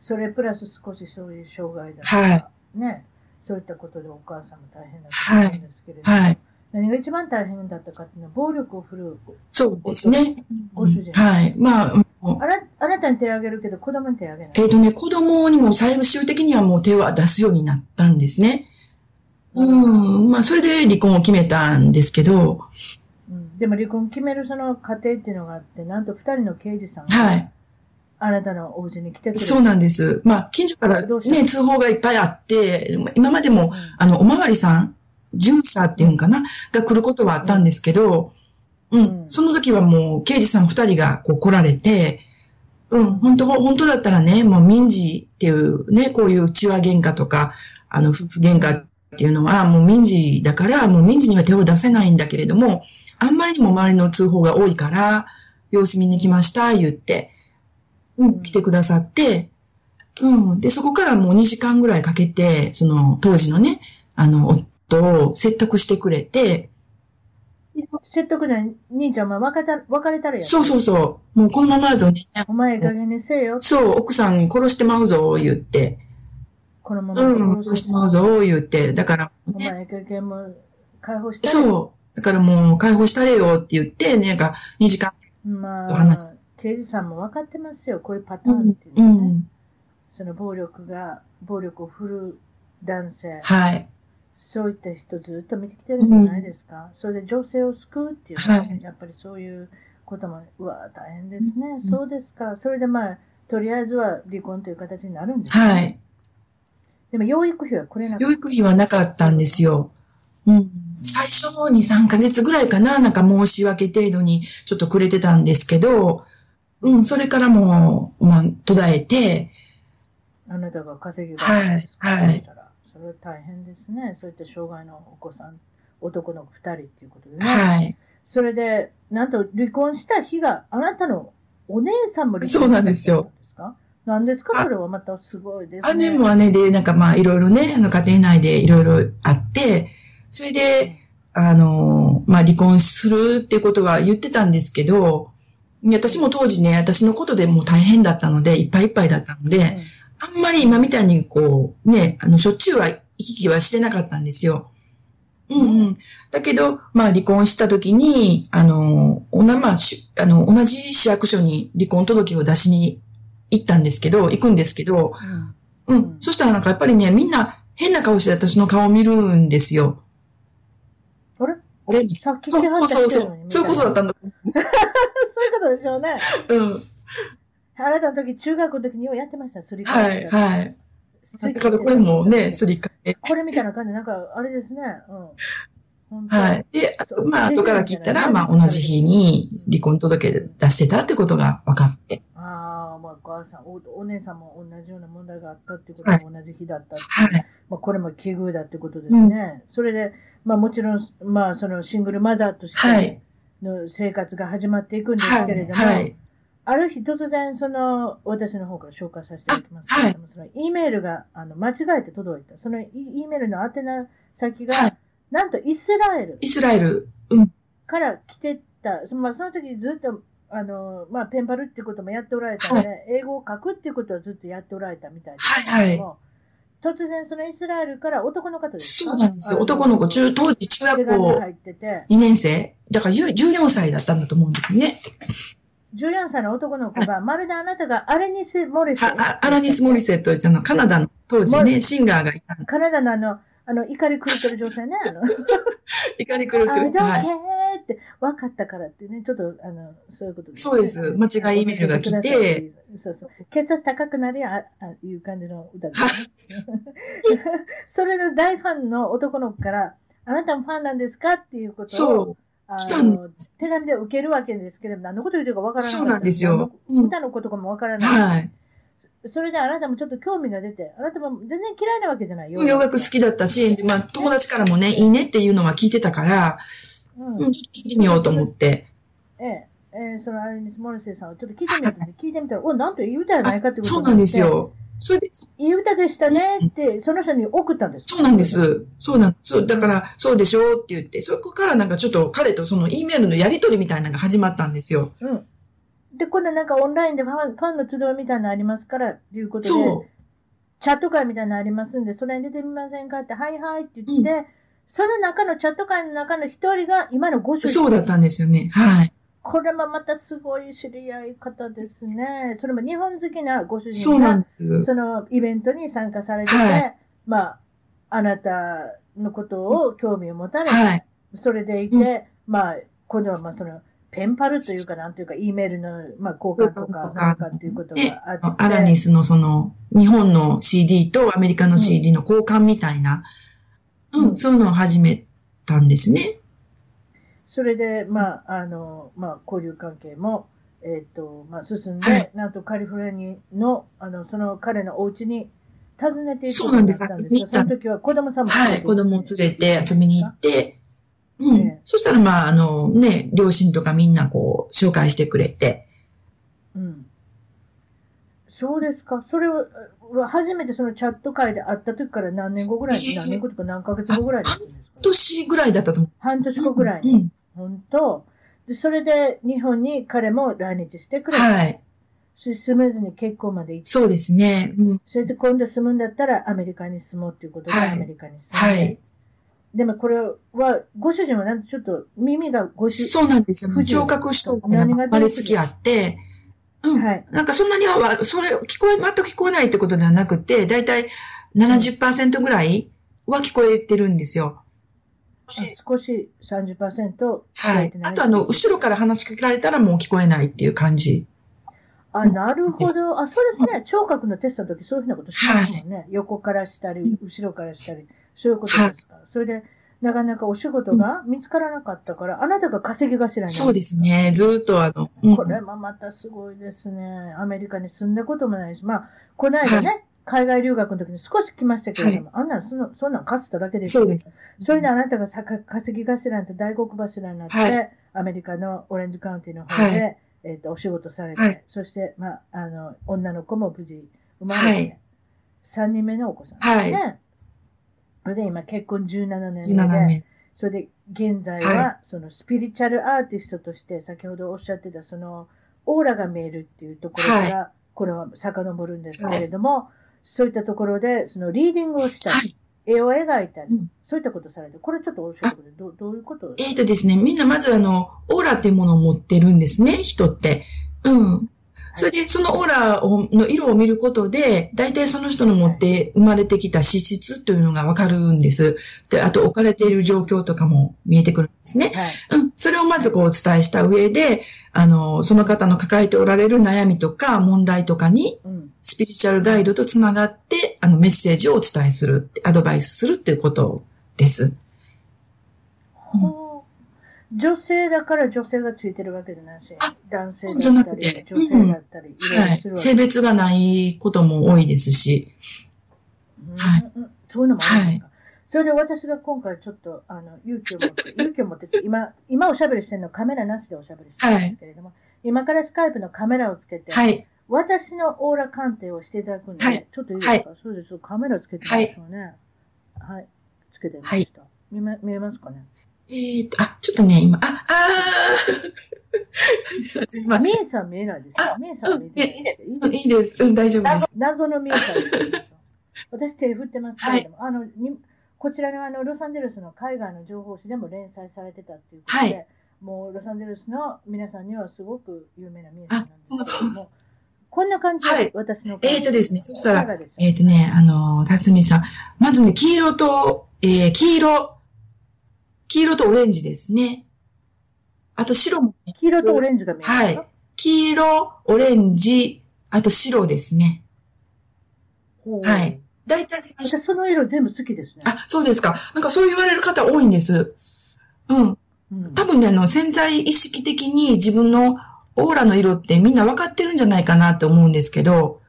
[SPEAKER 1] それプラス少しそういう障害だとか、
[SPEAKER 2] は
[SPEAKER 1] ね。そういったことでお母さんも大変だと思うんですけれども、
[SPEAKER 2] はい。
[SPEAKER 1] 何が一番大変だったかっていうのは、暴力を振るう。
[SPEAKER 2] そうですね。
[SPEAKER 1] ご主人
[SPEAKER 2] はい。まあ、
[SPEAKER 1] あら、あなたに手を挙げるけど、子供に手を挙げない。
[SPEAKER 2] えっ、とね、子供にも最終的にはもう手は出すようになったんですね。うん。まあ、それで離婚を決めたんですけど、
[SPEAKER 1] うんでも離婚決めるその過程っていうのがあって、なんと二人の刑事さんが、
[SPEAKER 2] はい。
[SPEAKER 1] あなたのお家に来てくれ
[SPEAKER 2] そうなんです。まあ、近所から
[SPEAKER 1] どうした
[SPEAKER 2] ね、通報がいっぱいあって、今までも、あの、おまわりさん、巡査っていうんかな、が来ることはあったんですけど、うん、
[SPEAKER 1] うん
[SPEAKER 2] その時はもう、刑事さん二人がこう来られて、うん、本当本当だったらね、もう民事っていうね、こういう血は喧嘩とか、あの、夫婦喧嘩っていうのは、もう民事だから、もう民事には手を出せないんだけれども、あんまりにも周りの通報が多いから、様子見に来ました、言って、う
[SPEAKER 1] うん
[SPEAKER 2] ん、来てくださって、うん、で、そこからもう2時間ぐらいかけて、その、当時のね、あの、夫を説得してくれて、
[SPEAKER 1] 説得じゃない兄ちゃん、お前別れた別れたらや
[SPEAKER 2] そうそうそう、もうこのままだとね、
[SPEAKER 1] お前いい加減にせえよ。
[SPEAKER 2] そう、奥さん殺してまうぞ、言って、
[SPEAKER 1] このまま
[SPEAKER 2] うん、
[SPEAKER 1] 殺
[SPEAKER 2] 殺
[SPEAKER 1] し
[SPEAKER 2] し
[SPEAKER 1] て
[SPEAKER 2] てまうぞ、言って、だから、
[SPEAKER 1] お
[SPEAKER 2] ね、
[SPEAKER 1] 前いい加減もう解放して。
[SPEAKER 2] そう、だからもう解放したれよって言って、なんか2時間、
[SPEAKER 1] ま
[SPEAKER 2] お
[SPEAKER 1] あ
[SPEAKER 2] 話、
[SPEAKER 1] 刑事さんも分かってますよ。こういうパター
[SPEAKER 2] う
[SPEAKER 1] ンっ
[SPEAKER 2] ん
[SPEAKER 1] ていう、
[SPEAKER 2] う
[SPEAKER 1] のはね
[SPEAKER 2] ん、
[SPEAKER 1] その暴力が、暴力を振るう男性。
[SPEAKER 2] はい、
[SPEAKER 1] そういった人ずっと見てきてるんじゃないですか。それで女性を救うっていうのは、
[SPEAKER 2] はい
[SPEAKER 1] やっぱりそういうことも、うわ大変ですね、そうですか。それでまあ、とりあえずは離婚という形になるんです。
[SPEAKER 2] はい。
[SPEAKER 1] でも養育費はこれなく
[SPEAKER 2] 養育費はなかったんですよ。うん、最初の2、3ヶ月ぐらいかな、なんか申し訳程度にちょっとくれてたんですけど、うん、それからもう、まあ、途絶えて、
[SPEAKER 1] あなたが稼ぎが
[SPEAKER 2] はい
[SPEAKER 1] ないですから、
[SPEAKER 2] はい
[SPEAKER 1] それは大変ですね。そういった障害のお子さん、男の子2人っていうことでね。
[SPEAKER 2] はい。
[SPEAKER 1] それで、なんと離婚した日があなたのお姉さんも離婚
[SPEAKER 2] そうなんですよ
[SPEAKER 1] したんですか。なんですかそれはまたすごいですね。
[SPEAKER 2] 姉も姉で、なんかまあ、いろいろね、あの、家庭内でいろいろあって、それで、あの、まあ、離婚するってことは言ってたんですけど、私も当時ね、私のことでもう大変だったので、いっぱいいっぱいだったので、
[SPEAKER 1] うん
[SPEAKER 2] あんまり今みたいにこう、ね、あの、しょっちゅうは行き来はしてなかったんですよ。うんうん。だけど、まあ離婚した時に、あの、おな、まあ、しあの、同じ市役所に離婚届を出しに行ったんですけど、行くんですけど、
[SPEAKER 1] うん
[SPEAKER 2] うん。
[SPEAKER 1] うん
[SPEAKER 2] そしたらなんかやっぱりね、みんな変な顔して私の顔を見るんですよ。
[SPEAKER 1] あれ
[SPEAKER 2] 俺
[SPEAKER 1] さっき
[SPEAKER 2] そ
[SPEAKER 1] 来
[SPEAKER 2] う
[SPEAKER 1] ては
[SPEAKER 2] そう
[SPEAKER 1] った
[SPEAKER 2] そう
[SPEAKER 1] 人
[SPEAKER 2] そ
[SPEAKER 1] やの
[SPEAKER 2] う
[SPEAKER 1] に。みたいな
[SPEAKER 2] そういうことだったんだ。
[SPEAKER 1] そういうことでしょうね。
[SPEAKER 2] うん。
[SPEAKER 1] あなたの時、中学の時にようやってました、すり替
[SPEAKER 2] は
[SPEAKER 1] え
[SPEAKER 2] い、。はい。
[SPEAKER 1] スリ
[SPEAKER 2] だ
[SPEAKER 1] ッ
[SPEAKER 2] か
[SPEAKER 1] パ
[SPEAKER 2] らこれもね、すり替え。
[SPEAKER 1] これみたいな感じで、なんか、あれですね。うん。本当
[SPEAKER 2] はい。。で、あ
[SPEAKER 1] そう
[SPEAKER 2] まあ、
[SPEAKER 1] そう
[SPEAKER 2] 後から聞いたら、
[SPEAKER 1] そう
[SPEAKER 2] まあ、同じ日に離婚届出してたってことが分かって。
[SPEAKER 1] ああ、まあ、お母さんお、お姉さんも同じような問題があったっていうことで、同じ日だった。
[SPEAKER 2] はい。
[SPEAKER 1] まあ、これも奇遇だってことですね。それで、まあ、もちろん、まあ、そのシングルマザーとし
[SPEAKER 2] は
[SPEAKER 1] て
[SPEAKER 2] い。
[SPEAKER 1] の生活が始まっていくんです
[SPEAKER 2] は
[SPEAKER 1] けれど
[SPEAKER 2] い。
[SPEAKER 1] も、
[SPEAKER 2] はい。
[SPEAKER 1] ある日突然、その、私の方から紹介させていただきますけれども、その E メールが、あの、間違えて届いた。その E メールの宛名先が、
[SPEAKER 2] はい
[SPEAKER 1] なんとイスラエル
[SPEAKER 2] イスラエル。うん。
[SPEAKER 1] から来てた、そまあ、その時ずっと、あの、まあ、ペンパルっていうこともやっておられたので、英語を書くっていうことはずっとやっておられたみたいですけれども、突然そのイスラエルから男の方ですか
[SPEAKER 2] そうなんですよ。
[SPEAKER 1] あ
[SPEAKER 2] 男の子、中、当時中
[SPEAKER 1] 手紙
[SPEAKER 2] 学
[SPEAKER 1] が
[SPEAKER 2] 校
[SPEAKER 1] 入ってて、
[SPEAKER 2] 2年生。だからゆ14歳だったんだと思うんですね。
[SPEAKER 1] 14歳の男の子が、まるであなたがアレニス・モリス。
[SPEAKER 2] はあアラニス・モリセットってあの、カナダの当時ね、シンガーがいたの。
[SPEAKER 1] カナダのあの、あの、怒り狂ってる女性ね、あの、
[SPEAKER 2] 怒り狂って
[SPEAKER 1] あ
[SPEAKER 2] る。
[SPEAKER 1] じゃ
[SPEAKER 2] は
[SPEAKER 1] あ、け
[SPEAKER 2] い。
[SPEAKER 1] ーって、分かったからってね、ちょっと、あの、そういうことね
[SPEAKER 2] そうです間違いメールが来て、
[SPEAKER 1] そうそう。血圧高くなりや、ああいう感じの歌です、
[SPEAKER 2] は
[SPEAKER 1] それの大ファンの男の子から、あなたもファンなんですかっていうことを、
[SPEAKER 2] そ
[SPEAKER 1] あ
[SPEAKER 2] 来たん
[SPEAKER 1] の手紙で受けるわけですけれども、何のこと言ってるか分から
[SPEAKER 2] う。
[SPEAKER 1] ない。
[SPEAKER 2] そうなんですよ。うん。
[SPEAKER 1] 歌のことかも分からない。
[SPEAKER 2] はい。
[SPEAKER 1] それであなたもちょっと興味が出て、あなたも全然嫌いなわけじゃない
[SPEAKER 2] 洋楽好きだったし、まあ、友達からもね、いいねっていうのは聞いてたから、
[SPEAKER 1] う
[SPEAKER 2] うんん、ちょっと聞いてみようと思って。
[SPEAKER 1] ええ、ええ、そのアレニス・モルセイさんをちょっと聞いてみようと思って聞いてみたら、お、なんといい歌じゃないかってこと
[SPEAKER 2] そう
[SPEAKER 1] にな
[SPEAKER 2] な
[SPEAKER 1] っ
[SPEAKER 2] ん
[SPEAKER 1] て
[SPEAKER 2] です。よ。それで、
[SPEAKER 1] いい歌でしたねって、その人に送ったんです。
[SPEAKER 2] そうなんで。す。そうなんそう、だから、そうでしょうって言って、そこからなんかちょっと彼とその E メールのやりとりみたいなのが始まったんですよ。
[SPEAKER 1] うん。で、今度なんかオンラインでファンファンの集いみたいなのありますから、ということで、
[SPEAKER 2] そう。
[SPEAKER 1] チャット会みたいなのありますんで、それに出てみませんかって、はいはいって言って、その中のチャット会の中の一人が今のご主人。
[SPEAKER 2] そうだったんですよね。はい。
[SPEAKER 1] これもまたすごい知り合い方ですね。それも日本好きなご主
[SPEAKER 2] そ
[SPEAKER 1] 人
[SPEAKER 2] うなん
[SPEAKER 1] が、
[SPEAKER 2] です。
[SPEAKER 1] そのイベントに参加されてて、
[SPEAKER 2] はい
[SPEAKER 1] まあ、あなたのことを興味を持たれ、
[SPEAKER 2] はい。
[SPEAKER 1] それでいて、まあ、今度はまあその、ペンパルというか、なんというか、E メールの、まあ、交換とか、なんかっていうこと
[SPEAKER 2] ね
[SPEAKER 1] があ
[SPEAKER 2] あの
[SPEAKER 1] って。
[SPEAKER 2] アラニスのその、日本の CD とアメリカの CD の交換みたいな、うん、
[SPEAKER 1] うん
[SPEAKER 2] そういうのを始めたんですね。
[SPEAKER 1] それで、まあ、あの、まあ、交流関係も、えっ、と、まあ、進んで、
[SPEAKER 2] はい
[SPEAKER 1] なんとカリフォルニアの、あの、その彼のお家に訪ねていく
[SPEAKER 2] そうなんです
[SPEAKER 1] ことにったんですが
[SPEAKER 2] 見た
[SPEAKER 1] その時は子供さんも連
[SPEAKER 2] は
[SPEAKER 1] れて行っ
[SPEAKER 2] い。
[SPEAKER 1] て
[SPEAKER 2] 子供を連れて遊びに行って、う
[SPEAKER 1] え
[SPEAKER 2] ん。そしたら、まあ、あの、ね、両親とかみんなこう、紹介してくれて、
[SPEAKER 1] うん。そうですか。それは、初めてそのチャット会で会った時から何年後ぐらい、
[SPEAKER 2] ええ
[SPEAKER 1] 何年後とか何ヶ月後ぐらいだったんですか
[SPEAKER 2] 半年ぐらいだったと思う。
[SPEAKER 1] 半年後ぐらいに。
[SPEAKER 2] うん。
[SPEAKER 1] 本当。で、それで日本に彼も来日してくれた。
[SPEAKER 2] はい。
[SPEAKER 1] しスムーズに結婚まで行って、
[SPEAKER 2] そうですね。うん。
[SPEAKER 1] それで今度住むんだったらアメリカに住もうということで
[SPEAKER 2] はい
[SPEAKER 1] アメリカに住ん
[SPEAKER 2] は
[SPEAKER 1] で。
[SPEAKER 2] い。
[SPEAKER 1] でもこれは、ご主人はなんとちょっと耳がご主
[SPEAKER 2] そうなんですよ。
[SPEAKER 1] 不自由
[SPEAKER 2] 聴覚視とが生まれつきあって、うん。
[SPEAKER 1] はい。
[SPEAKER 2] なんかそんなにはわ、それ、聞こえ、全く聞こえないってことではなくて、だいたい70%ぐらいは聞こえてるんですよ。
[SPEAKER 1] あ少し30%増
[SPEAKER 2] は
[SPEAKER 1] え
[SPEAKER 2] い
[SPEAKER 1] て。な
[SPEAKER 2] あとあの、後ろから話しかけられたらもう聞こえないっていう感じ。
[SPEAKER 1] あ、なるほど。あ、そうですね。聴覚のテストの時そういうふうなことしますもんね。横からしたり、後ろからしたり、そういうことですか。それで、なかなかお仕事が見つからなかったから、あなたが稼ぎ頭になった
[SPEAKER 2] そうです。ね。ずーっとあの、うん
[SPEAKER 1] これもまたすごいですね。アメリカに住んだこともないし、まあ、この間ね、海外留学の時に少し来ましたけれども、あんなのその、そんなんかつただけです
[SPEAKER 2] そうで。す。
[SPEAKER 1] それであなたがさか稼ぎ頭になって大黒柱になって、
[SPEAKER 2] は
[SPEAKER 1] アメリカのオレンジカウンティの方で、
[SPEAKER 2] は
[SPEAKER 1] えっ、と、お仕事されて、
[SPEAKER 2] はい
[SPEAKER 1] そして、まあ、あの、女の子も無事生まれ
[SPEAKER 2] は
[SPEAKER 1] て、三3人目のお子さんですね。それで今結婚17年目
[SPEAKER 2] 17
[SPEAKER 1] で、
[SPEAKER 2] 名。
[SPEAKER 1] それで現在
[SPEAKER 2] は
[SPEAKER 1] は、そのスピリチュアルアーティストとして、先ほどおっしゃってた、その、オーラが見えるっていうところから、これは遡るんですけれども、そういったところで、そのリーディングをしたり、
[SPEAKER 2] はい。
[SPEAKER 1] 絵を描いたり、
[SPEAKER 2] うん
[SPEAKER 1] そういったことされて、これちょっと教えてくれ、どうどういうこと
[SPEAKER 2] えーとですね、みんなまずあの、オーラっていうものを持ってるんですね、人って。うん。それで、そのオーラをの色を見ることで、大体その人の持って生まれてきた資質というのがわかるんです。で、あと置かれている状況とかも見えてくるんですね。
[SPEAKER 1] はい。
[SPEAKER 2] うん。それをまずこうお伝えした上で、あの、その方の抱えておられる悩みとか問題とかに、
[SPEAKER 1] うん。
[SPEAKER 2] スピリチュアルガイドとつながって、あの、メッセージをお伝えする、アドバイスするっていうことです。うん
[SPEAKER 1] ほう女性だから女性がついてるわけじゃないし
[SPEAKER 2] あ、
[SPEAKER 1] 男性
[SPEAKER 2] じゃ
[SPEAKER 1] だ
[SPEAKER 2] な
[SPEAKER 1] った
[SPEAKER 2] く
[SPEAKER 1] り
[SPEAKER 2] て、
[SPEAKER 1] 女性だったり、いろい
[SPEAKER 2] は
[SPEAKER 1] ろ
[SPEAKER 2] い
[SPEAKER 1] する。わけ
[SPEAKER 2] 性別がないことも多いですし。はい
[SPEAKER 1] うんうんそういうのもあるんですか。それで私が今回ちょっとあの勇気を持って、勇気を持ってって今、今おしゃべりしてるのカメラなしでおしゃべりしてるんですけれども、今からスカイプのカメラをつけて、
[SPEAKER 2] はい。
[SPEAKER 1] 私のオーラ鑑定をしていただくんで、
[SPEAKER 2] はい
[SPEAKER 1] ちょっといいですか、そうです。カメラつけてみましょうね。はい。つけてみました。見ま見えますかね
[SPEAKER 2] えーと、あ、ちょっとね、今、あ、あーすみま
[SPEAKER 1] ミ
[SPEAKER 2] せん。
[SPEAKER 1] エさん見えないですよ。ミエさん見えないですよ。いい
[SPEAKER 2] うんいいです。うん、大丈夫です。
[SPEAKER 1] 謎のミエさん見えない ですよ。私手振ってますけれども、あのにこちらのあのロサンゼルスの海外の情報誌でも連載されてたっていうことで、
[SPEAKER 2] は
[SPEAKER 1] もうロサンゼルスの皆さんにはすごく有名なミエさんなんです
[SPEAKER 2] あ
[SPEAKER 1] け
[SPEAKER 2] そう
[SPEAKER 1] れども、こんな感じ
[SPEAKER 2] は
[SPEAKER 1] で
[SPEAKER 2] い
[SPEAKER 1] 私の、
[SPEAKER 2] えーとですねそしたら
[SPEAKER 1] いかがでしょう
[SPEAKER 2] えっ、とね、あのー、辰巳さん。まずね、黄色と、えー、黄色。黄色とオレンジですね。あと白もね、
[SPEAKER 1] 黄色とオレンジが見えますか、
[SPEAKER 2] はい黄色、オレンジ、あと白ですね。
[SPEAKER 1] ほう
[SPEAKER 2] はい大体三
[SPEAKER 1] 私
[SPEAKER 2] 色。
[SPEAKER 1] その色全部好きですね。
[SPEAKER 2] あ、そうですか。なんかそう言われる方多いんです。うん。
[SPEAKER 1] うん
[SPEAKER 2] 多分ね、あの、潜在意識的に自分のオーラの色ってみんな分かってるんじゃないかなって思うんですけど、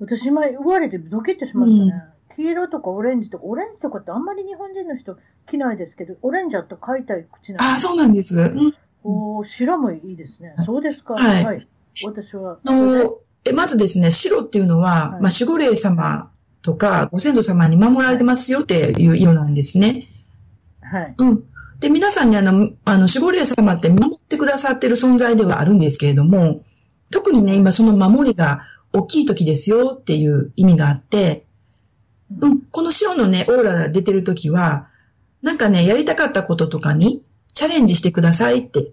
[SPEAKER 1] 私今言われてドキッとしましたね。黄色とかオレンジとか、オレンジとかってあんまり日本人の人着ないですけど、オレンジャーと書いたい口なん
[SPEAKER 2] あ
[SPEAKER 1] で
[SPEAKER 2] あ、
[SPEAKER 1] す。
[SPEAKER 2] そうなんです。うん。
[SPEAKER 1] おー白もいいですね。そうですか。
[SPEAKER 2] はい
[SPEAKER 1] はい。私は。
[SPEAKER 2] あの、えまずですね、白っていうのは、
[SPEAKER 1] はい
[SPEAKER 2] まあ、守護霊様とか、ご先祖様に守られてますよっていう色なんですね。
[SPEAKER 1] はい。
[SPEAKER 2] うん。で、皆さんにあの、あの、守護霊様って守ってくださってる存在ではあるんですけれども、特にね、今その守りが大きい時ですよっていう意味があって、うん、この白のね、オーラが出てる時は、なんかね、やりたかったこととかにチャレンジしてくださいって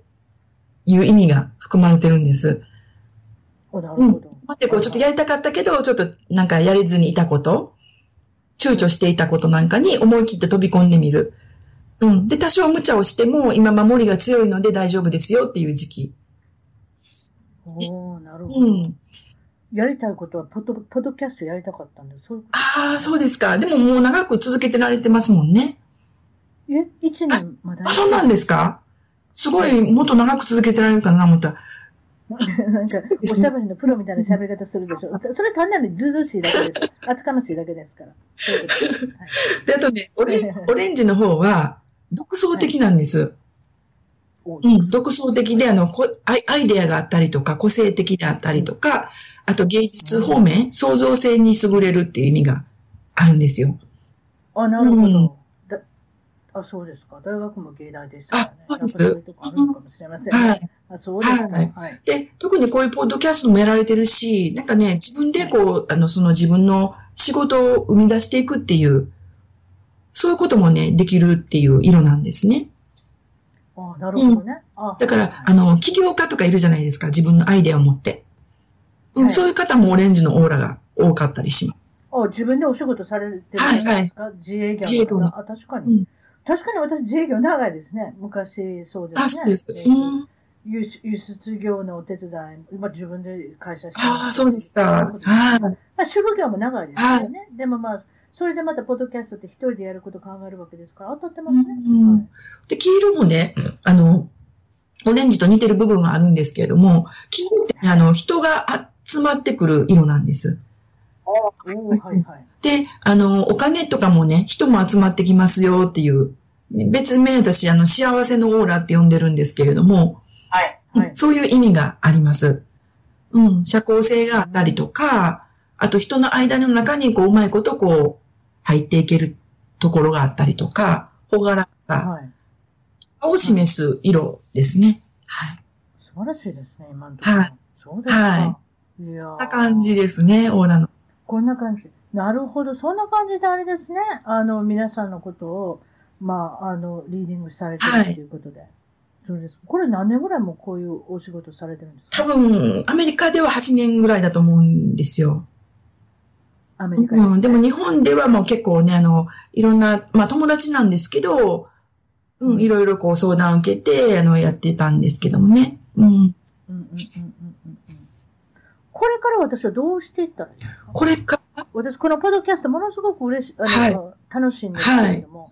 [SPEAKER 2] いう意味が含まれてるんです。
[SPEAKER 1] おなるほど。
[SPEAKER 2] 待って、こう、ちょっとやりたかったけど、ちょっとなんかやれずにいたこと、躊躇していたことなんかに思い切って飛び込んでみる。うん。で、多少無茶をしても、今守りが強いので大丈夫ですよっていう時期。
[SPEAKER 1] おーなるほ
[SPEAKER 2] う
[SPEAKER 1] ど。
[SPEAKER 2] ん。
[SPEAKER 1] やりたいことはポド、ポドキャストやりたかったんで、そういうこ
[SPEAKER 2] ああ、そうですか。でももう長く続けてられてますもんね。
[SPEAKER 1] と。え、一年まだ
[SPEAKER 2] あ、そうなんですかすごい、もっと長く続けてられるかな、思った。
[SPEAKER 1] なんか、おしゃべりのプロみたいな喋り方するでしょ。それ単なるずうずうしいだけです。厚かましいだけですから。 そういうことですはい
[SPEAKER 2] で、あとね、オレンオレンジの方は、独創的なんです。
[SPEAKER 1] おう
[SPEAKER 2] うん、独創的で、あの、こアイアイデアがあったりとか、個性的であったりとか、あと芸術方面、創造性に優れるっていう意味があるんですよ。
[SPEAKER 1] あ、なるほ
[SPEAKER 2] うん
[SPEAKER 1] ど。だあ、そうですか。大学も芸大でしたからね。
[SPEAKER 2] あそうです
[SPEAKER 1] やっぱりそういうとこあるのかもしれませんね。
[SPEAKER 2] はい。
[SPEAKER 1] あ、そうです
[SPEAKER 2] は
[SPEAKER 1] か
[SPEAKER 2] い。
[SPEAKER 1] はい。
[SPEAKER 2] で、特にこういうポッドキャストもやられてるし、なんかね、自分でこう、あの、その自分の仕事を生み出していくっていう、そういうこともね、できるっていう色なんですね。
[SPEAKER 1] あ、なるほどね。あ、
[SPEAKER 2] だから、あ
[SPEAKER 1] の、
[SPEAKER 2] の、起業家とかいるじゃないですか、自分のアイデアを持って。うん
[SPEAKER 1] はい
[SPEAKER 2] そういう方もオレンジのオーラが多かったりします。
[SPEAKER 1] あ、自分でお仕事されてるんですか自営業の方。
[SPEAKER 2] 自営業の
[SPEAKER 1] あ、確か
[SPEAKER 2] う
[SPEAKER 1] に
[SPEAKER 2] ん。
[SPEAKER 1] 確かに私、自営業長いですね。昔、そうですね。
[SPEAKER 2] あ、そうです。
[SPEAKER 1] 自営業
[SPEAKER 2] うん
[SPEAKER 1] 輸出輸出業のお手伝い、今自分で会社して
[SPEAKER 2] ああ、そうでした。は
[SPEAKER 1] ま
[SPEAKER 2] い。
[SPEAKER 1] あ、主婦業も長いですよね。でもまあ、それでまた、ポッドキャストって一人でやること考えるわけですから、当たってますね。
[SPEAKER 2] うん
[SPEAKER 1] はい
[SPEAKER 2] で、黄色もね、あの、オレンジと似てる部分があるんですけれども、黄色ってね、あの、人が集まってくる色なんです。
[SPEAKER 1] おーはいはい。
[SPEAKER 2] で、あの、お金とかもね、人も集まってきますよっていう、別名私、あの、幸せのオーラって呼んでるんですけれども、
[SPEAKER 1] はい。はい。
[SPEAKER 2] そういう意味があります。うん、社交性があったりとか、あと人の間の中にこう、うまいことこう、入っていけるところがあったりとか、ほがらかさ
[SPEAKER 1] はい。
[SPEAKER 2] を示す色ですね。はい。
[SPEAKER 1] 素晴らしいですね、今のところ。
[SPEAKER 2] はい
[SPEAKER 1] そうですか。。
[SPEAKER 2] はい
[SPEAKER 1] いや
[SPEAKER 2] こん
[SPEAKER 1] ー
[SPEAKER 2] な感じ。ですね、オーラの。
[SPEAKER 1] こんな感じ。なるほど。そんな感じであれですね。あの、皆さんのことを、まあ、あの、リーディングされて
[SPEAKER 2] は
[SPEAKER 1] る
[SPEAKER 2] い
[SPEAKER 1] ということで。そうです。これ何年ぐらいもこういうお仕事されてるんです
[SPEAKER 2] 多
[SPEAKER 1] か
[SPEAKER 2] 分、アメリカでは8年ぐらいだと思うんですよ。
[SPEAKER 1] アメリカで。
[SPEAKER 2] うん、でも日本ではもう結構ね、あの、いろんな、まあ友達なんですけど、うん、いろいろこう相談を受けて、あの、やってたんですけどもね。うん。
[SPEAKER 1] うんうんうんうんうんうんこれから私はどうしていったらいいですか
[SPEAKER 2] これか、
[SPEAKER 1] 私、このポッドキャストものすごく嬉し、あの、楽しいんですけれども、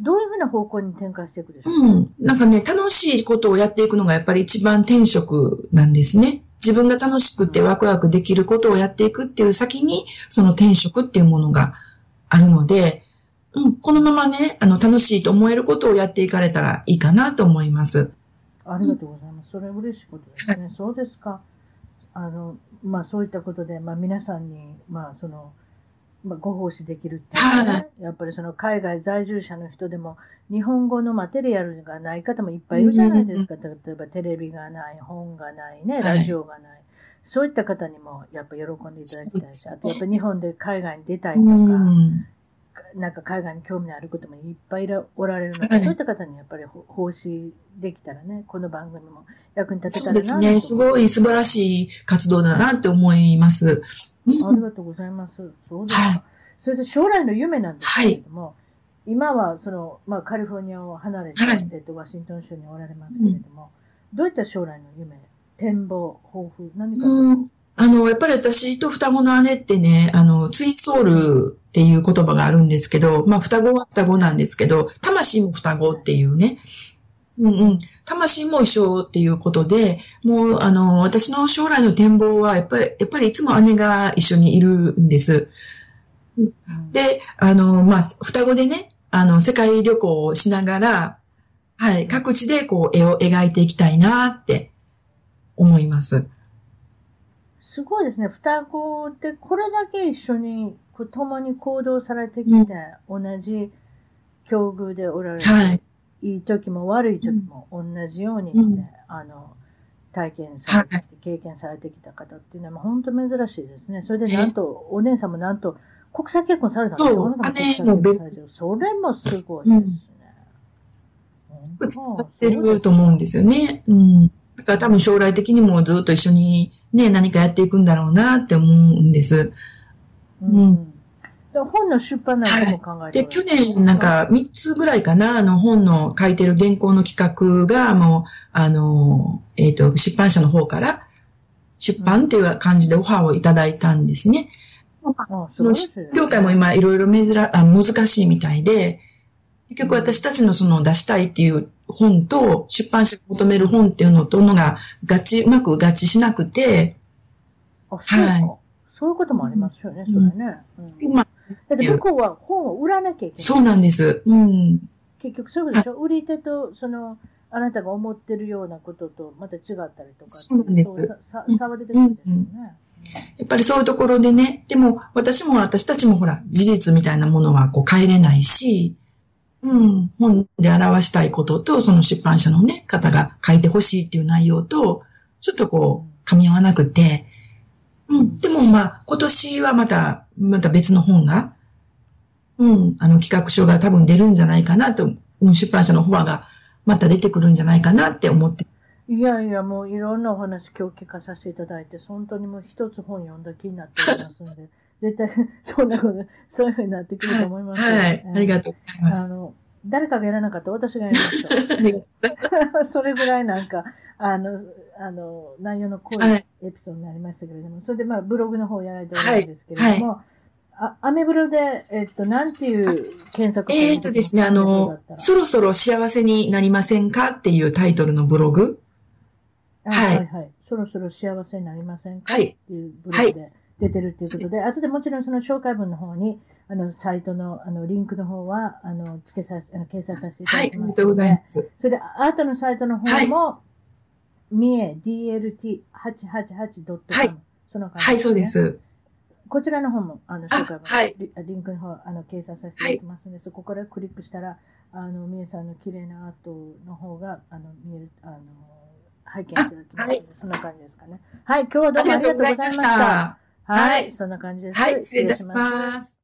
[SPEAKER 1] どういうふうな方向に展開していくでしょうか、
[SPEAKER 2] うん。なんかね、楽しいことをやっていくのがやっぱり一番転職なんですね。自分が楽しくてワクワクできることをやっていくっていう先に、その転職っていうものがあるので、うん、このままね、あの、楽しいと思えることをやっていかれたらいいかなと思います。
[SPEAKER 1] ありがとうございます。それは嬉しいことです ね。そうですか。あの、まあ、そういったことで、まあ、皆さんに、まあ、その、まあ、ご奉仕できるっていうか
[SPEAKER 2] は
[SPEAKER 1] ね、やっぱりその海外在住者の人でも、日本語のマテリアルがない方もいっぱいいるじゃないですか。例えばテレビがない、本がないね、
[SPEAKER 2] はい
[SPEAKER 1] ラジオがない。そういった方にも、やっぱ喜んでいただきたいし、
[SPEAKER 2] そうですね
[SPEAKER 1] あとやっぱ日本で海外に出たいとか、
[SPEAKER 2] うん。
[SPEAKER 1] なんか海外に興味のあることもいっぱいいらおられるの
[SPEAKER 2] は
[SPEAKER 1] で、
[SPEAKER 2] い
[SPEAKER 1] そういった方にやっぱりほ奉仕できたらね、この番組も役に立て
[SPEAKER 2] そ
[SPEAKER 1] た
[SPEAKER 2] う
[SPEAKER 1] らな
[SPEAKER 2] ですね。すご
[SPEAKER 1] い。
[SPEAKER 2] い素晴らしい活動だなって思います。
[SPEAKER 1] あ
[SPEAKER 2] うん
[SPEAKER 1] りがとうございます。そうですか。
[SPEAKER 2] はい
[SPEAKER 1] それで将来の夢なんですけれども、今はその、まあ、カリフォルニアを離れて、
[SPEAKER 2] はい
[SPEAKER 1] えっと、ワシントン州におられますけれども、どういった将来の夢、展望、抱負、何か、
[SPEAKER 2] うんあの、やっぱり私と双子の姉ってね、あの、ツインソウルっていう言葉があるんですけど、まあ、双子は双子なんですけど、魂も双子っていうね、うんうん。魂も一緒っていうことで、もう、あの、私の将来の展望は、やっぱり、やっぱりいつも姉が一緒にいるんです。で、あの、まあ、双子でね、あの、世界旅行をしながら、はい、各地でこう、絵を描いていきたいなって思います。
[SPEAKER 1] すごいですね。双子ってこれだけ一緒に、こう共に行動されてきて、同じ境遇でおられる。
[SPEAKER 2] はい。
[SPEAKER 1] いい時も悪い時も同じようにして、
[SPEAKER 2] うん
[SPEAKER 1] あの、体験されてきて、経験されてきた方っていうのは、まあ本当珍しいですね。それでなんと、お姉さんもなんと、国際結婚されたんです
[SPEAKER 2] そう
[SPEAKER 1] よ。あなたも国際結婚されてるそれもすごいですね。
[SPEAKER 2] ぶつかってると思うんですよね。うん。だから多分将来的にもずっと一緒にね、何かやっていくんだろうなって思うんです。
[SPEAKER 1] うん
[SPEAKER 2] う
[SPEAKER 1] で本の出版なんかも考えて
[SPEAKER 2] で、
[SPEAKER 1] おられる
[SPEAKER 2] 去年なん、か3つぐらいかな、あの本の書いてる原稿の企画がもう、あの、えっ、と、出版社の方から出版っていう感じでオファーをいただいたんですね。
[SPEAKER 1] うんす
[SPEAKER 2] そ
[SPEAKER 1] ごい
[SPEAKER 2] の
[SPEAKER 1] ですね
[SPEAKER 2] 業界も今いろいろ珍あ難しいみたいで、結局私たちのその出したいっていう本と出版社が求める本っていうのとのが合致、うまく合致しなくて、
[SPEAKER 1] あ、そうか、
[SPEAKER 2] はい
[SPEAKER 1] そういうこともありますよね、
[SPEAKER 2] うん
[SPEAKER 1] それね。うん
[SPEAKER 2] 今、
[SPEAKER 1] だって向こうは本を売らなきゃいけない。
[SPEAKER 2] そうなんです。うん。
[SPEAKER 1] 結局そういうことでしょ売り手と、その、あなたが思ってるようなことと、また違ったりとか。
[SPEAKER 2] そうなんです
[SPEAKER 1] ささ差は出てくるんですよね。
[SPEAKER 2] やっぱりそういうところでね、でも私も私たちもほら、事実みたいなものはこう変えれないし、うん、本で表したいことと、その出版社のね、方が書いてほしいっていう内容と、ちょっとこう、噛み合わなくて、うん、でもまあ、今年はまた、また別の本が、うん、あの企画書が多分出るんじゃないかなと、うん出版社のフォアがまた出てくるんじゃないかなって思って、
[SPEAKER 1] いやいや、もういろんなお話今日聞かさせていただいて、本当にもう一つ本読んだ気になっております ので、絶対そんなこと、そういうふうになってくると思いますよ、
[SPEAKER 2] はい、ありがとうございま
[SPEAKER 1] あ
[SPEAKER 2] す。
[SPEAKER 1] の、誰かがやらなかったら私がやりました。
[SPEAKER 2] あ りがと
[SPEAKER 1] それぐらいなんか、あの、あの、内容の濃
[SPEAKER 2] はいい
[SPEAKER 1] エピソードになりましたけれども、それでまあ、ブログの方やられておられるんですけれども、あアメブロで、えっと、なんていう検索を
[SPEAKER 2] えーとですね、あの、そろそろ幸せになりませんかっていうタイトルのブログ。
[SPEAKER 1] あ
[SPEAKER 2] はい
[SPEAKER 1] はいはい。そろそろ幸せになりませんか、
[SPEAKER 2] はい
[SPEAKER 1] っていうブログで出てるっていうことで、後でもちろんその紹介文の方に、あの、サイトの、あの、リンクの方は、あの、付けさせ、あの掲載させていた
[SPEAKER 2] は
[SPEAKER 1] だ
[SPEAKER 2] い、あ
[SPEAKER 1] き
[SPEAKER 2] り
[SPEAKER 1] ますので。
[SPEAKER 2] がとうございます。
[SPEAKER 1] それで、アートのサイトの方も、三重 DLT888.com、
[SPEAKER 2] はい
[SPEAKER 1] その感じ、
[SPEAKER 2] はい、そうで。す。
[SPEAKER 1] こちらの方も、あの、
[SPEAKER 2] あ
[SPEAKER 1] 紹介文、
[SPEAKER 2] はい
[SPEAKER 1] リリンクの方、あの、掲載させていただきますので、そこからクリックしたら、あの、三重さんの綺麗なアートの方が、あの、見える、あの、拝見いただきますので、
[SPEAKER 2] あ
[SPEAKER 1] そんな感じですかね。はい、今日はど
[SPEAKER 2] あ
[SPEAKER 1] うも
[SPEAKER 2] り
[SPEAKER 1] あ
[SPEAKER 2] が
[SPEAKER 1] り
[SPEAKER 2] と
[SPEAKER 1] がと
[SPEAKER 2] う
[SPEAKER 1] う
[SPEAKER 2] ご
[SPEAKER 1] ござい
[SPEAKER 2] ざい
[SPEAKER 1] ま
[SPEAKER 2] ま
[SPEAKER 1] し。
[SPEAKER 2] したた。
[SPEAKER 1] はい、
[SPEAKER 2] はい
[SPEAKER 1] そんな感じです。
[SPEAKER 2] はい、失礼いたします。